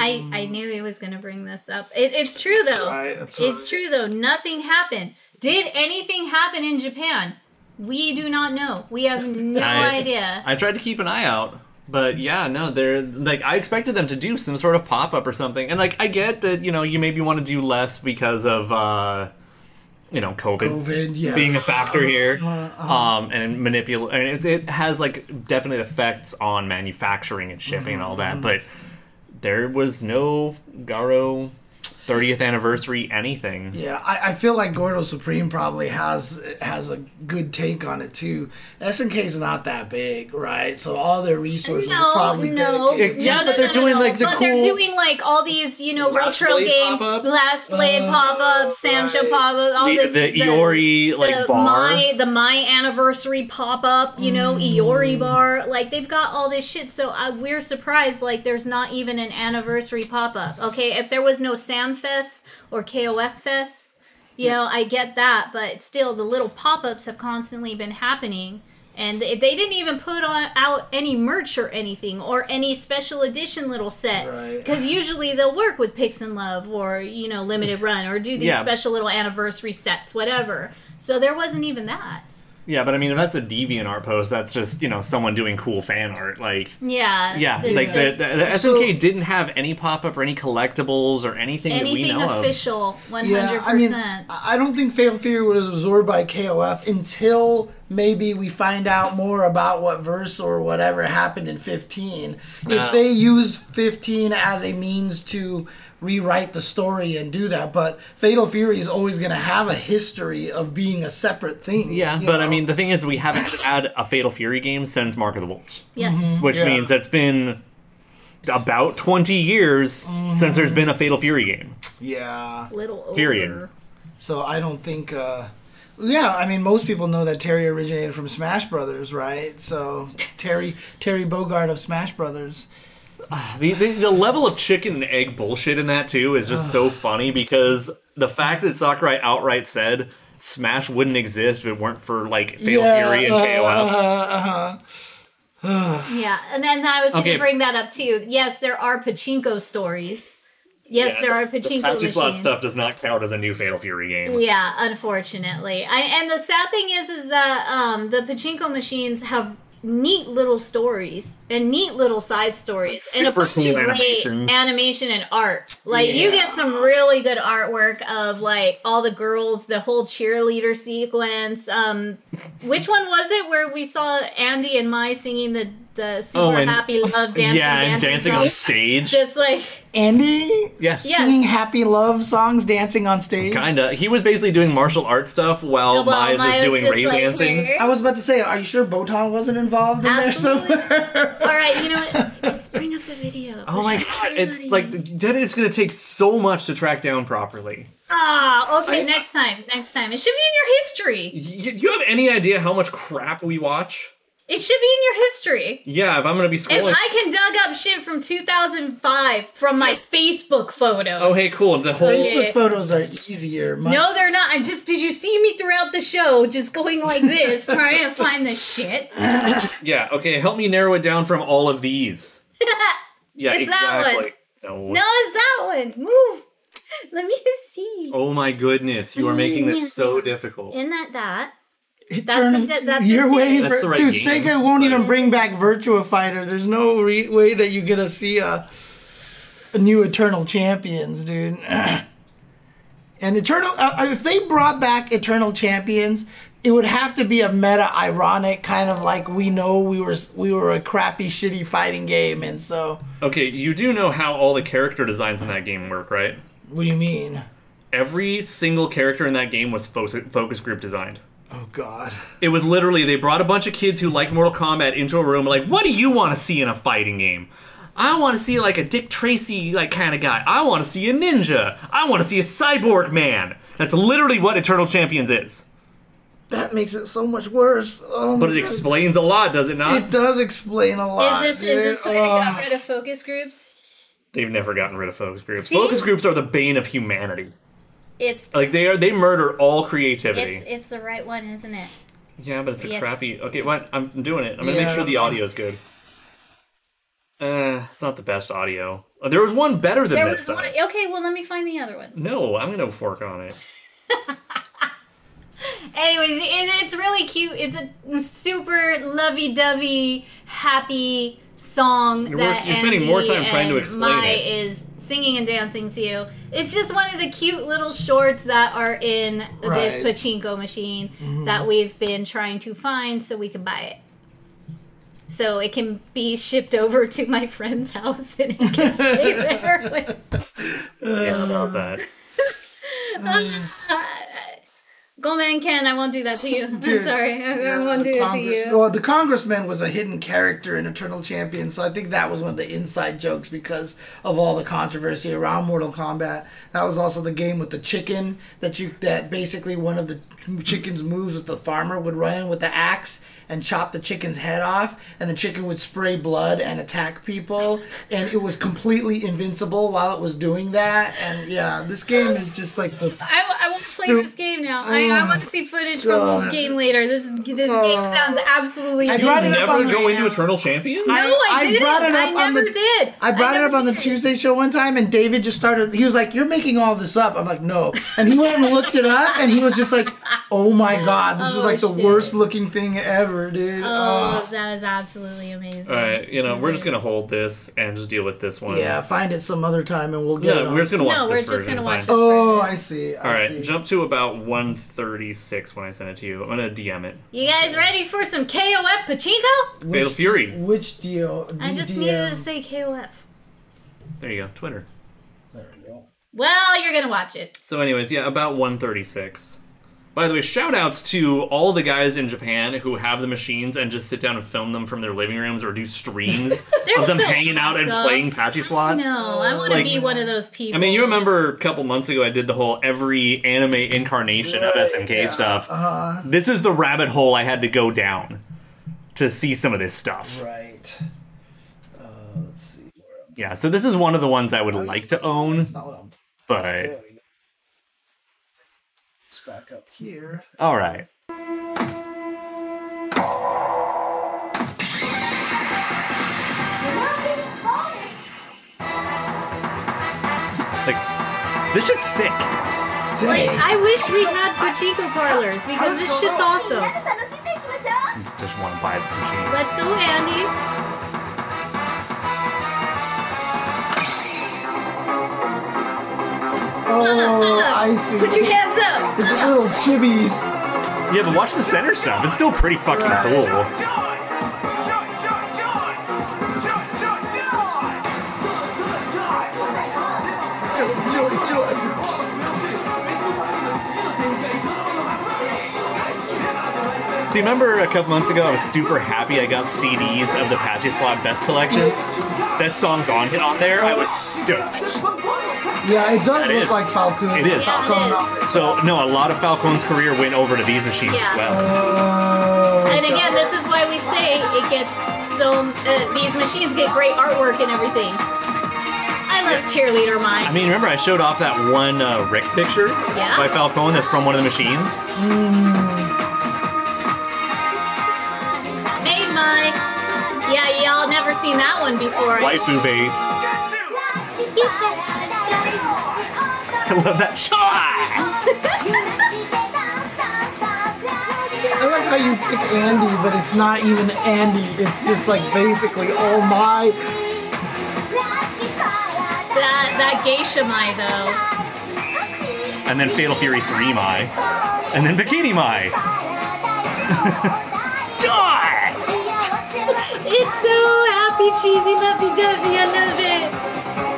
C: I, I knew he was going to bring this up. It, it's true, though.
B: right, that's
C: it's
B: right.
C: true, though. Nothing happened. Did anything happen in Japan? We do not know.
B: <laughs>
C: We have no
A: I-
C: idea.
A: I tried to keep an eye out, but yeah, no, they're like I expected them to do some sort of pop up or something. And like I get that you know you maybe want to do less because of uh you know COVID,
B: COVID, yeah. Uh, uh-huh.
A: being a factor here, um and manipul and it's, it has like definite effects on manufacturing and shipping and all
B: Mm-hmm.
A: that. But there was no Garo. 30th anniversary anything
B: Yeah, I, I feel like Gordo Supreme probably has has a good take on it too. SNK's not that big, right? So all their resources are probably dedicated.
A: Yeah, but they're doing, like, the
C: but they're
A: cool-
C: doing like all these, you know,
A: Last
C: retro
A: Blade
C: game,
A: pop-up.
C: Last Blade pop up, Samsha
B: Uh, right.
C: pop up, all
A: the,
C: this.
A: the Iori like
C: the
A: bar
C: my the my anniversary pop up, you know,
B: Mm.
C: Iori bar. Like they've got all this shit, so I, we're surprised. Like there's not even an anniversary pop up. Okay, if there was no Samfest or KOF Fest, you know, I get that, but still, the little pop ups have constantly been happening. And they they didn't even put on, out any merch or anything, or any special edition little set.
B: Right.
C: Because usually they'll work with Pix and Love or you know Limited Run or do these
A: Yeah.
C: special little anniversary sets, whatever. So there wasn't even that.
A: Yeah, but I mean, if that's a deviant art post, that's just you know someone doing cool fan art. Like,
C: Yeah.
A: yeah,
C: there's
A: like the,
C: just
A: the, the SNK didn't have any pop up or any collectibles or anything, that we
C: anything
A: know
C: official, one hundred
B: Yeah, I mean,
C: percent.
B: I I don't think Fatal Fury was absorbed by KOF until maybe we find out more about what verse or whatever happened in 15. If they use 15 as a means to rewrite the story and do that, but Fatal Fury is always going to have a history of being a separate thing.
A: of. Yeah,
B: you
A: but I
B: know?
A: mean, the thing is, we haven't had a Fatal Fury game since Mark of the Wolves,
C: Yes.
A: which
B: Yeah.
A: means it's been about twenty years since there's been a Fatal Fury game.
B: yeah.
C: Little over.
A: Period.
B: So I don't think. Uh, yeah, I mean, most people know that Terry originated from Smash Brothers, right? So Terry Terry Bogard of Smash Brothers.
A: The, the the level of chicken and egg bullshit in that too is just so funny because the fact that Sakurai outright said Smash wouldn't exist if it weren't for like Fatal
B: Yeah, uh,
A: Fury and KOF.
C: Yeah, and then I was going to
A: Okay.
C: bring that up too. Yes, there are pachinko stories. Yes,
A: Yeah,
C: there are
A: the- the
C: pachinko machines.
A: practice lot stuff does not count as a new Fatal Fury game.
C: Yeah, unfortunately. I, and the sad thing is, is that um, the pachinko machines have neat little stories and neat little side stories and a
A: Super
C: bunch
A: cool
C: of great
A: animations.
C: animation and art. Like you get some really good artwork of like all the girls, the whole cheerleader sequence. Um, which one was it where we saw Andy and Mai singing the the super
A: Oh, and-
C: happy love dancing?
A: yeah, and dancing on
C: song?
A: stage.
C: Just like
B: Andy
A: Yes.
C: Yeah.
B: singing happy love songs, dancing on stage.
A: Kinda. He was basically doing martial arts stuff
C: well,
A: while Mai is
C: Mai
A: just
C: was
A: doing
C: just
A: rave
C: like
A: dancing.
C: her.
B: I was about to say, are you sure Botan wasn't involved in
C: Absolutely.
B: there somewhere?
C: All right, you know what? Just bring up the video.
A: Oh my god, it's like that is gonna take so much to track down properly.
C: Ah, okay. next time, next time. It should be in your history.
A: Y- you have any idea how much crap we watch?
C: It should be in your history.
A: Yeah, if I'm gonna be
C: If
A: scrolling.
C: I can dug up shit from 2005 from my Facebook photos.
A: Oh hey, cool. The whole
I: <laughs>
B: Facebook photos are easier. Much.
C: No, they're not. I just did you see me throughout the show just going like this trying to find the shit? <laughs>
A: yeah. Okay, help me narrow it down from all of these. Yeah,
C: It's that one.
A: exactly. No.
C: No, it's that one. Move. Let me see.
A: Oh my goodness, you are making this so difficult.
C: Isn't that that?
B: Eternal-
C: that's- that's-
B: your way
A: That's
B: for
A: the right
B: dude.
A: game,
B: Sega won't
A: but-
B: even bring back Virtua Fighter. There's no re- way that you're gonna see a, a new Eternal Champions, dude. Oh, and Eternal, uh, uh, if they brought back Eternal Champions, it would have to be a meta ironic kind of like we know we were we were a crappy, shitty fighting game, and so
A: Okay, you do know how all the character designs in that game work, right?
B: what do you mean?
A: Every single character in that game was fo- focus group designed.
B: Oh God.
A: It was literally they brought a bunch of kids who liked Mortal Kombat into a room like, "What do you want to see in a fighting game?" I want to see like a Dick Tracy like kind of guy. I want to see a ninja. I want to see a cyborg man. That's literally what Eternal Champions is.
B: That makes it so much worse. Oh,
A: But it explains a lot, does it not?
B: it does explain a
C: Is
B: lot.
C: this
B: dude.
C: is this where they
B: Oh.
C: got rid of focus groups?
A: They've never gotten rid of focus groups.
C: See?
A: Focus groups are the bane of humanity.
C: It's
A: Like they are they murder all creativity.
C: it's it's the right one, isn't it?
A: Yeah, but it's a
C: Yes.
A: crappy. Okay, what? I'm doing it. I'm gonna
B: Yeah.
A: make sure the audio is good. Uh, it's not the best audio. Uh, There was one better than
C: There
A: this.
C: was
A: though.
C: one. Okay, well, let me find the other one.
A: No, I'm gonna work on it.
C: Anyways, it, it's really cute. It's a super lovey-dovey, happy song
A: You're
C: that
A: work- you're spending more
C: Andy
A: time trying to
C: and
A: explain
C: Mai
A: it.
C: is singing and dancing to. It's just one of the cute little shorts that are in this
I: Right.
C: pachinko machine that we've been trying to find so we can buy it. So it can be shipped over to my friend's house and it can
A: <laughs>
C: stay there.
A: Yeah, how about that.
C: Goldman Ken, I won't do that to
I: <laughs>
C: you. I'm
I: Dude,
C: sorry, I
I: yeah,
C: won't
I: the
C: do that to
I: Congress-
C: you.
I: Well, the congressman was a hidden character in Eternal Champion, so I think that was one of the inside jokes because of all the controversy around Mortal Kombat. That was also the game with the chicken that you that basically one of the chicken's moves was the farmer would run in with the axe and chop the chicken's head off, and the chicken would spray blood and attack people, and it was completely invincible while it was doing that. And yeah, this game is just like this.
C: I, I want to play this game now. I, I want to see footage from this
I: God. Oh.
C: game later. This this game sounds absolutely.
I: I
C: amazing
I: brought it up
A: Never
I: on the-
A: go
C: right
A: into
C: now.
A: Eternal Champions?
C: No, I,
I: I
C: didn't.
I: brought it up
C: I
I: on the-
C: never did.
I: I brought it
C: never
I: up on the
C: did.
I: Tuesday show one time, and David just started. He was like, "You're making all this up." I'm like, "No," and he went
C: <laughs>
I: and looked it up, and he was just like, "Oh my god, this is
C: Oh,
I: like the
C: shit.
I: worst looking thing ever, dude."
C: Oh, that is absolutely amazing.
A: All right, you know, we're just gonna hold this and just deal with this one.
I: yeah, find it some other time, and we'll get it.
A: No,
I: On.
A: we're just gonna watch
C: No,
A: this
C: we're just
A: version,
C: gonna
A: fine.
C: watch it.
I: oh, I see. I
A: All right,
I: see.
A: jump to about 136 when I send it to you. I'm gonna DM it.
C: You guys ready for some KOF pachinko?
I: Which
A: Fatal
I: d-
A: Fury.
I: Which deal?
C: I just needed to say KOF.
A: There you go, Twitter.
I: There we go.
C: Well, you're gonna watch it.
A: So, anyways, yeah, about 136. By the way, shout outs to all the guys in Japan who have the machines and just sit down and film them from their living rooms or
C: <laughs>
A: do streams of them
C: so
A: hanging out and
C: awesome.
A: playing Patchy Slot.
C: No, I want to
A: Like-
C: be one of those people.
A: I mean, you remember a couple months ago I did the whole every anime incarnation of SNK stuff.
I: uh-huh.
A: This is the rabbit hole I had to go down to see some of this stuff.
I: Right. Uh, let's see. Where am I?
A: Yeah, so this is one of the ones I would like to own,
I: It's not what I'm. There
A: but
I: we go. It's back up here.
A: all right. Like this shit's sick.
C: Like,
I: Dang.
C: I wish we had pachinko parlors because this shit's awesome.
E: みんなで楽しんでいきましょう
A: Just want to buy this machine.
C: Let's go, Andy.
I: Oh, I see.
C: Put your hands up.
I: It's just little chibis.
A: Yeah, but watch the center stuff. It's still pretty fucking cool. Do you remember a couple months ago? I was super happy I got CDs of the Patchy Slot Best Collections. That song's on on there. I was stoked.
I: Yeah, it does
A: It
I: look
A: is.
I: like Falcon.
A: It is.
I: Falcon.
C: It
A: So no, a lot of Falcon's career went over to these machines
C: Yeah.
A: as well.
I: Oh,
C: And again, this is why we say it gets so. Uh, these machines get great artwork and everything. I love cheerleader mine.
A: I mean, remember I showed off that one uh, Rick picture
C: Yeah.
A: by Falcon that's from one of the machines.
C: Made mine. Yeah, y'all never seen that one before.
A: Waifu bait. <laughs> I love that shot.
I: I like
E: <laughs>
I: how you pick Andy, but it's not even Andy. It's just like basically, oh my.
C: That that geisha mine though.
A: And then Fatal Fury 3 Mai. And then Bikini Mai. <laughs> Die!
C: It's so happy, cheesy, lovey dovey. I love it.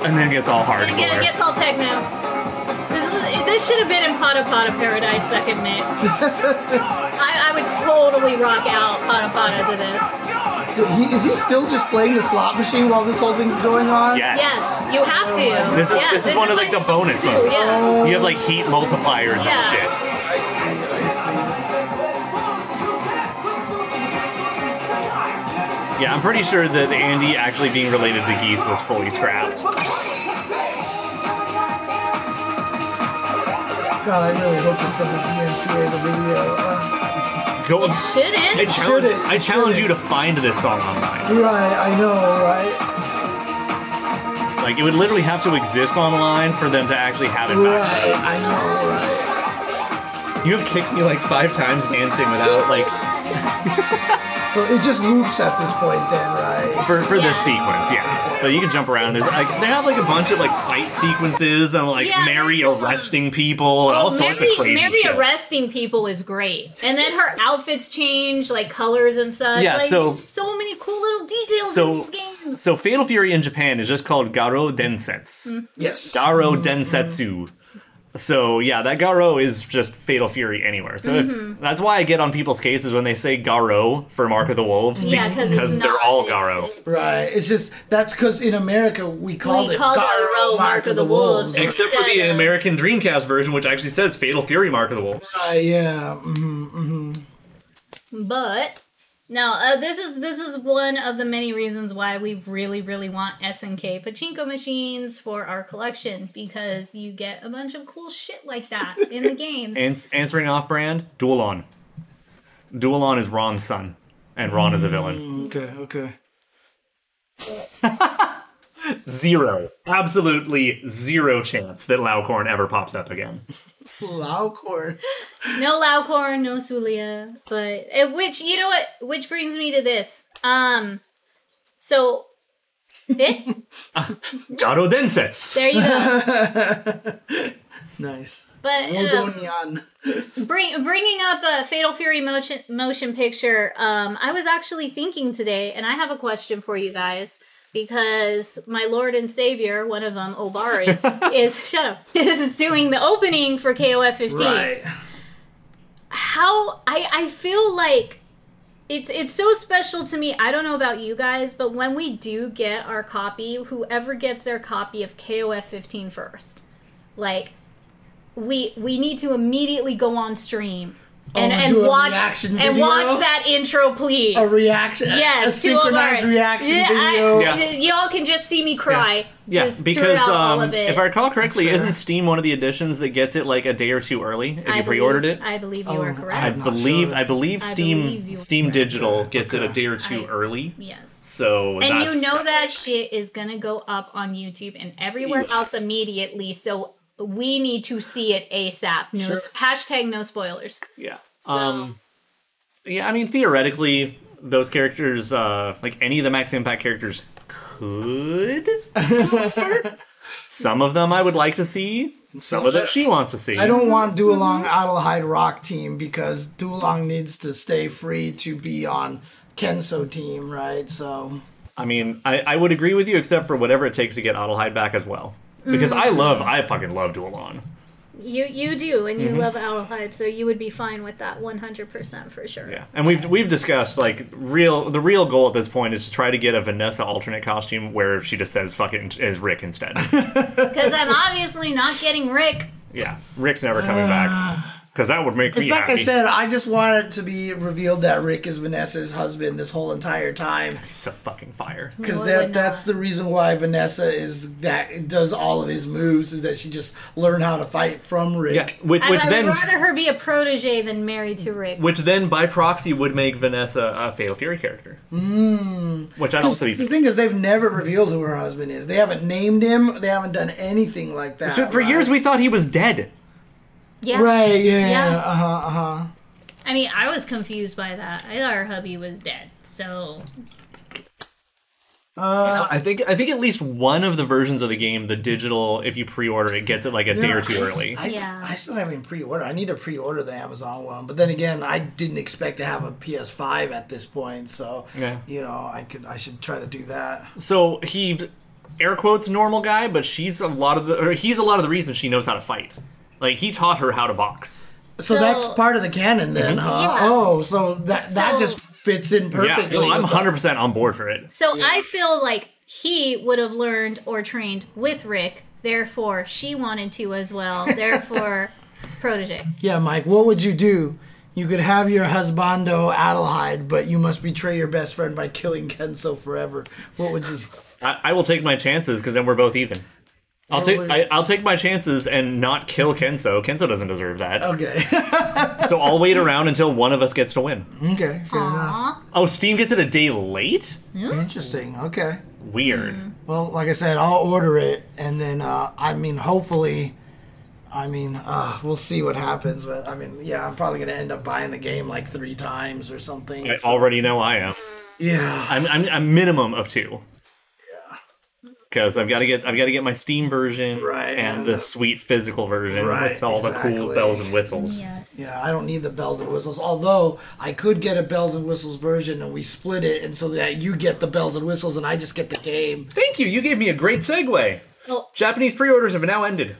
A: And then it gets all hardcore.
C: And again, it gets all techno. This was, this should have been in Pada Pada Paradise second mix. I, I would totally rock out Pada Pada to this.
I: He, is he still just playing the slot machine while this whole thing's going on?
A: Yes.
C: Yes, you have to.
A: This is
C: yeah,
A: this is one of like the
C: my-
A: bonus
C: too,
A: ones.
C: Yeah.
A: You have like heat multipliers and
C: Yeah.
A: shit. Yeah, I'm pretty sure that Andy actually being related to Geese was fully scrapped.
I: God, I really hope this doesn't DMCA the video. Uh,
A: Go.
C: It shouldn't.
A: I challenge,
I: Shouldn't,
A: I challenge you to
I: shouldn't.
A: find this song online.
I: right, I know, right?
A: Like it would literally have to exist online for them to actually have it back.
I: Right, I know, right?
A: You have kicked me like five times dancing without like
I: So it just loops at this point, then, right?
A: for, for this
C: Yeah.
A: sequence, yeah. But you can jump around. There's like they have like a bunch of like fight sequences and like
C: Yeah,
A: Mary
C: there's a lot.
A: arresting people and all sorts
C: Mary,
A: of crazy
C: Mary
A: shit.
C: arresting people is great, and then her outfits change like colors and such.
A: Yeah,
C: like,
A: so-
C: there's so many cool little details in
A: so
C: these games.
A: so Fatal Fury in Japan is just called Garo Densetsu.
C: Mm-hmm.
I: Yes.
A: Garo Densetsu. So yeah, that Garo is just Fatal Fury anywhere. So if,
C: Mm-hmm.
A: that's why I get on people's cases when they say Garo for Mark of the Wolves.
C: yeah, because
A: because they're all Garo.
I: Right. It's just that's because in America we called it
C: called it
I: Garo, Mark of the Wolves.
C: Ex-
A: Except for the
C: Instead of-
A: American Dreamcast version, which actually says Fatal Fury Mark of the Wolves.
I: Uh, yeah. mhm.
C: But no, uh, this is this is one of the many reasons why we really really want SNK pachinko machines for our collection because you get a bunch of cool shit like that in the games.
A: Ans- answering off brand, Dualon. Dualon is Ron's son, and Ron is a villain.
I: Okay. Okay.
A: Zero. Absolutely zero chance that Laucorn ever pops up again.
I: Laucorn.
C: no Laucorn, no Sulia, but eh, which you know what? Which brings me to this. Um, so eh,
A: Garo Densets.
C: there you go.
I: Nice.
C: But uh,
I: Odonian.
C: Bring, bringing up a Fatal Fury motion motion picture, um, I was actually thinking today, and I have a question for you guys because my Lord and Savior, one of them, Obari, is shut up, <laughs> is doing the opening for KOF 15.
I: Right.
C: How I I feel like. It's, it's so special to me. I don't know about you guys, but when we do get our copy, whoever gets their copy of KOF 15 first, like we we need to immediately go on stream and,
I: Oh,
C: and
I: do a
C: watch
I: reaction
C: and
I: video?
C: watch that intro, please.
I: A reaction.
C: yes,
I: A
C: to all
I: synchronized
C: our-
I: reaction
C: Yeah, I-
I: video.
A: Yeah.
C: y- Y'all can just see me cry.
A: Yeah,
C: just
A: because
C: throughout all
A: um,
C: of it.
A: if I recall correctly, isn't Steam one of the editions that gets it like a day or two early if
C: I
A: you pre-ordered
C: believe-
A: it?
C: I believe you are correct.
A: I
I: Oh, not
A: believe
I: sure.
A: I believe
C: I
A: Steam
C: believe you are
A: Steam
C: correct.
A: Digital gets it a day or two
C: I-
A: early.
C: yes.
A: So
C: And
A: that's,
C: you know that shit is gonna go up on YouTube and everywhere else immediately. So we need to see it ASAP. No
I: Sure.
C: s- hashtag no spoilers.
A: Yeah. Um, yeah, I mean theoretically those characters uh like any of the Max Impact characters could
I: <laughs>
A: cover. Some of them I would like to see, some of them she wants to see.
I: I don't want Duolong Adelheid Rock team because Duolong needs to stay free to be on Kenso team, right? So
A: I mean, I, I would agree with you except for whatever it takes to get Adelheid back as well. Because I
I: Mm.
A: love I fucking love Dualon.
C: You you do, and you
I: Mm-hmm.
C: love Owlhide, so you would be fine with that one hundred percent for sure.
A: Yeah, and we've we've discussed like real the real goal at this point is to try to get a Vanessa alternate costume where she just says fucking is Rick
I: <laughs>
A: instead.
C: Because I'm obviously not getting Rick.
A: yeah, Rick's never coming back because that would make
I: Uh,
A: me
I: it's like
A: happy.
I: I said, I just want it to be revealed that Rick is Vanessa's husband this whole entire time
A: so fucking fire.
I: because
C: Why
I: that
C: not?
I: that's the reason why Vanessa is that does all of his moves is that she just learned how to fight from Rick.
A: Yeah, which
C: I,
A: <laughs> which
C: I
A: then
C: would rather her be a protege than married to Rick.
A: which then by proxy would make Vanessa a Fatal Fury character. Mm. Which I'd also be.
I: The thing is, they've never revealed who her husband is. They haven't named him. They haven't done anything like that.
A: For years we thought he was dead.
C: yeah.
I: Right. Yeah.
C: Yeah.
I: Uh huh. Uh huh.
C: I mean, I was confused by that. I thought her hubby was dead. So
A: Uh, I think I think at least one of the versions of the game, the digital, if you pre-order it, gets it like a day or two
I: I-
A: early.
I: I,
C: Yeah.
I: I still haven't pre-ordered. I need to pre-order the Amazon one, but then again, I didn't expect to have a PS5 at this point, so
A: Yeah.
I: you know, I could, I should try to do that.
A: So he air quotes normal guy, but she's a lot of the or he's a lot of the reason she knows how to fight. Like he taught her how to box.
I: So,
C: So-
I: that's part of the canon, then, huh?
C: Yeah.
I: Oh, so that that
C: So-
I: just fits in perfectly.
A: Mm-hmm. Yeah, no, I'm
I: with the-
A: 100 percent on board for it.
C: so I feel like he would have learned or trained with Rick. Therefore, she wanted to as well. Therefore, protege.
I: Yeah, Mike, what would you do? You could have your husbando Adelheid, but you must betray your best friend by killing Kenso forever. What would you?
A: I, I will take my chances because then we're both even. I'll take I, I'll take my chances and not kill Kenso. Kenso doesn't deserve that.
I: Okay, <laughs>
A: So I'll wait around until one of us gets to win.
I: okay, fair enough.
C: Aw.
A: Oh, Steam gets it a day late.
I: Interesting. Okay.
A: Weird.
I: Well, like I said, I'll order it, and then uh, I mean, hopefully, I mean, uh, we'll see what happens. But I mean, yeah, I'm probably gonna end up buying the game like three times or something.
A: I
I: so-
A: already know I am.
I: yeah,
A: I'm I'm a minimum of two. Yeah. Because I've got to get I've got to get my Steam version
I: Right,
A: and
I: and
A: the
I: the-
A: sweet physical version
I: Right,
A: with all the cool
I: exactly.
A: bells and whistles.
C: Yes.
I: yeah, I don't need the bells and whistles. Although I could get a bells and whistles version, and we split it, and so that you get the bells and whistles, and I just get the game.
A: Thank you. You gave me a great segue.
C: Oh.
A: Japanese pre-orders have now ended.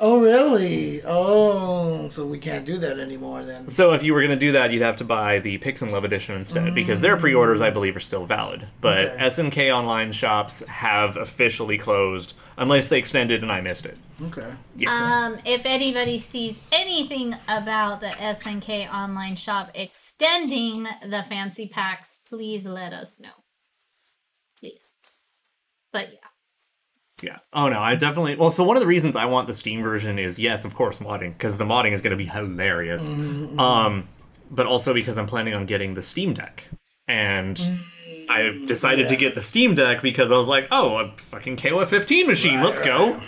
I: Oh, really? Oh, so we can't do that anymore then.
A: So if you were going to do that, you'd have to buy the Pix and Love edition instead because their pre-orders, I believe, are still valid. But
I: Okay.
A: SNK online shops have officially closed unless they extended and I missed it.
I: Okay.
C: Um, if anybody sees anything about the SNK online shop extending the fancy packs, please let us know. Please. But yeah.
A: Yeah. Oh no, I definitely. Well, so one of the reasons I want the Steam version is yes, of course, modding because the modding is going to be hilarious.
I: Mm-hmm.
A: Um, but also because I'm planning on getting the Steam Deck, and
I: Mm.
A: I decided to get the Steam Deck because I was like, oh, a fucking KOF 15 machine, let's go.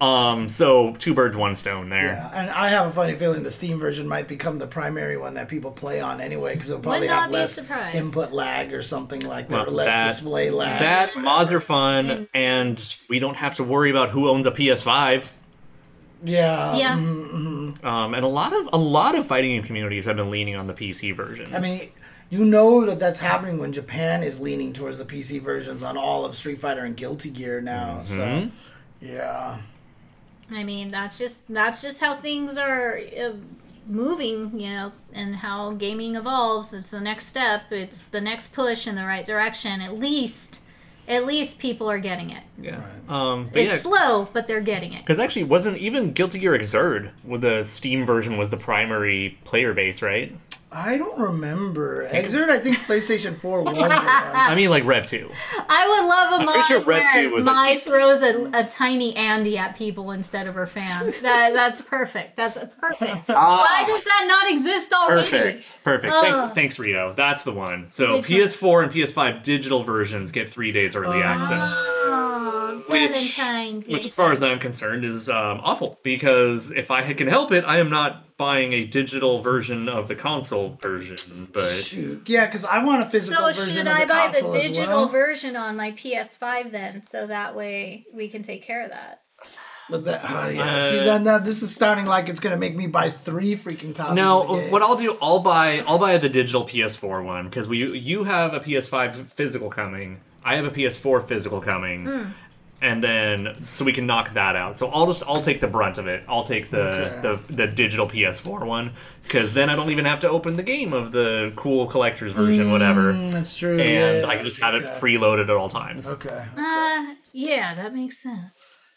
A: Um, so two birds, one stone there.
I: Yeah, and I have a funny feeling the Steam version might become the primary one that people play on anyway, because it'll probably
C: not
I: have
C: be
I: less
C: surprised.
I: input lag or something like that,
A: Well,
I: or less
A: that-
I: display lag.
A: That mods are fun, and we don't have to worry about who owns a PS5. Uh,
I: yeah,
C: Yeah.
A: Um, and a lot of a lot of fighting game communities have been leaning on the PC version.
I: I mean, you know that that's happening when Japan is leaning towards the PC versions on all of Street Fighter and Guilty Gear now.
A: Mm-hmm.
I: So, yeah,
C: I mean, that's just that's just how things are uh, moving, you know, and how gaming evolves. It's the next step. It's the next push in the right direction. At least, at least people are getting it.
A: yeah. Um, but
C: It's
A: yeah.
C: slow, but they're getting it.
A: Because actually, wasn't even Guilty Gear Xrd with the Steam version was the primary player base, right?
I: I don't remember. Exert, I think PlayStation Four was. the one.
C: <laughs> Ah.
A: I mean, like Rev Two.
C: I would love a
A: pretty
C: mod
A: sure Rev
C: where
A: 2 was
C: Mai
A: like-
C: throws a, a tiny Andy at people instead of her
I: <laughs>
C: fan. that, that's perfect. That's perfect.
I: Ah.
C: Why does that not exist already?
A: Perfect, perfect. Thanks, thanks, Rio. That's the one. So
C: Which one?
A: PS4 and PS5 digital versions get three days early
C: Ah.
A: access.
C: Aw,
A: Which,
C: Valentine's
A: which,
C: Day.
A: as far as I'm concerned, is um, awful because if I can help it, I am not buying a digital version of the console version. But
I: Shoot, yeah, because I want a physical
C: So
I: version
C: should
I: of the
C: I buy the
I: console as
C: digital
I: well.
C: version on my PS5 then, so that way we can take care of that?
I: But that, oh, yeah.
A: Uh,
I: See, that, now this is sounding like it's gonna make me buy three freaking copies. of the
A: no, uh,
I: game.
A: what I'll do, I'll buy, I'll buy the digital PS4 one because we, you have a PS5 physical coming, I have a PS4 physical coming,
I: Hmm.
A: and then so we can knock that out. So I'll just, I'll take the brunt of it. I'll take the the, the digital PS4 one because then I don't even have to open the game of the cool collector's version, whatever.
I: That's true.
A: and
I: Hmm. yeah,
A: I can just have it
I: okay.
A: preloaded at all times.
I: Okay.
C: Uh, yeah, that makes sense.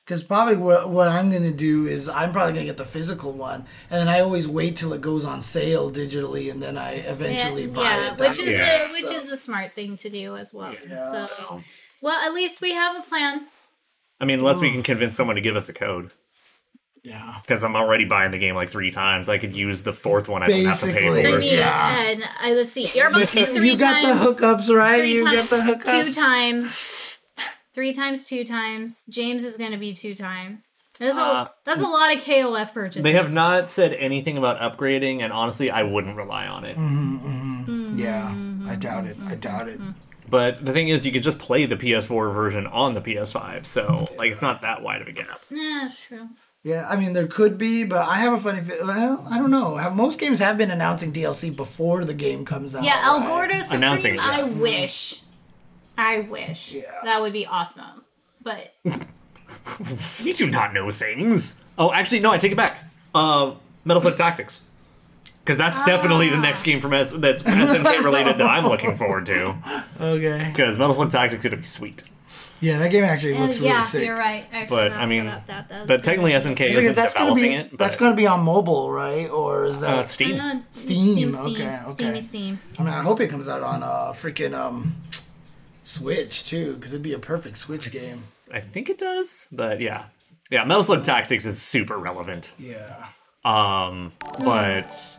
I: Because probably what, what I'm going to do is I'm probably going to get the physical one, and then I always wait till it goes on sale digitally, and then I eventually buy
C: yeah,
I: it. that
C: which is
I: way.
A: Yeah.
C: a, which is a smart thing to do as well. So, well, at least we have a plan.
A: I mean, unless we can convince someone to give us a code,
I: yeah.
A: because I'm already buying the game like three times. I could use the fourth one. I don't have to pay
I: Basically.
A: for.
C: I
A: it.
C: mean,
I: Yeah.
C: and I let's see. You're about
A: <laughs>
C: to be three
I: You got
C: times.
I: the hookups, right?
C: three
I: You
C: times,
I: got the hookups.
C: Two times. Three times, two times. James is going to be two times. That's a, that's a lot of KOF purchases.
A: Uh, They have not said anything about upgrading, and honestly, I wouldn't rely on it.
I: Mm. Yeah.
C: Mm-hmm.
I: I doubt it. I doubt it.
A: But the thing is, you could just play the PS4 version on the PS5, so like it's not that wide of a gap.
C: Yeah, that's true.
A: Oh,
I: Yeah, I mean there could be, but I have a funny. fe- Well, I don't know. Have- Most games have been announcing DLC before the game comes out.
C: Yeah, El
I: right?
C: Gordo Supreme.
A: Announcing it,
C: I
A: yes.
C: wish. I wish.
I: Yeah.
C: That would be awesome.
A: <laughs>
C: But uh,
A: You do not know things. Oh, actually, no, I take it back. Uh, Metal Slug Tactics, because that's definitely the
I: Ah.
A: next game from S- that's
I: <laughs>
A: SNK related that I'm looking forward to.
I: Okay.
A: Because Metal Slug Tactics is gonna be sweet.
I: Yeah, that game actually
C: Uh,
I: looks
C: yeah,
I: really sick.
C: you're right. I
A: But
C: forgot
A: I mean,
C: about that. That was
A: but technically
C: good.
A: SNK
I: Wait,
A: isn't
I: that's gonna
A: developing
I: be
A: it. But
I: that's gonna be on mobile, right? Or is that
A: uh, Steam.
C: No,
I: Steam,
C: Steam, Steam,
I: okay, okay.
C: Steamy Steam.
I: I mean, I hope it comes out on uh, freaking um, Switch too, because it'd be a perfect Switch game.
A: I think it does, but yeah, yeah. Hmm.
I: Mm.
A: Metal Slug Tactics is super relevant.
I: Yeah.
A: Um, but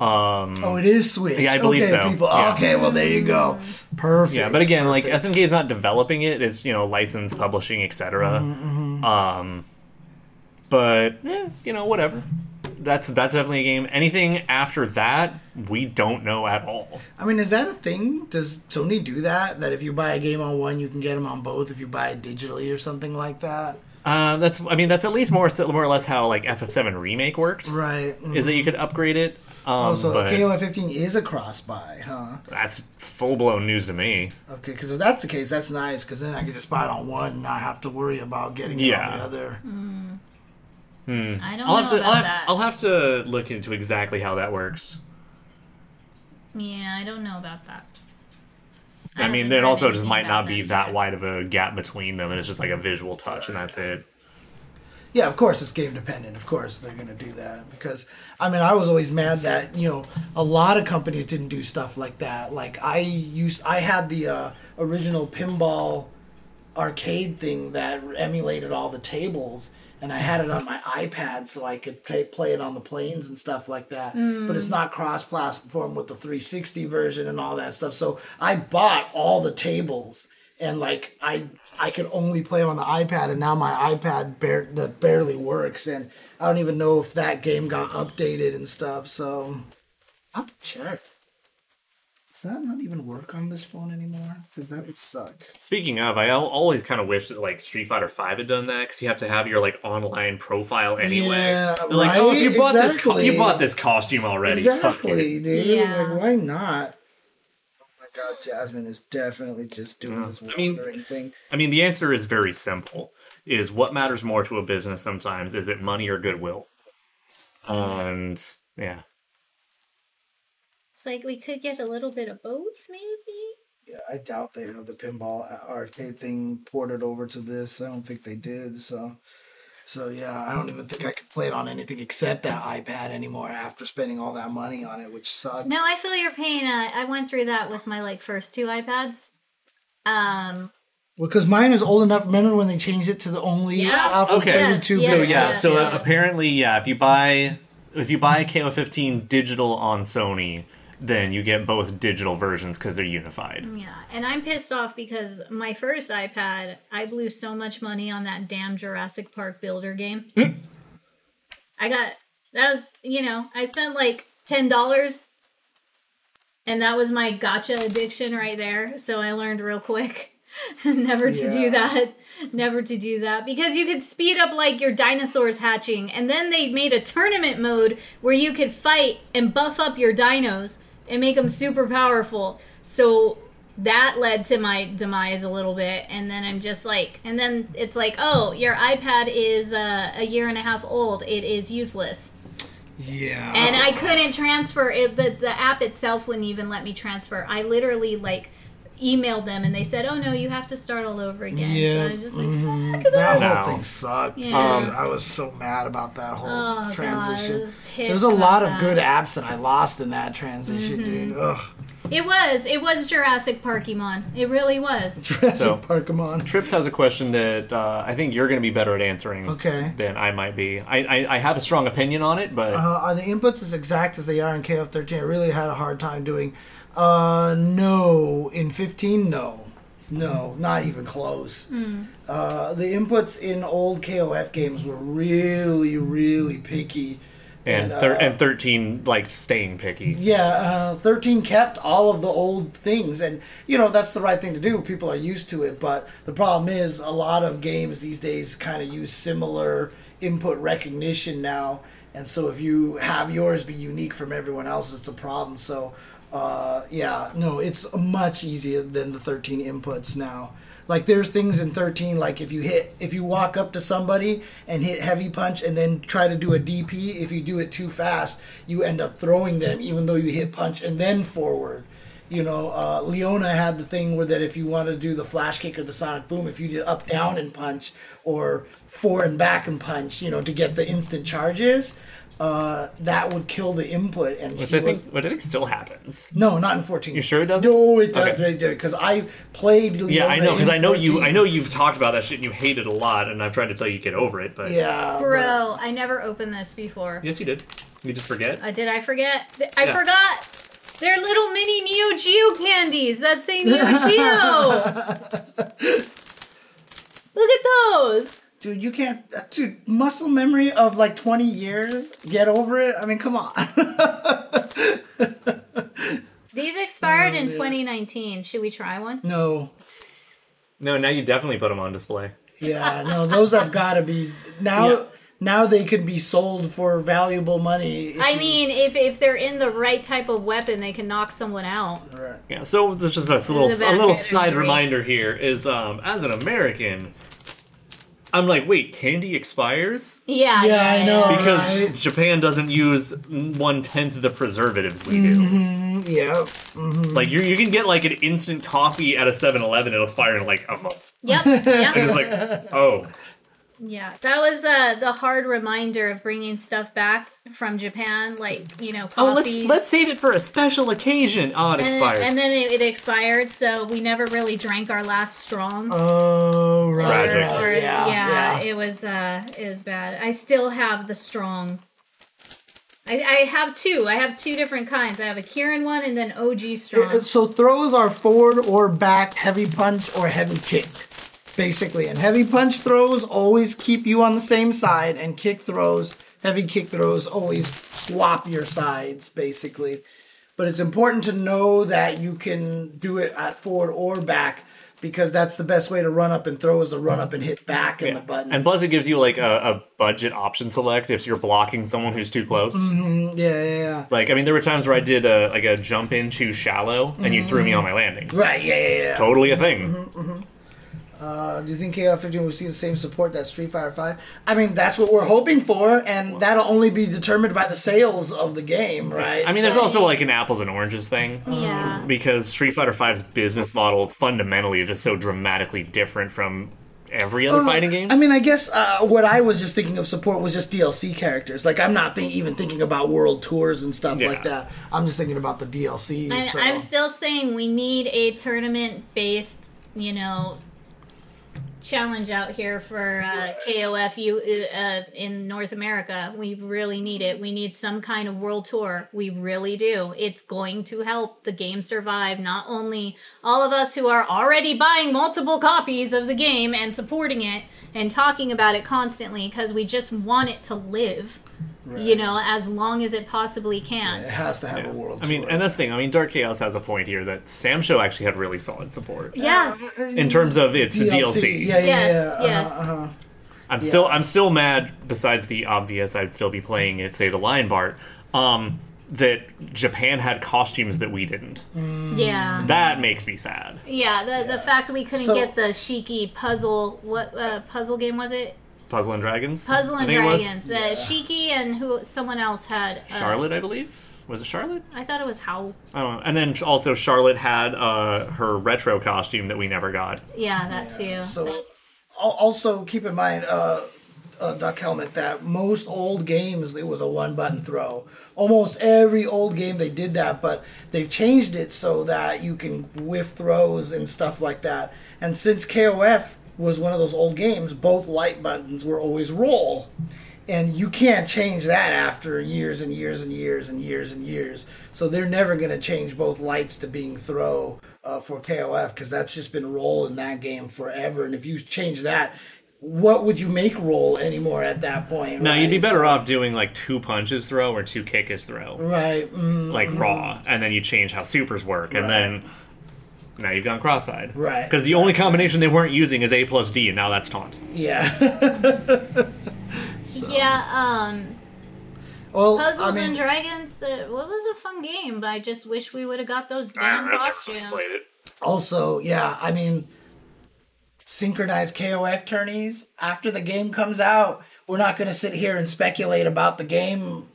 A: Um,
I: Oh, it is Switch.
A: Yeah, I believe
I: okay,
A: so.
I: People.
A: Yeah.
I: Okay, well there you go.
C: Hmm.
I: Perfect.
A: yeah, but again, like
I: perfect.
A: SNK is not developing it; it's you know license, publishing, etc.
I: Mm-hmm,
A: Um, but eh, you know, whatever. That's that's definitely a game. Anything after that, we don't know at all.
I: I mean, is that a thing? Does Sony do that? That if you buy a game on one, you can get them on both if you buy it digitally or something like that?
A: Uh, that's I mean that's at least more more or less how like FF7 remake worked.
I: Right. Mm-hmm.
A: Is that you could upgrade it? Um,
I: Oh, so
A: but
I: KOF 15 is a cross buy, huh?
A: that's full blown news to me.
I: Okay, because if that's the case, that's nice. Because then I can just buy it on one and not have to worry about getting it
A: Yeah.
I: on the other.
C: I don't know
A: I'll have to
C: about
A: I'll
C: that.
A: have, I'll have to look into exactly how that works.
C: yeah, I don't know about that.
A: I,
C: don't
A: mean,
C: know
A: it also just
C: anything
A: might
C: about
A: not be that wide of a gap between them, and it's just like a visual touch, and that's it.
I: Yeah, of course it's game dependent. Of course they're gonna do that because I mean I was always mad that you know a lot of companies didn't do stuff like that. Like I used I had the uh, original pinball arcade thing that emulated all the tables, and I had it on my iPad so I could play play it on the planes and stuff like that. But it's not cross platform with the 360 version and all that stuff. So I bought all the tables and like I I could only play on the iPad, and now my iPad bare, that barely works, and I don't even know if that game got updated and stuff. So I'll have to check. Does that not even work on this phone anymore? Because that would suck.
A: Speaking of, I al- always kind of wish that like Street Fighter Five had done that because you have to have your like online profile anyway.
I: Yeah,
A: They're like, oh, if
I: right?
A: you bought this, co-
I: Exactly.
A: you bought this costume already. fuck it.
I: Exactly, dude.
C: Yeah.
I: Like, why not? Oh my God, Jasmine is definitely just doing this
A: I mean-
I: wandering thing.
A: I mean, the answer is very simple: is what matters more to a business sometimes is it money or goodwill? And yeah,
C: It's like we could get a little bit of both, maybe.
I: Yeah, I doubt they have the pinball a- arcade thing ported over to this. I don't think they did. So, so yeah, I don't even think I could play it on anything except that iPad anymore after spending all that money on it, which sucks.
C: No, I feel your pain. I, I went through that with my like first two iPads. Um,
I: because mine is old enough. Remember when they changed it to the only
C: Yes.
I: Alpha
A: Okay.
I: 32
C: Yes,
A: So
I: bit?
C: yes,
A: yeah,
C: yes,
A: so uh,
C: yes.
A: apparently, yeah, if you buy if you buy KO15 digital on Sony, then you get both digital versions because they're unified.
C: yeah, and I'm pissed off because my first iPad, I blew so much money on that damn Jurassic Park builder game. I got that was you know I spent like ten dollars, and that was my gotcha addiction right there. So I learned real quick. <laughs> never to
I: Yeah.
C: do that never to do that because you could speed up like your dinosaurs hatching and then they made a tournament mode where you could fight and buff up your dinos and make them super powerful so that led to my demise a little bit and then i'm just like and then it's like oh your ipad is uh, a year and a half old it is useless
I: Yeah.
C: and I couldn't transfer it. The, the app itself wouldn't even let me transfer. I literally like emailed them and they said, "Oh no, you have to start all over again." So
I: Yeah.
C: I'm just like, "Fuck that."
I: That
A: No.
I: whole thing sucked. dude.
C: Um,
I: I was so mad about that whole
C: Oh, God, I was
I: transition.
C: pissed
I: There's a
C: about
I: lot
C: Mm-hmm.
I: of good apps that I lost in that transition, dude. <laughs> Ugh.
C: It was it was Jurassic Parkimon. It really was.
I: Jurassic
A: So-
I: Pokemon.
A: Trips has a question that uh, I think you're going to be better at answering
I: Okay.
A: than I might be. I, I, I have a strong opinion on it, but
I: Uh, are the inputs as exact as they are in KF13? I really had a hard time doing. Uh, no. In 15, no. No, not even close.
C: Hmm.
I: Uh, the inputs in old KOF games were really, really picky.
A: and
I: and,
A: thir-
I: uh,
A: and 13 like staying picky.
I: Yeah, uh, 13 kept all of the old things, and you know that's the right thing to do. People are used to it, but the problem is a lot of games these days kind of use similar input recognition now, and so if you have yours be unique from everyone else, it's a problem. So, uh, yeah, no, it's much easier than the 13 inputs now. Like there's things in 13 like if you hit if you walk up to somebody and hit heavy punch and then try to do a DP if you do it too fast you end up throwing them even though you hit punch and then forward. You know, uh, Leona had the thing where that if you want to do the flash kick or the sonic boom, if you did up down and punch or forward and back and punch, you know, to get the instant charges, uh, that would kill the input. And
A: Which
I: she
A: I
I: was,
A: think, which I think still happens.
I: no, not in fourteen. You
A: sure it doesn't?
I: No, it doesn't.
A: Okay.
I: It did because I played. Leona
A: Yeah, I know because
I: in
A: I know you.
I: 14.
A: I know you've talked about that shit and you hate it a lot, and I've tried to tell you get over it, but
I: Yeah,
C: Bro, I never opened this before.
A: yes, you did. You just forget?
C: Uh, did I forget? Th- I
A: Yeah.
C: forgot. They're little mini Neo Geo candies that say Neo Geo. Look at those.
I: Dude, you can't. Dude, muscle memory of like 20 years? Get over it? I mean, come on. <laughs>
C: These expired in 2019. Should we try one?
I: no.
A: No, now you definitely put them on display.
I: Yeah, no, those have got to be. Now.
A: Yeah.
I: Now they could be sold for valuable money.
C: I mean, if if they're in the right type of weapon, they can knock someone out.
A: Yeah, so it's just a little
C: This is a
A: a
C: bad
A: little
C: bit,
A: side
C: agree.
A: reminder here is um as an American, I'm like, wait, candy expires
C: Yeah.
I: Yeah, I know.
A: because
I: Right.
A: Japan doesn't use one tenth of the preservatives we
C: Mm-hmm.
I: yeah.
A: do. Like you, you can get like an instant coffee at a 7-Eleven, it'll expire in like a month.
C: yeah. Yep.
I: <laughs>
C: Yep.
A: And it's
C: <laughs>
A: like, oh,
C: Yeah, that was uh, the hard reminder of bringing stuff back from Japan, like you know,
A: oh,
C: coffees.
A: let's let's save it for a special occasion. Oh, it
C: and,
A: expires.
C: and then it, it expired, so we never really drank our last strong.
I: Oh, right.
A: Tragic.
I: right,
C: Or-
I: yeah, yeah.
C: it was uh, it was bad. I still have the strong. I, I have two. I have two different kinds. I have a Kirin one and then OG strong.
I: Uh, So throws are forward or back, heavy punch or heavy kick, basically. And heavy punch throws always keep you on the same side, and kick throws, heavy kick throws always swap your sides, basically. But it's important to know that you can do it at forward or back because that's the best way to run up and throw is to run up and hit back in the button.
A: And plus, it gives you like a, a budget option select if you're blocking someone who's too close.
C: Mm-hmm.
I: yeah, yeah, yeah.
A: Like, I mean, there were times where I did a, like a jump in too shallow, and you
C: Mm-hmm.
A: threw me on my landing.
I: Right, yeah, yeah, yeah.
A: Totally a thing.
I: Do you think KOF 15 will see the same support that Street Fighter 5? I mean, that's what we're hoping for, and that'll only be determined by the sales of the game, right?
A: I mean, there's also like an apples and oranges thing
C: Mm-hmm. yeah,
A: because Street Fighter V's business model fundamentally is just so dramatically different from every other fighting game.
I: I mean, I guess uh, what I was just thinking of support was just DLC characters. Like, I'm not think- even thinking about world tours and stuff
A: Yeah.
I: like that. I'm just thinking about the DLC.
C: And
I: so.
C: I'm still saying we need a tournament based, you know, challenge out here for uh, KOFU uh, in North America. We really need it. We need some kind of world tour. We really do. It's going to help the game survive, not only all of us who are already buying multiple copies of the game and supporting it and talking about it constantly because we just want it to live. You know, as long as it possibly can.
I: it has to have a world
A: I mean,
I: tour.
A: and that's the thing. I mean, Dark Chaos has a point here that Sam Show actually had really solid support
C: Yes.
I: Uh,
A: in terms of its DLC. DLC.
I: Yeah, uh-huh. yeah,
C: Yes,
I: yeah.
C: yes.
A: I'm still I'm still mad. Besides the obvious, I'd still be playing it. Say the Lion Bart. Um, that Japan had costumes that we didn't.
I: Mm-hmm.
C: Yeah.
A: That makes me sad.
C: Yeah, the, the fact that we couldn't
I: So-
C: get the Shiki puzzle what uh, puzzle game was it?
A: Puzzle and Dragons.
C: Puzzle
A: I
C: and
A: think it was.
C: Dragons. Uh, Shiki and who someone else had uh,
A: Charlotte, I believe. Was it Charlotte?
C: I thought it was Howl.
A: I don't know. Oh, And then also Charlotte had uh, her retro costume that we never got.
C: Yeah, that too.
I: so-
C: That's-
I: Al- also keep in mind uh, uh, duck helmet that most old games it was a one button throw almost every old game they did that but they've changed it so that you can whiff throws and stuff like that and since kof was one of those old games both light buttons were always roll and you can't change that after years and years and years and years and years. So they're never going to change both lights to being throw uh, for KOF because that's just been roll in that game forever. And if you change that, what would you make roll anymore at that point?
A: Now you'd be
I: right?
A: better off doing like two punches throw or two kick is throw,
I: Right. Mm,
A: like raw, and then you change how supers work, and then now you've gone cross-eyed.
I: Right.
A: Because the only combination they weren't using is A plus D, and now that's taunt.
I: yeah. <laughs>
C: Yeah, um
I: well,
C: Puzzles
I: I mean,
C: and Dragons, uh, what was a fun game, but I just wish we would have got those damn costumes.
I: also, yeah, I mean, synchronized KOF tourneys after the game comes out. We're not going to sit here and speculate about the game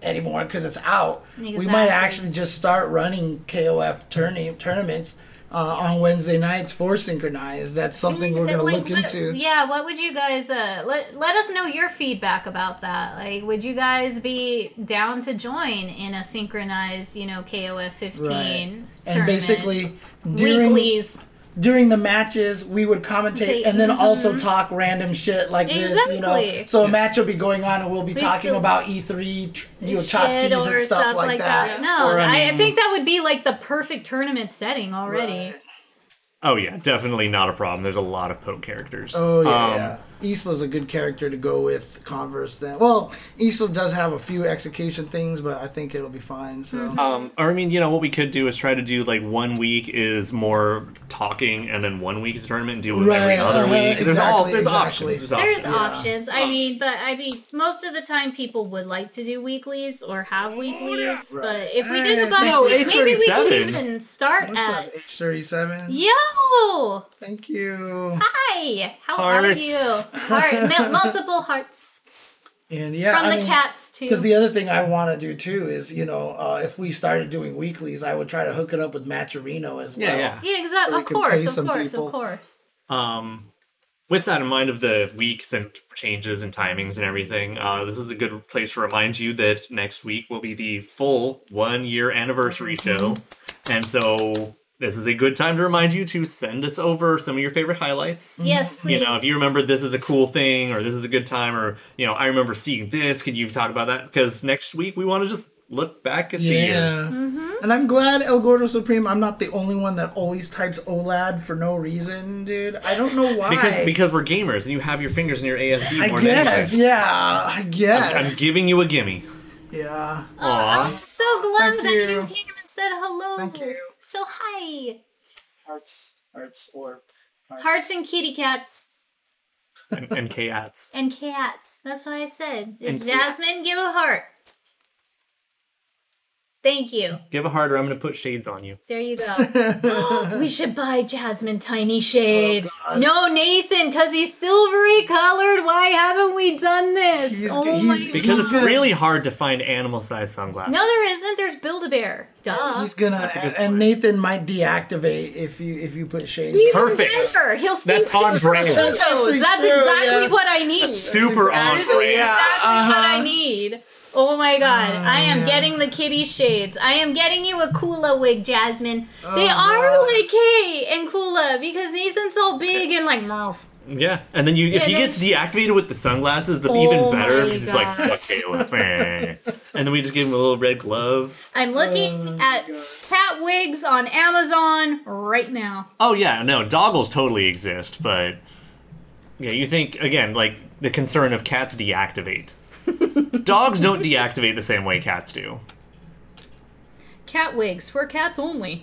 I: anymore because it's out. We might
C: Exactly.
I: actually just start running KOF tourney tournaments uh, on Wednesday nights for synchronized. That's something we're going to
C: Like,
I: look
C: what-
I: into.
C: Yeah, what would you guys uh, let let us know your feedback about that? Like, would you guys be down to join in a synchronized, you know, KOF fifteen
I: And basically, during
C: weeklies?
I: during the matches we would commentate
C: Say,
I: and then
C: mhm.
I: also talk random shit like this, you know.
C: Exactly.
I: So a match will be going on and we'll be
C: We
I: talking
C: still-
I: about E3, tr- you know,
C: Shit
I: tchotchkes and stuff, like, that.
C: No,
A: Or, I
C: I, I
A: mean-
C: think that would be like the perfect tournament setting already.
A: Oh yeah, definitely not a problem. There's a lot of Poe characters.
I: Oh yeah,
A: Um,
I: yeah. Isla's a good character to go with Converse. Then, well, Isla does have a few execution things, but I think it'll be fine. So,
C: Mm-hmm.
A: Um, or I mean, you know, what we could do is try to do like one week is more talking, and then one week is tournament, and do it every
I: Right,
A: other
I: uh-huh,
A: week. There's all
I: exactly,
A: there's
I: exactly.
A: options. There's,
C: There's options.
A: options.
C: I mean, but I mean, most of the time people would like to do weeklies or have weeklies. But if we did
I: Right.
C: a bi
A: No,
C: weekly, maybe we could
A: 837.
C: even start
I: what's up,
C: at.
I: H thirty-seven?
C: Yo!
I: Thank you.
C: Hi! How are
A: Hearts.
C: you? Heart, mul- multiple hearts.
I: And yeah,
C: From
I: I
C: the
I: mean,
C: cats, too.
I: Because the other thing I want to do too is, you know, uh, if we started doing weeklies, I would try to hook it up with Matcherino as well.
A: Yeah, yeah.
C: yeah, exactly.
I: so we
C: of
I: can pay
C: course, of
I: some
C: course,
I: people.
C: of course.
A: Um, with that in mind of the weeks and changes and timings and everything, uh, this is a good place to remind you that next week will be the full one year anniversary
I: Mm-hmm.
A: show. And so this is a good time to remind you to send us over some of your favorite highlights.
C: Yes, please.
A: You know, if you remember this is a cool thing or this is a good time or, you know, I remember seeing this, could you talk about that? Because next week we want to just look back at the year.
I: Yeah. And I'm glad El Gordo Supreme, I'm not the only one that always types OLAD for no reason, dude. I don't know why.
A: <laughs> Because, because we're gamers and you have your fingers in your ASD
I: I
A: more
I: guess,
A: than anything.
I: yeah. I guess.
A: I'm giving you a gimme.
I: yeah.
A: Aw.
C: So glad
I: Thank
C: that you.
I: you.
C: came and said hello.
I: Thank you.
C: So hi.
I: Hearts, hearts, or.
C: Hearts and kitty cats
A: and, and cats.
C: and cats. That's what I said.
A: And
C: Jasmine, give a heart. Thank you.
A: Give a harder. I'm gonna put shades on you.
C: There you go.
I: <laughs>
C: <gasps> we should buy Jasmine
I: Oh,
C: tiny shades. no, Nathan, because he's silvery colored. Why haven't we done this?
I: He's-
C: oh
I: he's-
C: my
A: Because it's
I: gonna-
A: really hard to find animal-sized sunglasses.
C: No, there isn't. There's Build a Bear. Duh.
I: He's gonna,
A: a good
I: and Nathan might deactivate if you if you put shades.
C: He's
A: Perfect.
C: Better. He'll stay
A: That's
C: still
A: on
C: for
A: brand.
C: photos.
I: That's actually
C: That's,
I: true,
C: exactly
I: yeah. Uh-huh.
C: what I need.
A: Super on
C: This is exactly
A: brand.
C: what I need. Oh my god, I am getting the kitty shades. I am getting you a Kula wig, Jasmine. they
I: Oh,
C: are like Kay and Kula because Nathan's so big and like mouth.
A: Yeah, and then you if
C: Yeah,
A: he
C: then-
A: gets deactivated with the sunglasses, then
C: Oh
A: even better
C: my
A: because he's like
C: God.
A: fuck Caleb, Eh. and then we just give him a little red glove.
C: I'm
A: Oh
C: looking at cat wigs on Amazon right now.
A: Oh yeah, no doggles totally exist, but yeah, you think again like the concern of
C: <laughs>
A: cats deactivate. Dogs don't deactivate the same way cats do.
C: Cat wigs for cats only.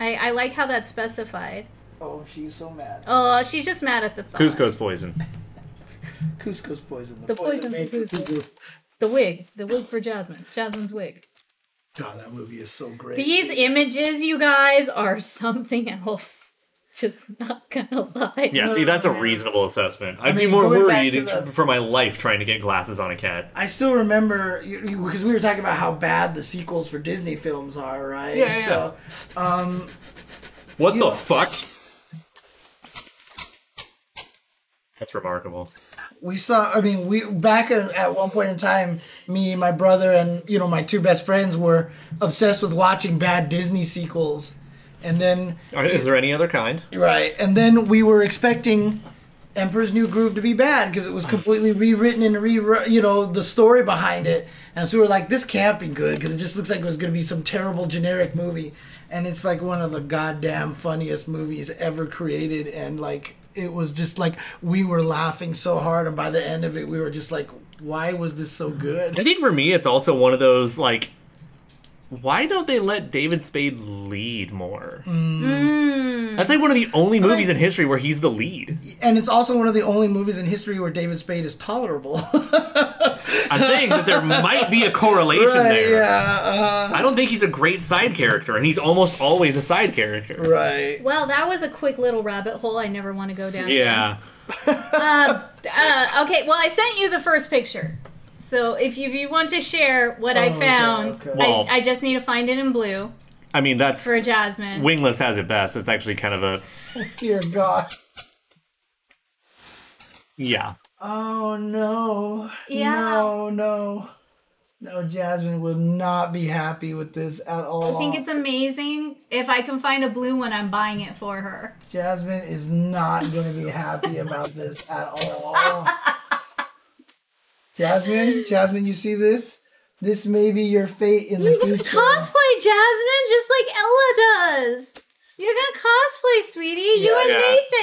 C: I, I like how that's specified.
I: Oh, she's so mad.
C: Oh, she's just mad at the thought.
A: Cusco's poison.
I: Cusco's poison. The,
C: The
I: poison,
C: poison
I: made
C: for
I: for
C: Cusco.
I: Cuckoo.
C: The wig. The wig for Jasmine. Jasmine's wig.
I: God, that movie is so great.
C: These images, you guys, are <laughs> something else. Just not gonna lie.
A: Yeah, see, that's a reasonable assessment. I'd
I: mean,
A: be more
I: going back
A: worried
I: to
A: in-
I: the-
A: for my life trying to get glasses on a cat.
I: I still remember because we were talking about how bad the sequels for Disney films are, right?
A: Yeah, yeah,
I: So, um,
A: What the fuck? That's remarkable.
I: we saw. I mean, we back in, at one point in time, me, my brother, and you know my two best friends were obsessed with watching bad Disney sequels, and then
A: All right, Is there any other kind?
I: Right, and then we were expecting Emperor's New Groove to be bad because it was completely rewritten and re you know the story behind it, and so we were like, this can't be good because it just looks like it was going to be some terrible generic movie, and it's like one of the goddamn funniest movies ever created, and like it was just like we were laughing so hard, and by the end of it, we were just like, why was this so
A: I
I: good?
A: think for me, it's also one of those like, why don't they let David Spade lead more?
I: Mm.
A: That's like one of the only movies in history where he's the lead.
I: And it's also one of the only movies in history where David Spade is tolerable. <laughs>
A: I'm saying that there might be a correlation there.
I: yeah,
C: uh-huh.
A: I don't think he's a great side character, and he's almost always a side character.
I: right.
C: Well, that was a quick little rabbit hole I never want to go down.
A: Yeah.
C: Uh, okay, well, I sent you the first picture. So if you, if you want to share what I found,
I: okay.
A: Oh, Well-
C: I, I just need to find it in blue
A: I mean, that's
C: for Jasmine.
A: Wingless has it best. It's actually kind of a
I: Dear God.
A: yeah.
I: Oh no.
C: Yeah.
I: No, no. No, Jasmine would not be happy with this at all.
C: I think it's amazing. If I can find a blue one, I'm buying it for her.
B: Jasmine is not going to be happy about this at all. Jasmine, Jasmine, you see this? This may be your fate in the
C: You're gonna
B: future.
C: cosplay Jasmine just like Ella does. You're gonna cosplay, sweetie. You and
A: Yeah.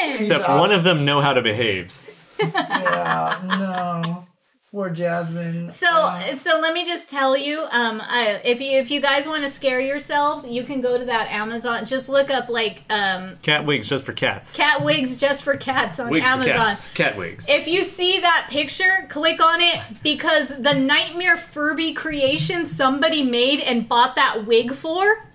C: Nathan.
A: Except
B: out.
A: one of them know how to behave.
B: Yeah, no. Poor Jasmine. Uh,
C: So, so let me just tell you, um, I, if you if you guys want to scare yourselves, you can go to that Amazon. Just look up like um,
A: Cat wigs just for cats.
C: cat wigs just for cats on
A: wigs
C: Amazon.
A: for cats. Cat wigs.
C: If you see that picture, click on it because the nightmare Furby creation somebody made and bought that wig for.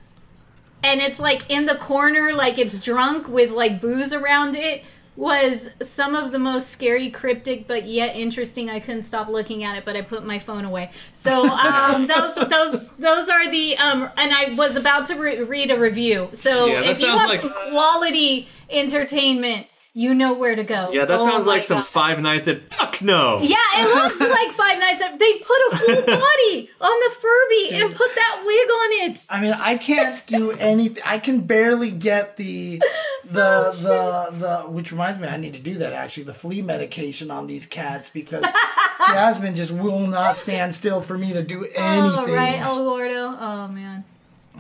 C: And it's like in the corner, like it's drunk with like booze around it, was some of the most scary, cryptic, but yet interesting. I couldn't stop looking at it, but I put my phone away. So
A: <laughs>
C: um, those those those are the um, and I was about to re- read a review. So
A: Yeah, that
C: if you
A: sounds
C: want
A: like-
C: some quality entertainment, you know where to go.
A: yeah, that
C: Oh
A: sounds like
C: my
A: some
C: God.
A: Five Nights at Fuck No.
C: Yeah,
B: <laughs>
C: it looked like Five Nights at. They put a full body on the Furby and put that wig on it.
B: I mean, I can't do anything. I can barely get the
C: <laughs> Oh,
B: the the the which reminds me I need to do that actually, the flea medication on these cats because <laughs> Jasmine just will not stand still for me to do
C: Oh,
B: <laughs> anything.
C: right, El Gordo. Oh man,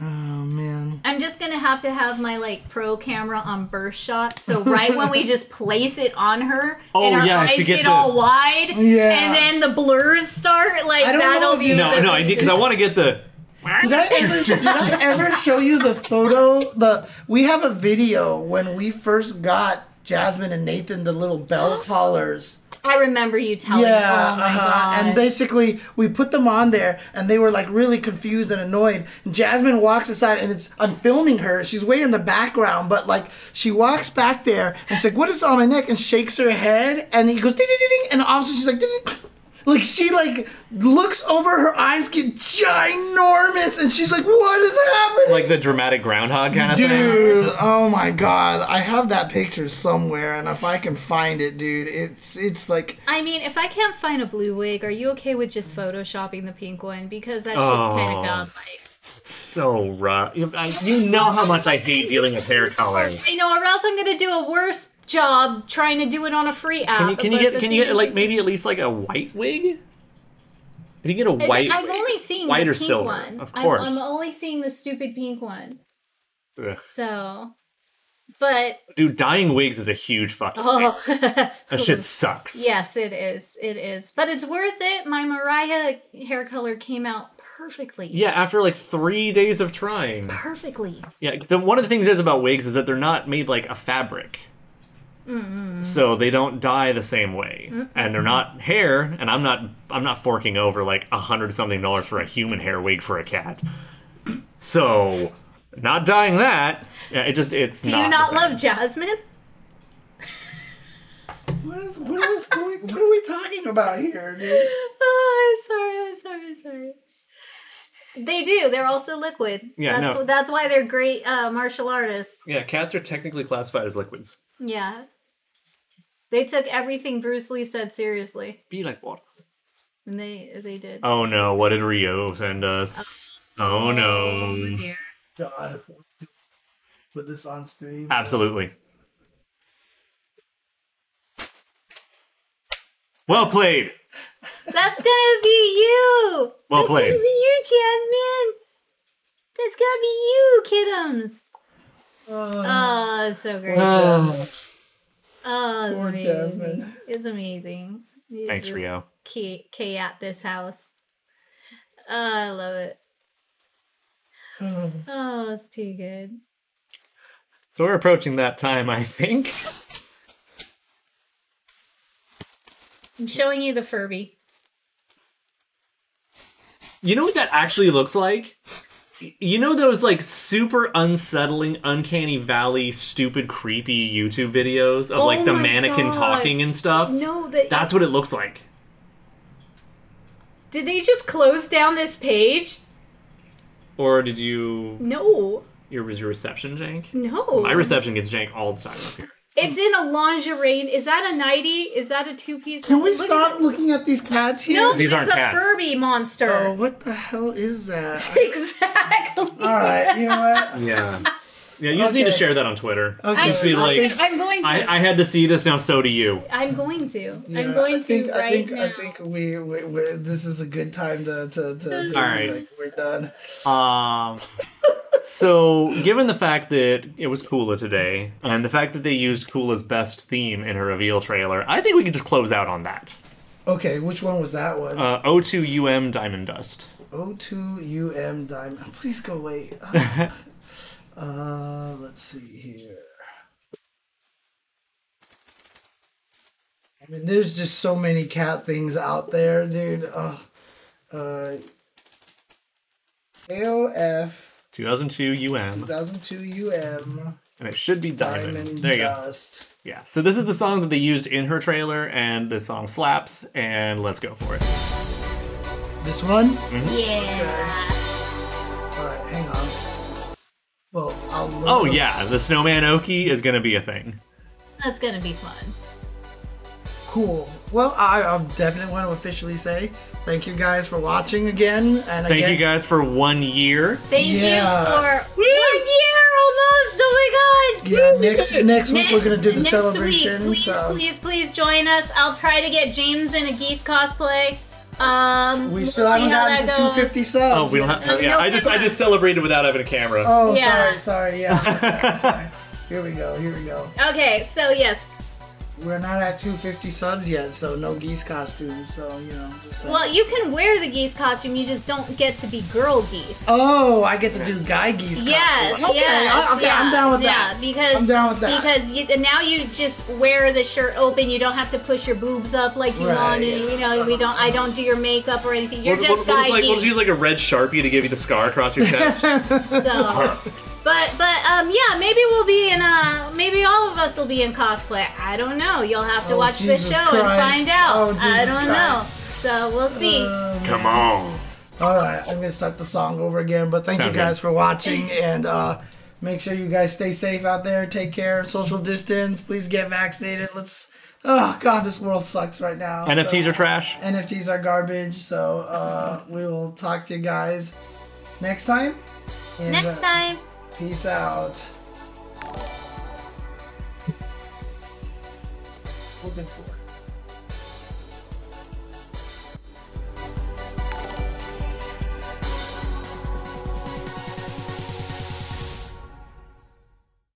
B: Oh man.
C: I'm just gonna have to have my like pro camera on burst shot. So
B: <laughs>
C: right when we just place it on her,
A: Oh,
C: and her
A: yeah, to
C: eyes
A: get
C: get
A: the-
C: all wide,
B: Yeah.
C: and then the blurs start. Like
B: I don't know
C: that'll
B: if
C: be
B: you-
A: No,
C: the
A: no,
C: thing.
A: because I want to get the.
B: Did I ever did I ever show you the photo? The we have a video when we first got Jasmine and Nathan the little bell collars.
C: I remember you telling. me.
B: Yeah,
C: oh my
B: uh-huh.
C: god.
B: and basically we put them on there, and they were like really confused and annoyed. And Jasmine walks aside, and it's I'm filming her. She's way in the background, but like she walks back there, and it's like, "What is on my neck?" and shakes her head, and he goes, "Ding ding ding," ding," and also she's like, "Ding, ding." Like she like looks over, her eyes get ginormous, and she's like, "What is happening?"
A: Like the dramatic groundhog kind of thing.
B: Dude, oh my god! I have that picture somewhere, and if I can find it, dude, it's it's like
C: I mean, if I can't find a blue wig, are you okay with just photoshopping the pink one? Because that shit's kind
A: Oh.
C: of godlike.
A: So rough. You I- you know how much I hate dealing with hair color.
C: I know, or else I'm gonna do a worse job trying to do it on a free app.
A: Can you, can you
C: Uh, but
A: get
C: the
A: can you
C: thing
A: get
C: is-
A: like maybe at least like a white wig? Can you get a
C: I-
A: white?
C: I've
A: wig?
C: only seen
A: white
C: the
A: or
C: pink
A: silver,
C: one.
A: of
C: I'm-
A: course.
C: I'm, only seeing the stupid pink one.
A: Ugh.
C: So, but
A: Dude, dyeing wigs is a huge fucking.
C: oh, <laughs>
A: That shit sucks.
C: yes, it is. It is, but it's worth it. My Mariah hair color came out perfectly.
A: Yeah, after like three days of trying.
C: Perfectly.
A: Yeah, the, one of the things is about wigs is that they're not made like a fabric. So they don't dye the same way, and they're not hair. And I'm not I'm not forking over like a hundred something dollars for a human hair wig for a cat. So not dyeing that. Yeah, it just it's.
C: Do you not
A: the same.
C: love Jasmine?
B: What is what is going? What are we talking about here, dude?
C: <laughs> Oh, I'm sorry, I'm sorry, I'm sorry. They do. They're also liquid.
A: Yeah,
C: that's
A: no.
C: that's why they're great uh, martial artists.
A: Yeah, cats are technically classified as liquids.
C: Yeah. They took everything Bruce Lee said seriously,
A: Be like what?
C: and they they did.
A: Oh no! What did Rio send us? Oh no!
C: dear.
B: God, put this on stream.
A: Absolutely. Well played.
C: That's gonna be you.
A: Well
C: that's
A: played.
C: gonna be you, Jasmine. That's gonna be you, kiddos. Oh, it's so great.
A: Oh.
C: oh, it's
B: poor
C: amazing.
B: Jasmine.
C: It's amazing. It's
A: Thanks,
C: just
A: Rio.
C: K, K at this house. Oh, I love
I: <sighs>
C: it. Oh, it's too good.
A: So we're approaching that time, I think.
C: I'm showing you the Furby.
A: You know what that actually looks like? Y- You know those like super unsettling, uncanny valley, stupid, creepy YouTube videos of
C: Oh
A: like the
C: my
A: mannequin
C: God.
A: talking and stuff?
C: No, that
A: That's what it looks like.
C: did they just close down this page?
A: Or did you
C: No,
A: your was your reception jank?
C: no.
A: My reception gets jank all the time up here.
C: it's in a lingerie. Is that a nighty? Is that a two piece?
B: Can we stop looking at these cats here?
C: No,
A: These
C: it's
A: aren't
C: a
A: cats.
C: Furby monster.
I: Oh,
B: Oh, what the hell is that?
C: <laughs> Exactly.
B: All right, you know what?
I: <laughs>
A: Yeah. Yeah, you just need to
I: Okay.
A: share that on Twitter.
I: Okay.
A: Just be
I: I
A: like,
I: think-
C: I'm going to.
A: I, I had to see this, now so do you.
C: I, am going to. <laughs>
I: Yeah,
C: I'm going
I: I think,
C: to
I: I
C: right
I: think,
C: now.
I: I think we, we, we this is a good time to to, to, to be
A: right.
I: like we're done.
A: Um, so, given the fact that it was Kula today, and the fact that they used Kula's best theme in her reveal trailer, I think we can just close out on that.
I: Okay, which one was that one?
A: Uh, O2UM Diamond Dust.
I: O2UM Diamond. <laughs> Please go
A: <laughs>
I: away. Uh, uh, let's see here. I mean, there's just so many cat things out there, dude. Ugh. Uh, AOF
A: 2002 UM.
I: 2002 UM
A: And it should be Diamond.
I: Diamond
A: there you go.
I: Dust.
A: Yeah. So, this is the song that they used in her trailer, and the song slaps, and let's go for it.
I: This one?
C: yeah.
I: Alright, hang on. Well, I'll look
A: Oh,
I: up-
A: yeah. The Snowman Oki is going to be a thing.
C: That's gonna be fun.
I: Cool. Well, I, I definitely want to officially say thank you guys for watching again. And
A: Thank
I: again,
A: you guys for one year.
C: Thank
I: Yeah.
C: you for one year almost. Oh my god.
I: Yeah, next next week
C: Next,
I: we're gonna do the
C: next
I: celebration.
C: Week, please,
I: so
C: please, please join us. I'll try to get James in a geese cosplay. Um,
I: we
C: we'll see
I: still haven't
C: how
I: gotten
C: that
I: to
C: goes.
I: 250 subs.
A: Oh, we don't have.
C: No,
A: Yeah,
C: no
A: I just I
C: camera.
A: just celebrated without having a camera. <laughs>
I: Oh,
C: Yeah.
I: sorry, sorry. Yeah. Okay. Here we go. Here we go.
C: Okay, so yes.
I: We're not at 250 subs yet, so no geese costumes. So you know, just saying.
C: Well, you can wear the geese costume. You just don't get to be girl geese.
I: Oh, I get to do guy geese.
C: Yes,
I: costumes. Okay,
C: yes,
I: I, okay,
C: yeah,
I: I'm down with
C: yeah,
I: that.
C: Because
I: I'm down with that.
C: Because you, and now you just wear the shirt open. You don't have to push your boobs up like you
I: Right,
C: want to.
I: yeah.
C: You know, we don't. I don't do your makeup or anything. You're
A: We'll-
C: just
A: we'll, we'll
C: guy
A: just, like, we'll
C: geeks.
A: just use like a red sharpie to give you the scar across your chest.
C: So, but but um yeah, maybe we'll be in uh maybe all of us will be in cosplay. I don't know. You'll have to
I: Oh,
C: watch
I: Jesus
C: the show
I: Christ.
C: and find out.
I: Oh,
C: I
I: Jesus Uh,
C: don't know. So we'll see.
A: Come on.
I: All right, I'm gonna start the song over again, but thank
A: Sounds
I: you guys for watching and uh, make sure you guys stay safe out there. Take care, social distance. Please get vaccinated. Let's. Oh God, this world sucks right now.
A: NFTs
I: so-
A: are trash.
I: NFTs are garbage. So uh, we will talk to you guys next time. And,
C: Next
I: uh,
C: time.
I: Peace out. Looking for.